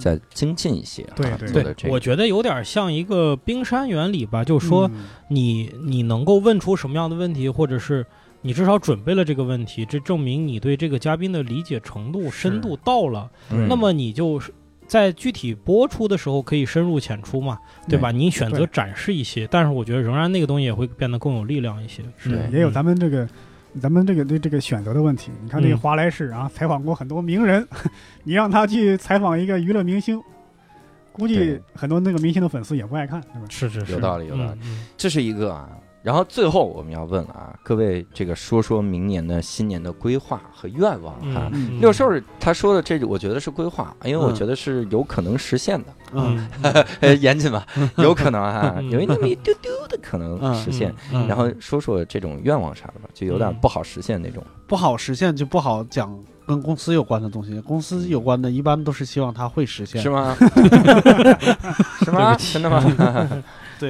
Speaker 5: 再精进一些
Speaker 1: 啊
Speaker 5: 哈。
Speaker 2: 对对
Speaker 5: 做的
Speaker 4: 对，
Speaker 5: 这个
Speaker 4: 我觉得有点像一个冰山原理吧，就说
Speaker 2: 嗯
Speaker 4: 你你能够问出什么样的问题，或者是你至少准备了这个问题，这证明你对这个嘉宾的理解程度、深度到了。
Speaker 5: 嗯
Speaker 4: 那么你就是在具体播出的时候可以深入浅出嘛，对吧？你选择
Speaker 2: 对
Speaker 4: 展示一些，但是我觉得仍然那个东西也会变得更有力量一些。嗯
Speaker 2: 是
Speaker 5: 对
Speaker 2: 也有咱们这个。咱们这个对这个选择的问题，你看这个
Speaker 4: 嗯
Speaker 2: 华莱士啊，采访过很多名人， [laughs] 你让他去采访一个娱乐明星，估计
Speaker 5: 对
Speaker 2: 很多那个明星的粉丝也不爱看，对吧？
Speaker 4: 是是
Speaker 5: 有道理有道理，
Speaker 4: 嗯
Speaker 5: 这是一个啊。然后最后我们要问了啊，各位这个说说明年的新年的规划和愿望啊
Speaker 4: 嗯
Speaker 5: 哈。
Speaker 4: 嗯
Speaker 5: 六兽他说的这，我觉得是规划，因为我
Speaker 3: 嗯
Speaker 5: 觉得是有可能实现的，
Speaker 3: 嗯
Speaker 4: 嗯
Speaker 5: 呃，严谨
Speaker 4: [laughs]
Speaker 5: 吧，有可能啊，
Speaker 4: 嗯
Speaker 5: 有那么一丢丢的可能
Speaker 3: 嗯
Speaker 5: 实现。
Speaker 4: 嗯
Speaker 5: 然后说说这种愿望啥的吧，就有点
Speaker 4: 嗯
Speaker 5: 不好实现那种。
Speaker 3: 不好实现就不好讲跟公司有关的东西，公司有关的一般都是希望他会实
Speaker 4: 嗯
Speaker 3: 现
Speaker 5: 是。
Speaker 4: [laughs]
Speaker 5: 吗？是吗？真的吗？？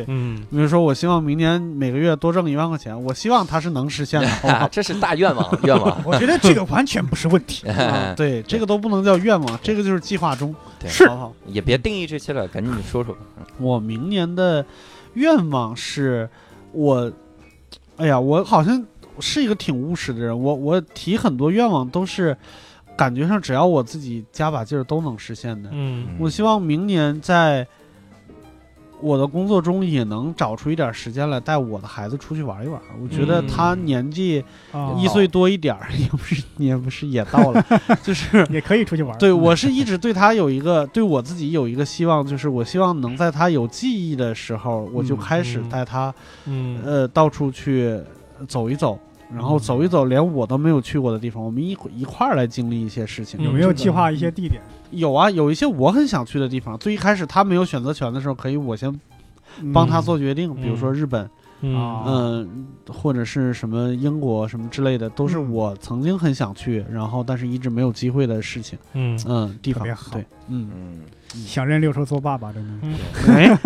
Speaker 4: 嗯
Speaker 3: 比如说，我希望明年每个月多挣一万块钱，我希望他是能实现的，哦好不好
Speaker 4: 嗯
Speaker 5: [laughs] 这是大愿
Speaker 4: [laughs]
Speaker 5: 望，愿望。
Speaker 2: [laughs] 我觉得这个完全不是问
Speaker 5: [laughs]
Speaker 2: 题。
Speaker 4: 嗯
Speaker 3: 啊对，这个都不能叫愿望，这个就是计划中，
Speaker 5: 对
Speaker 2: 是
Speaker 3: 好不好？
Speaker 5: 也别定义这些了，赶紧说说吧。
Speaker 3: 我明年的愿望是，我，哎呀，我好像是一个挺务实的人，我我提很多愿望都是感觉上只要我自己加把劲儿都能实现的。
Speaker 4: 嗯
Speaker 3: 我希望明年在我的工作中也能找出一点时间来带我的孩子出去玩一玩。我觉得他年纪
Speaker 2: 啊
Speaker 3: 一岁多一点儿，也不是也不是也到了，就是
Speaker 2: 也可以出去玩儿。
Speaker 3: 对我是一直对他有一个对我自己有一个希望，就是我希望能在他有记忆的时候，我就开始带他
Speaker 4: 嗯
Speaker 3: 呃到处去走一走。然后走一走，连我都没有去过的地方，我们一一块儿来经历一些事情。
Speaker 2: 有没有
Speaker 4: 嗯
Speaker 2: 计划一些地点？
Speaker 3: 有啊，有一些我很想去的地方。最一开始他没有选择权的时候，可以我先帮他做决定，
Speaker 4: 嗯
Speaker 3: 比如说日本，
Speaker 4: 嗯
Speaker 2: 啊
Speaker 3: 嗯、或者是什么英国什么之类的，都是
Speaker 2: 嗯
Speaker 3: 我曾经很想去，然后但是一直没有机会的事情。
Speaker 4: 嗯
Speaker 3: 嗯，地方
Speaker 2: 特别好
Speaker 3: 对，嗯，
Speaker 5: 嗯，
Speaker 2: 想认六叔做爸爸，真的。
Speaker 3: 哎，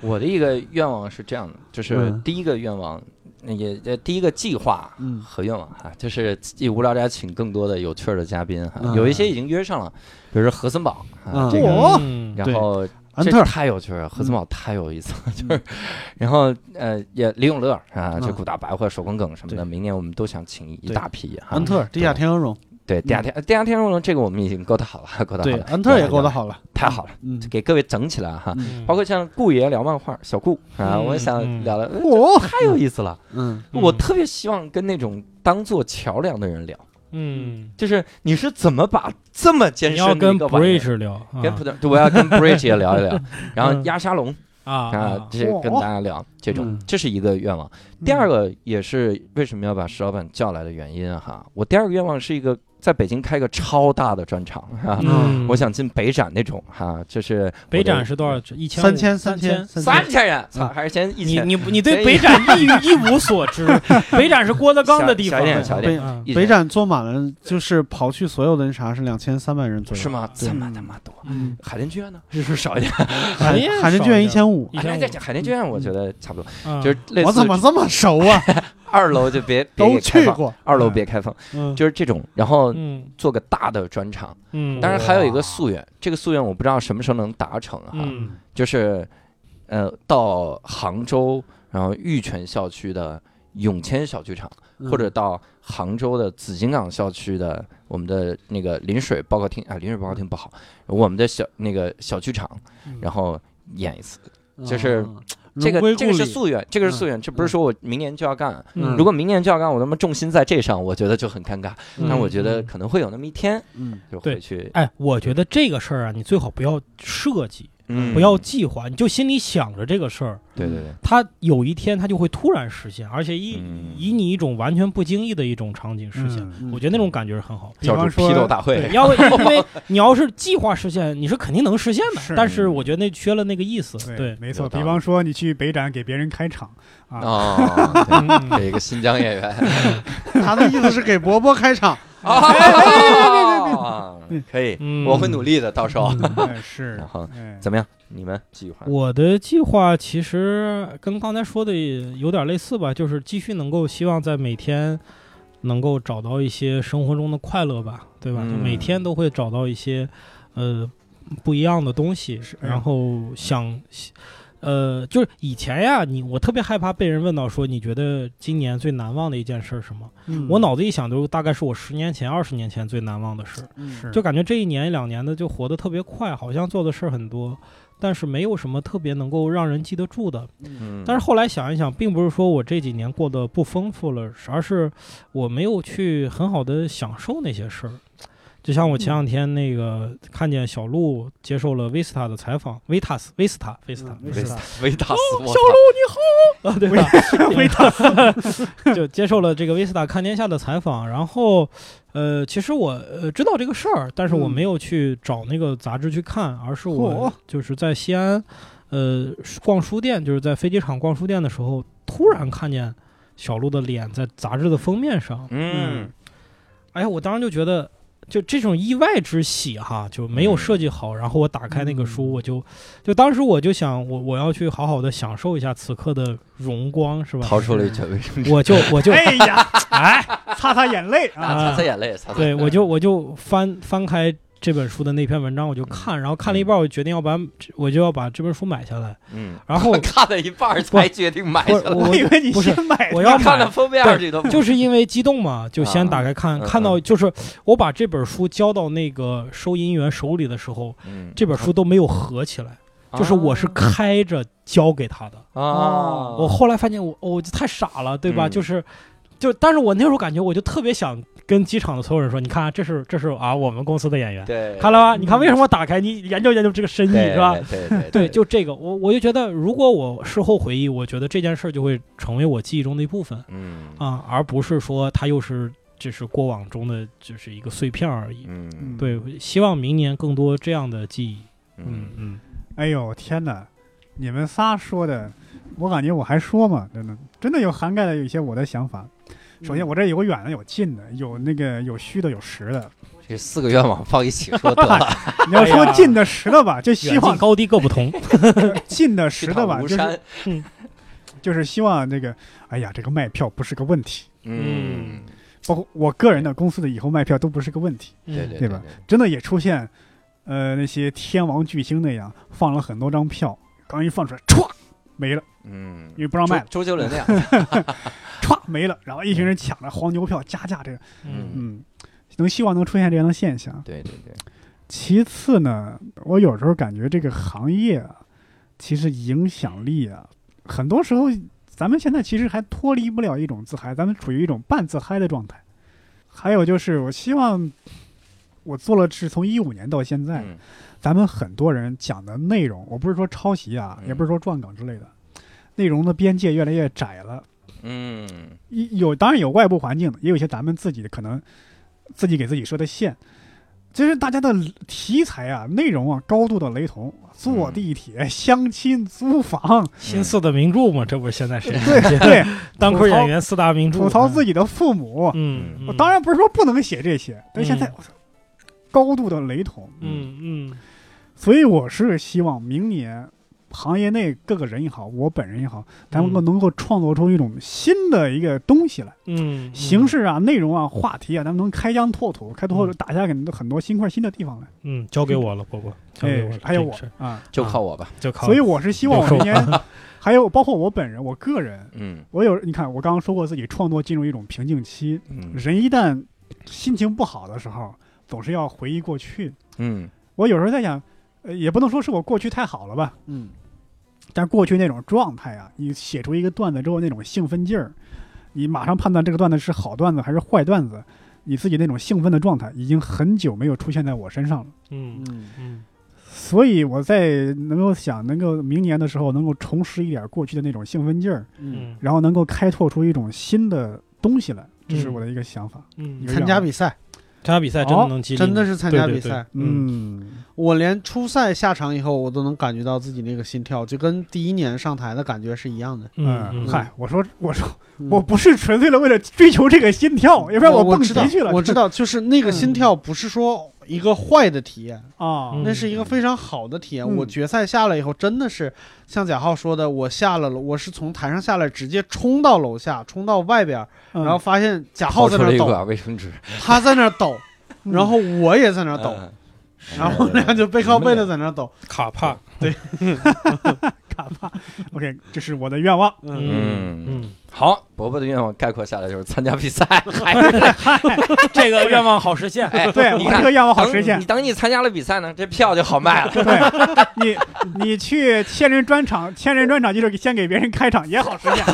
Speaker 5: 我的一个愿望是这样的，就是
Speaker 3: 嗯
Speaker 5: 第一个愿望，也呃第一个计划
Speaker 3: 嗯
Speaker 5: 和愿望哈，就是自己无聊斋请更多的有趣儿的嘉宾哈，
Speaker 3: 嗯
Speaker 5: 有一些已经约上了，比如说何森堡啊
Speaker 3: 嗯
Speaker 5: 这个，
Speaker 2: 哦
Speaker 4: 嗯
Speaker 5: 然后
Speaker 3: 安特
Speaker 5: 这
Speaker 3: 尔，
Speaker 5: 太有趣了，何森堡
Speaker 3: 嗯
Speaker 5: 太有意思了，就是，然后呃也李永乐啊，这
Speaker 3: 嗯
Speaker 5: 古大白话、手工梗什么的，
Speaker 3: 对
Speaker 5: 明年我们都想请一
Speaker 3: 对
Speaker 5: 大批哈，
Speaker 3: 安特尔，地下天鹅绒，
Speaker 5: 对，地下天地下天龙龙这个我们已经勾搭好了，勾搭
Speaker 3: 对
Speaker 5: 好，了，
Speaker 3: 安特尔也勾搭好了，
Speaker 5: 太好了，
Speaker 3: 嗯，
Speaker 5: 给各位整起来哈。
Speaker 4: 嗯
Speaker 5: 包括像顾爷聊漫画，小顾啊，
Speaker 4: 嗯
Speaker 5: 我也想聊聊，呃
Speaker 3: 哦，
Speaker 5: 太有意思了。
Speaker 3: 嗯
Speaker 5: 我特别希望跟那种当做桥梁的人聊，
Speaker 4: 嗯，
Speaker 5: 就是你是怎么把这么艰
Speaker 4: 你要
Speaker 5: 深的
Speaker 4: 跟
Speaker 5: 一个玩意
Speaker 4: Bridge 聊，
Speaker 5: 儿
Speaker 4: 啊
Speaker 5: 跟普通，对我要跟 Bridge 也聊一
Speaker 4: [laughs]
Speaker 5: 聊，然后
Speaker 4: 嗯
Speaker 5: 压沙龙
Speaker 4: 啊
Speaker 5: 啊，
Speaker 4: 啊，
Speaker 5: 这跟大家聊这种
Speaker 3: 嗯，
Speaker 5: 这是一个愿望。第
Speaker 4: 嗯
Speaker 5: 二个也是为什么要把石老板叫来的原因啊哈，我第二个愿望是一个在北京开个超大的专场哈。
Speaker 4: 嗯，
Speaker 5: 我想进北展那种哈，就是我
Speaker 4: 北
Speaker 5: 的
Speaker 4: 展是多少？一千
Speaker 3: 三千
Speaker 4: 三
Speaker 3: 千
Speaker 5: 三千人，操
Speaker 3: 嗯
Speaker 5: 还是先一
Speaker 4: 你
Speaker 5: 千？
Speaker 4: 你不你对北展一语
Speaker 5: [laughs]
Speaker 4: 一无所知，北展是郭德纲的地方
Speaker 5: 小小一点小一
Speaker 3: 点
Speaker 4: 嗯
Speaker 5: 一
Speaker 3: 北
Speaker 5: 千
Speaker 3: 展坐满了，就是刨去所有的那啥是两千三百人左右，
Speaker 5: 是？吗？
Speaker 2: 对
Speaker 5: 这么他妈多，
Speaker 3: 嗯，
Speaker 5: 海淀剧院呢？是不是少一点？
Speaker 3: 海
Speaker 4: 哎呀
Speaker 3: 海淀剧院一千五，
Speaker 4: 一
Speaker 5: [laughs] 海淀
Speaker 4: 千啊
Speaker 5: 剧海淀剧院我觉得差不多，
Speaker 4: 五，
Speaker 5: 就是类
Speaker 3: 嗯我
Speaker 5: 似
Speaker 3: 怎么这么熟啊？
Speaker 5: 二楼就别别
Speaker 3: 都
Speaker 5: 给开
Speaker 3: 去
Speaker 5: 放，
Speaker 3: 过，
Speaker 5: 二楼别开放，
Speaker 3: 嗯，
Speaker 5: 就是这种。然后
Speaker 4: 嗯
Speaker 5: 做个大的专场，
Speaker 4: 嗯，
Speaker 5: 当然还有一个夙愿，这个夙愿我不知道什么时候能达成啊，
Speaker 4: 嗯
Speaker 5: 就是呃到杭州，然后玉泉校区的永谦小剧场。
Speaker 3: 嗯
Speaker 5: 或者到杭州的紫金港校区的我们的那个临水报告厅啊，临水报告厅不好，我们的小那个小剧场，然后演一次。就是
Speaker 3: 嗯
Speaker 5: 这个
Speaker 3: 荣归
Speaker 5: 这个
Speaker 3: 故
Speaker 5: 是
Speaker 3: 里
Speaker 5: 夙愿，这个是夙愿，这不是说我明年就要干。
Speaker 3: 嗯
Speaker 5: 如果明年就要干，我他妈重心在这上，我觉得就很尴尬。
Speaker 3: 嗯
Speaker 5: 但我觉呃得可能会有那么一天，
Speaker 3: 嗯
Speaker 5: 就回
Speaker 4: 对
Speaker 5: 去。
Speaker 4: 哎，我觉得这个事儿啊，你最好不要设计，
Speaker 5: 嗯
Speaker 4: 不要计划，你就心里想着这个事儿，
Speaker 5: 对对对，
Speaker 4: 它有一天它就会突然实现，而且以、
Speaker 5: 嗯
Speaker 4: 以你一种完全不经意的一种场景实现，
Speaker 2: 嗯
Speaker 4: 我觉得那种感觉是很好。
Speaker 2: 比方
Speaker 5: 教主
Speaker 2: 说
Speaker 5: 批斗大会
Speaker 4: 对，，要不因为你要是计划实现，你是肯定能实现的，
Speaker 2: 是
Speaker 4: 但是我觉得那缺了那个意思。
Speaker 2: 对，
Speaker 4: 对，
Speaker 2: 没错。
Speaker 5: 有道
Speaker 2: 比
Speaker 5: 理
Speaker 2: 方说，你去北展给别人开
Speaker 4: [laughs]
Speaker 2: 场啊，
Speaker 5: 哦，对
Speaker 4: 嗯
Speaker 5: 这一个新疆演
Speaker 3: [laughs]
Speaker 5: 员
Speaker 3: 他的意思是给伯伯开场，
Speaker 5: 啊，可以，
Speaker 4: 嗯
Speaker 5: 我会努力的，到时候。
Speaker 2: 哎是
Speaker 5: 然，后
Speaker 2: 哎，
Speaker 5: 怎么样？你们计划？
Speaker 4: 我的计划其实跟刚才说的有点类似吧，就是继续能够希望在每天能够找到一些生活中的快乐吧，对吧？
Speaker 5: 嗯
Speaker 4: 就每天都会找到一些呃不一样的东西，
Speaker 2: 哎
Speaker 4: 然后想。呃，就是以前呀，你我特别害怕被人问到说，你觉得今年最难忘的一件事是什么？
Speaker 2: 嗯
Speaker 4: 嗯我脑子一想，就大概是我十年前、二十年前最难忘的事。
Speaker 2: 是
Speaker 4: 就感觉这一年一两年的就活得特别快，好像做的事儿很多，但是没有什么特别能够让人记得住的。
Speaker 5: 嗯，
Speaker 4: 但是后来想一想，并不是说我这几年过得不丰富了，而是我没有去很好的享受那些事儿。就像我前两天那个看见小鹿接受了 Vista 的采访，Vitas Vista Vista
Speaker 3: 嗯
Speaker 5: 维
Speaker 3: 是的
Speaker 5: 维达斯，我
Speaker 4: 小
Speaker 5: 操
Speaker 4: [laughs] 啊，对吧？维塔斯 [laughs] 就接受了这个维斯塔看天下的采访，然后，呃，其实我呃知道这个事儿，但是我
Speaker 2: 嗯
Speaker 4: 没有去找那个杂志去看，而是我
Speaker 2: 嚯
Speaker 4: 就是在西安，呃，逛书店，就是在飞机场逛书店的时候，突然看见小鹿的脸在杂志的封面上，
Speaker 5: 嗯，
Speaker 4: 哎呀，我当时就觉得。就这种意外之喜哈，就没有设计好。然后我打开那个书，
Speaker 2: 嗯
Speaker 4: 我就，就当时我就想，我我要去好好的享受一下此刻的荣光，是吧？
Speaker 5: 掏出了一卷卫生 [laughs] 纸，
Speaker 4: 我就我就
Speaker 2: 哎呀，哎，擦擦眼泪啊，
Speaker 5: 啊擦擦眼泪，擦擦眼泪。
Speaker 4: 对我就我就翻翻开这本书的那篇文章，我
Speaker 5: 嗯
Speaker 4: 就看，然后看了一半，我就决定要把我就要把这本书买下来，
Speaker 5: 嗯，[laughs]
Speaker 4: 然后
Speaker 5: 看了一半儿才决定买下
Speaker 4: [laughs]
Speaker 5: 来，
Speaker 4: 我
Speaker 2: 我以为你
Speaker 4: 不是
Speaker 2: 先买
Speaker 4: 我要
Speaker 5: 看了
Speaker 4: 买。
Speaker 5: 封面儿这都
Speaker 4: 就是因为激动嘛，就先打开看，
Speaker 5: 啊
Speaker 4: 看到就是我把这本书交到那个收银员手里的时候，
Speaker 5: 嗯
Speaker 4: 这本书都没有合起来，就是我是开着交给他的。
Speaker 5: 啊，
Speaker 4: 我后来发现我哦我就太傻了，对吧？
Speaker 5: 嗯
Speaker 4: 就是，就但是我那时候感觉我就特别想跟机场的所有人说，你看啊这是这是啊我们公司的演员，
Speaker 5: 对，
Speaker 4: 看
Speaker 5: 了
Speaker 4: 了吧？你看为什么打开？你研究研究这个深意
Speaker 5: 对
Speaker 4: 是吧？？
Speaker 5: 对对
Speaker 4: 对，就这个，我我就觉得，如果我事后回忆，我觉得这件事儿就会成为我记忆中的一部分
Speaker 5: 嗯
Speaker 4: 啊，而不是说它又是只是过往中的就是一个碎片而已。
Speaker 5: 嗯
Speaker 4: 对，希望明年更多这样的记忆。嗯
Speaker 5: 嗯，
Speaker 4: 嗯，
Speaker 2: 哎呦天哪！你们仨说的，我感觉我还说嘛，真的真的有涵盖了有一些我的想法。首
Speaker 4: 嗯
Speaker 2: 先，我这有远的，有近的，有那个有虚的，有实
Speaker 4: [laughs]
Speaker 2: 的。
Speaker 5: 这四个愿望放一起说得了，
Speaker 2: 你要说近的实的吧，就希
Speaker 4: 哎 [laughs] 远近
Speaker 2: 望
Speaker 4: 高低各不
Speaker 2: [laughs]
Speaker 4: 同。 [laughs]
Speaker 2: 近的
Speaker 5: 去
Speaker 2: 实的吧，
Speaker 5: 趟
Speaker 2: 就
Speaker 5: 吴
Speaker 2: 是
Speaker 5: 山，
Speaker 2: 就是希望那个，哎呀，这个卖票不是个问题，
Speaker 5: 嗯，
Speaker 2: 包括我个人的公司的以后卖票都不是个问题。
Speaker 5: 对
Speaker 4: 嗯
Speaker 5: 对
Speaker 2: 对吧？真的也出现，呃，那些天王巨星那样放了很多张票，刚一放出来，歘没了，
Speaker 5: 嗯
Speaker 2: 因，为不让卖了，
Speaker 5: 周周杰伦那样，
Speaker 2: 歘没了，然后一群人抢着黄牛票加价，这个，
Speaker 4: 嗯
Speaker 2: 嗯，能希望能出现这样的现象。
Speaker 5: 对对对，
Speaker 2: 其次呢，我有时候感觉这个行业啊，其实影响力啊，很多时候咱们现在其实还脱离不了一种自嗨，咱们处于一种半自嗨的状态。还有就是，我希望我做了是从一五年到现在，
Speaker 5: 嗯
Speaker 2: 咱们很多人讲的内容，我不是说抄袭啊，
Speaker 5: 嗯
Speaker 2: 也不是说撞梗之类的，内容的边界越来越窄了。
Speaker 5: 嗯
Speaker 2: 一有当然有外部环境的，也有一些咱们自己的可能自己给自己设的限。其实大家的题材啊、内容啊、高度的雷同，
Speaker 4: 嗯
Speaker 2: 坐地铁、相亲、租房，
Speaker 4: [laughs] 新四的名著嘛，这不是现在谁
Speaker 5: 嗯
Speaker 4: [laughs]
Speaker 2: 对对，
Speaker 4: 单口演员四大名著？
Speaker 2: 吐槽自己的父母。
Speaker 4: 嗯，嗯，
Speaker 2: 我当然不是说不能写这些，但现在
Speaker 4: 嗯
Speaker 2: 我操，高度的雷同，
Speaker 4: 嗯，嗯嗯
Speaker 2: 所以我是希望明年行业内各个人也好，我本人也好，咱们
Speaker 4: 嗯
Speaker 2: 能够创作出一种新的一个东西来，
Speaker 4: 嗯，
Speaker 2: 形式啊、内容啊、话题啊，咱们能开疆拓土，开拓
Speaker 4: 嗯
Speaker 2: 打下很多很多新块新的地方来。
Speaker 4: 嗯，交给我了，伯伯，交给嗯我
Speaker 2: 哎
Speaker 4: 了，，
Speaker 2: 还有
Speaker 4: 这个
Speaker 2: 我
Speaker 4: 事儿
Speaker 2: 啊，
Speaker 5: 就靠我吧，
Speaker 4: 就靠
Speaker 2: 所以我是希望我
Speaker 4: 有空
Speaker 2: 明年，
Speaker 4: [laughs]
Speaker 2: 还有包括我本人，我个人，
Speaker 5: 嗯
Speaker 2: 我有你看，我刚刚说过自己创作进入一种瓶颈期，
Speaker 5: 嗯
Speaker 2: 人一旦心情不好的时候，总是要回忆过去。
Speaker 5: 嗯
Speaker 2: 我有时候在想，呃，也不能说是我过去太好了吧，
Speaker 3: 嗯，
Speaker 2: 但过去那种状态啊，你写出一个段子之后那种兴奋劲儿，你马上判断这个段子是好段子还是坏段子，你自己那种兴奋的状态已经很久没有出现在我身上了。
Speaker 4: 嗯
Speaker 3: 嗯
Speaker 4: 嗯
Speaker 2: 所以我在能够想能够明年的时候能够重拾一点过去的那种兴奋劲儿，
Speaker 3: 嗯，
Speaker 2: 然后能够开拓出一种新的东西来，这是我的一个想法。
Speaker 4: 嗯，
Speaker 2: 有
Speaker 4: 参
Speaker 3: 参加比赛
Speaker 4: 加比赛真的能激励你，
Speaker 3: 哦真的是参加
Speaker 4: 对
Speaker 3: 比
Speaker 4: 对对
Speaker 3: 赛，
Speaker 4: 嗯
Speaker 2: 嗯，
Speaker 3: 我连初赛下场以后，我都能感觉到自己那个心跳，就跟第一年上台的感觉是一样的。
Speaker 4: 嗯嗯，
Speaker 2: 嗨，我说我说
Speaker 3: 嗯
Speaker 2: 我不是纯粹的为了追求这个心跳，要不然
Speaker 3: 我
Speaker 2: 蹦
Speaker 3: 知道
Speaker 2: 极去了。
Speaker 3: 我知道，就是那个心跳不是说一个坏的体验，
Speaker 2: [laughs] 啊，
Speaker 4: 嗯
Speaker 3: 那是一个非常好的体验。
Speaker 2: 嗯
Speaker 3: 我决赛下来以后，真的是像贾浩说的，我下了楼，我是从台上下来，直接冲到楼下，冲到外边，
Speaker 2: 嗯
Speaker 3: 然后发现贾浩
Speaker 1: 掏
Speaker 3: 在
Speaker 1: 出
Speaker 3: 那
Speaker 1: 了
Speaker 3: 儿
Speaker 1: 一
Speaker 3: 抖，
Speaker 1: 管卫生纸，
Speaker 3: 他在那儿抖，然后我也在那儿抖，
Speaker 1: 嗯，
Speaker 3: 然后我
Speaker 5: 嗯
Speaker 3: 俩 [laughs] 就背靠背的在那儿抖。
Speaker 4: 卡帕，
Speaker 2: 卡吧 OK，这是我的愿
Speaker 3: [laughs]
Speaker 2: 望。
Speaker 3: 嗯，
Speaker 4: 嗯
Speaker 1: 嗯
Speaker 4: 嗯，
Speaker 1: 好，伯伯的愿望概括下来就是参加比
Speaker 2: [laughs]
Speaker 1: 赛，还是
Speaker 4: 这个愿望好实现。
Speaker 1: 哎，
Speaker 2: 对
Speaker 1: 你
Speaker 2: 我这
Speaker 1: 看
Speaker 2: 个愿望好
Speaker 1: 等
Speaker 2: 实现
Speaker 3: [laughs]
Speaker 1: 你。等你参加了比赛呢，这票就好
Speaker 2: [laughs]
Speaker 1: 卖了。
Speaker 2: 对你，你去千人专场，千人专场就是先给别人开场也好实现，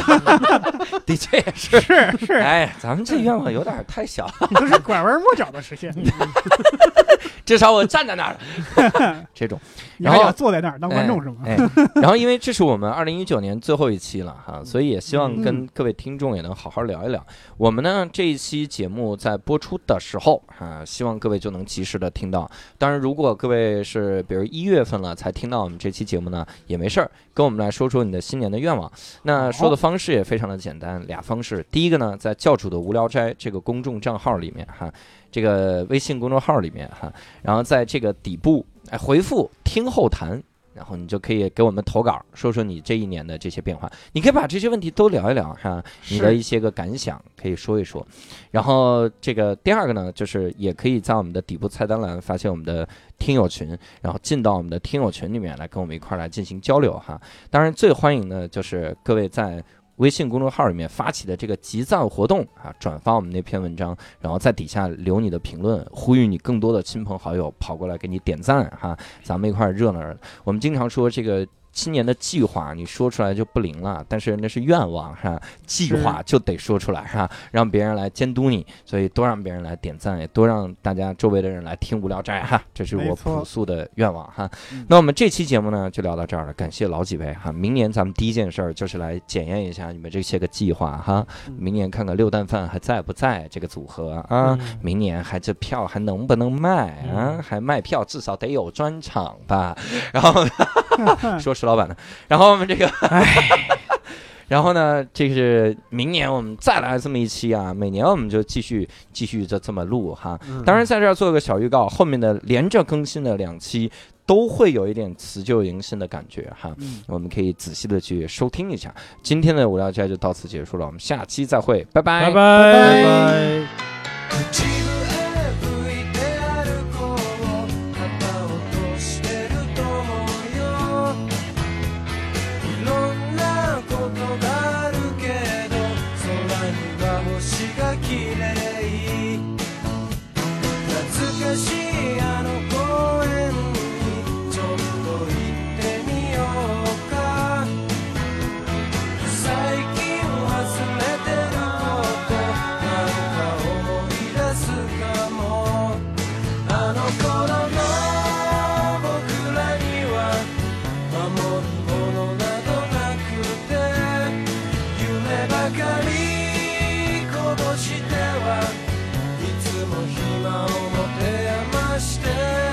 Speaker 1: 的确也是，
Speaker 2: 是是，
Speaker 1: 哎，咱们这愿望有点太小，
Speaker 2: 都是拐弯抹角的实现。
Speaker 1: 至少我站在那儿了，这种。
Speaker 2: 你还
Speaker 1: 然后
Speaker 2: 想坐在那儿当观众是吗？
Speaker 1: 哎， [laughs] 然后因为这是我们二零一九年最后一期了哈，所以也希望跟各位听众也能好好聊一聊。我们呢这一期节目在播出的时候啊，希望各位就能及时的听到。当然，如果各位是比如一月份了才听到我们这期节目呢，也没事儿，跟我们来说说你的新年的愿望。那说的方式也非常的简单，俩方式。第一个呢，在教主的无聊斋这个公众账号里面哈，这个微信公众号里面哈，然后在这个底部哎回复“听后谈”，然后你就可以给我们投稿，说说你这一年的这些变化。你可以把这些问题都聊一聊哈，你的一些个感想可以说一说。然后这个第二个呢，就是也可以在我们的底部菜单栏发现我们的听友群，然后进到我们的听友群里面来跟我们一块儿来进行交流哈。当然，最欢迎的就是各位在。微信公众号里面发起的这个集赞活动啊，转发我们那篇文章，然后在底下留你的评论，呼吁你更多的亲朋好友跑过来给你点赞哈，咱们一块儿热闹热闹。我们经常说这个新年的计划，你说出来就不灵了，但是那是愿望哈，计划就得说出来哈，让别人来监督你，所以多让别人来点赞，也多让大家周围的人来听无聊斋哈，这是
Speaker 2: 没
Speaker 1: 我
Speaker 2: 错
Speaker 1: 朴素的愿望哈
Speaker 2: 嗯。
Speaker 1: 那我们这期节目呢就聊到这儿了，感谢老几位哈，明年咱们第一件事儿就是来检验一下你们这些个计划哈，
Speaker 2: 嗯
Speaker 1: 明年看看六蛋饭还在不在这个组合啊。
Speaker 4: 嗯
Speaker 1: 明年还这票还能不能卖啊
Speaker 4: 嗯？
Speaker 1: 还卖票，至少得有专场吧。 [laughs] 然后
Speaker 4: 嗯
Speaker 1: 说石老板呢，然后我们这个， [laughs] 然后呢，这是明年我们再来这么一期啊，每年我们就继续继续就这么录哈。
Speaker 4: 嗯
Speaker 2: 嗯
Speaker 1: 当然在这儿做个小预告，后面的连着更新的两期都会有一点辞旧迎新的感觉哈。
Speaker 2: 嗯
Speaker 1: 我们可以仔细的去收听一下。今天的无聊斋就到此结束了，我们下期再会，拜拜
Speaker 4: 拜。拜。
Speaker 3: 拜。
Speaker 6: 「口笛吹いて歩こう」「旗を落としてると思うよ」「いろんなことがあるけど空には星が綺麗懐かしいあの公園にちょっと行ってみようか」最近忘れてることなんか思い出すかもあの頃の僕らには守るものなどなくて夢ばかり殺してはいつも暇を持て余して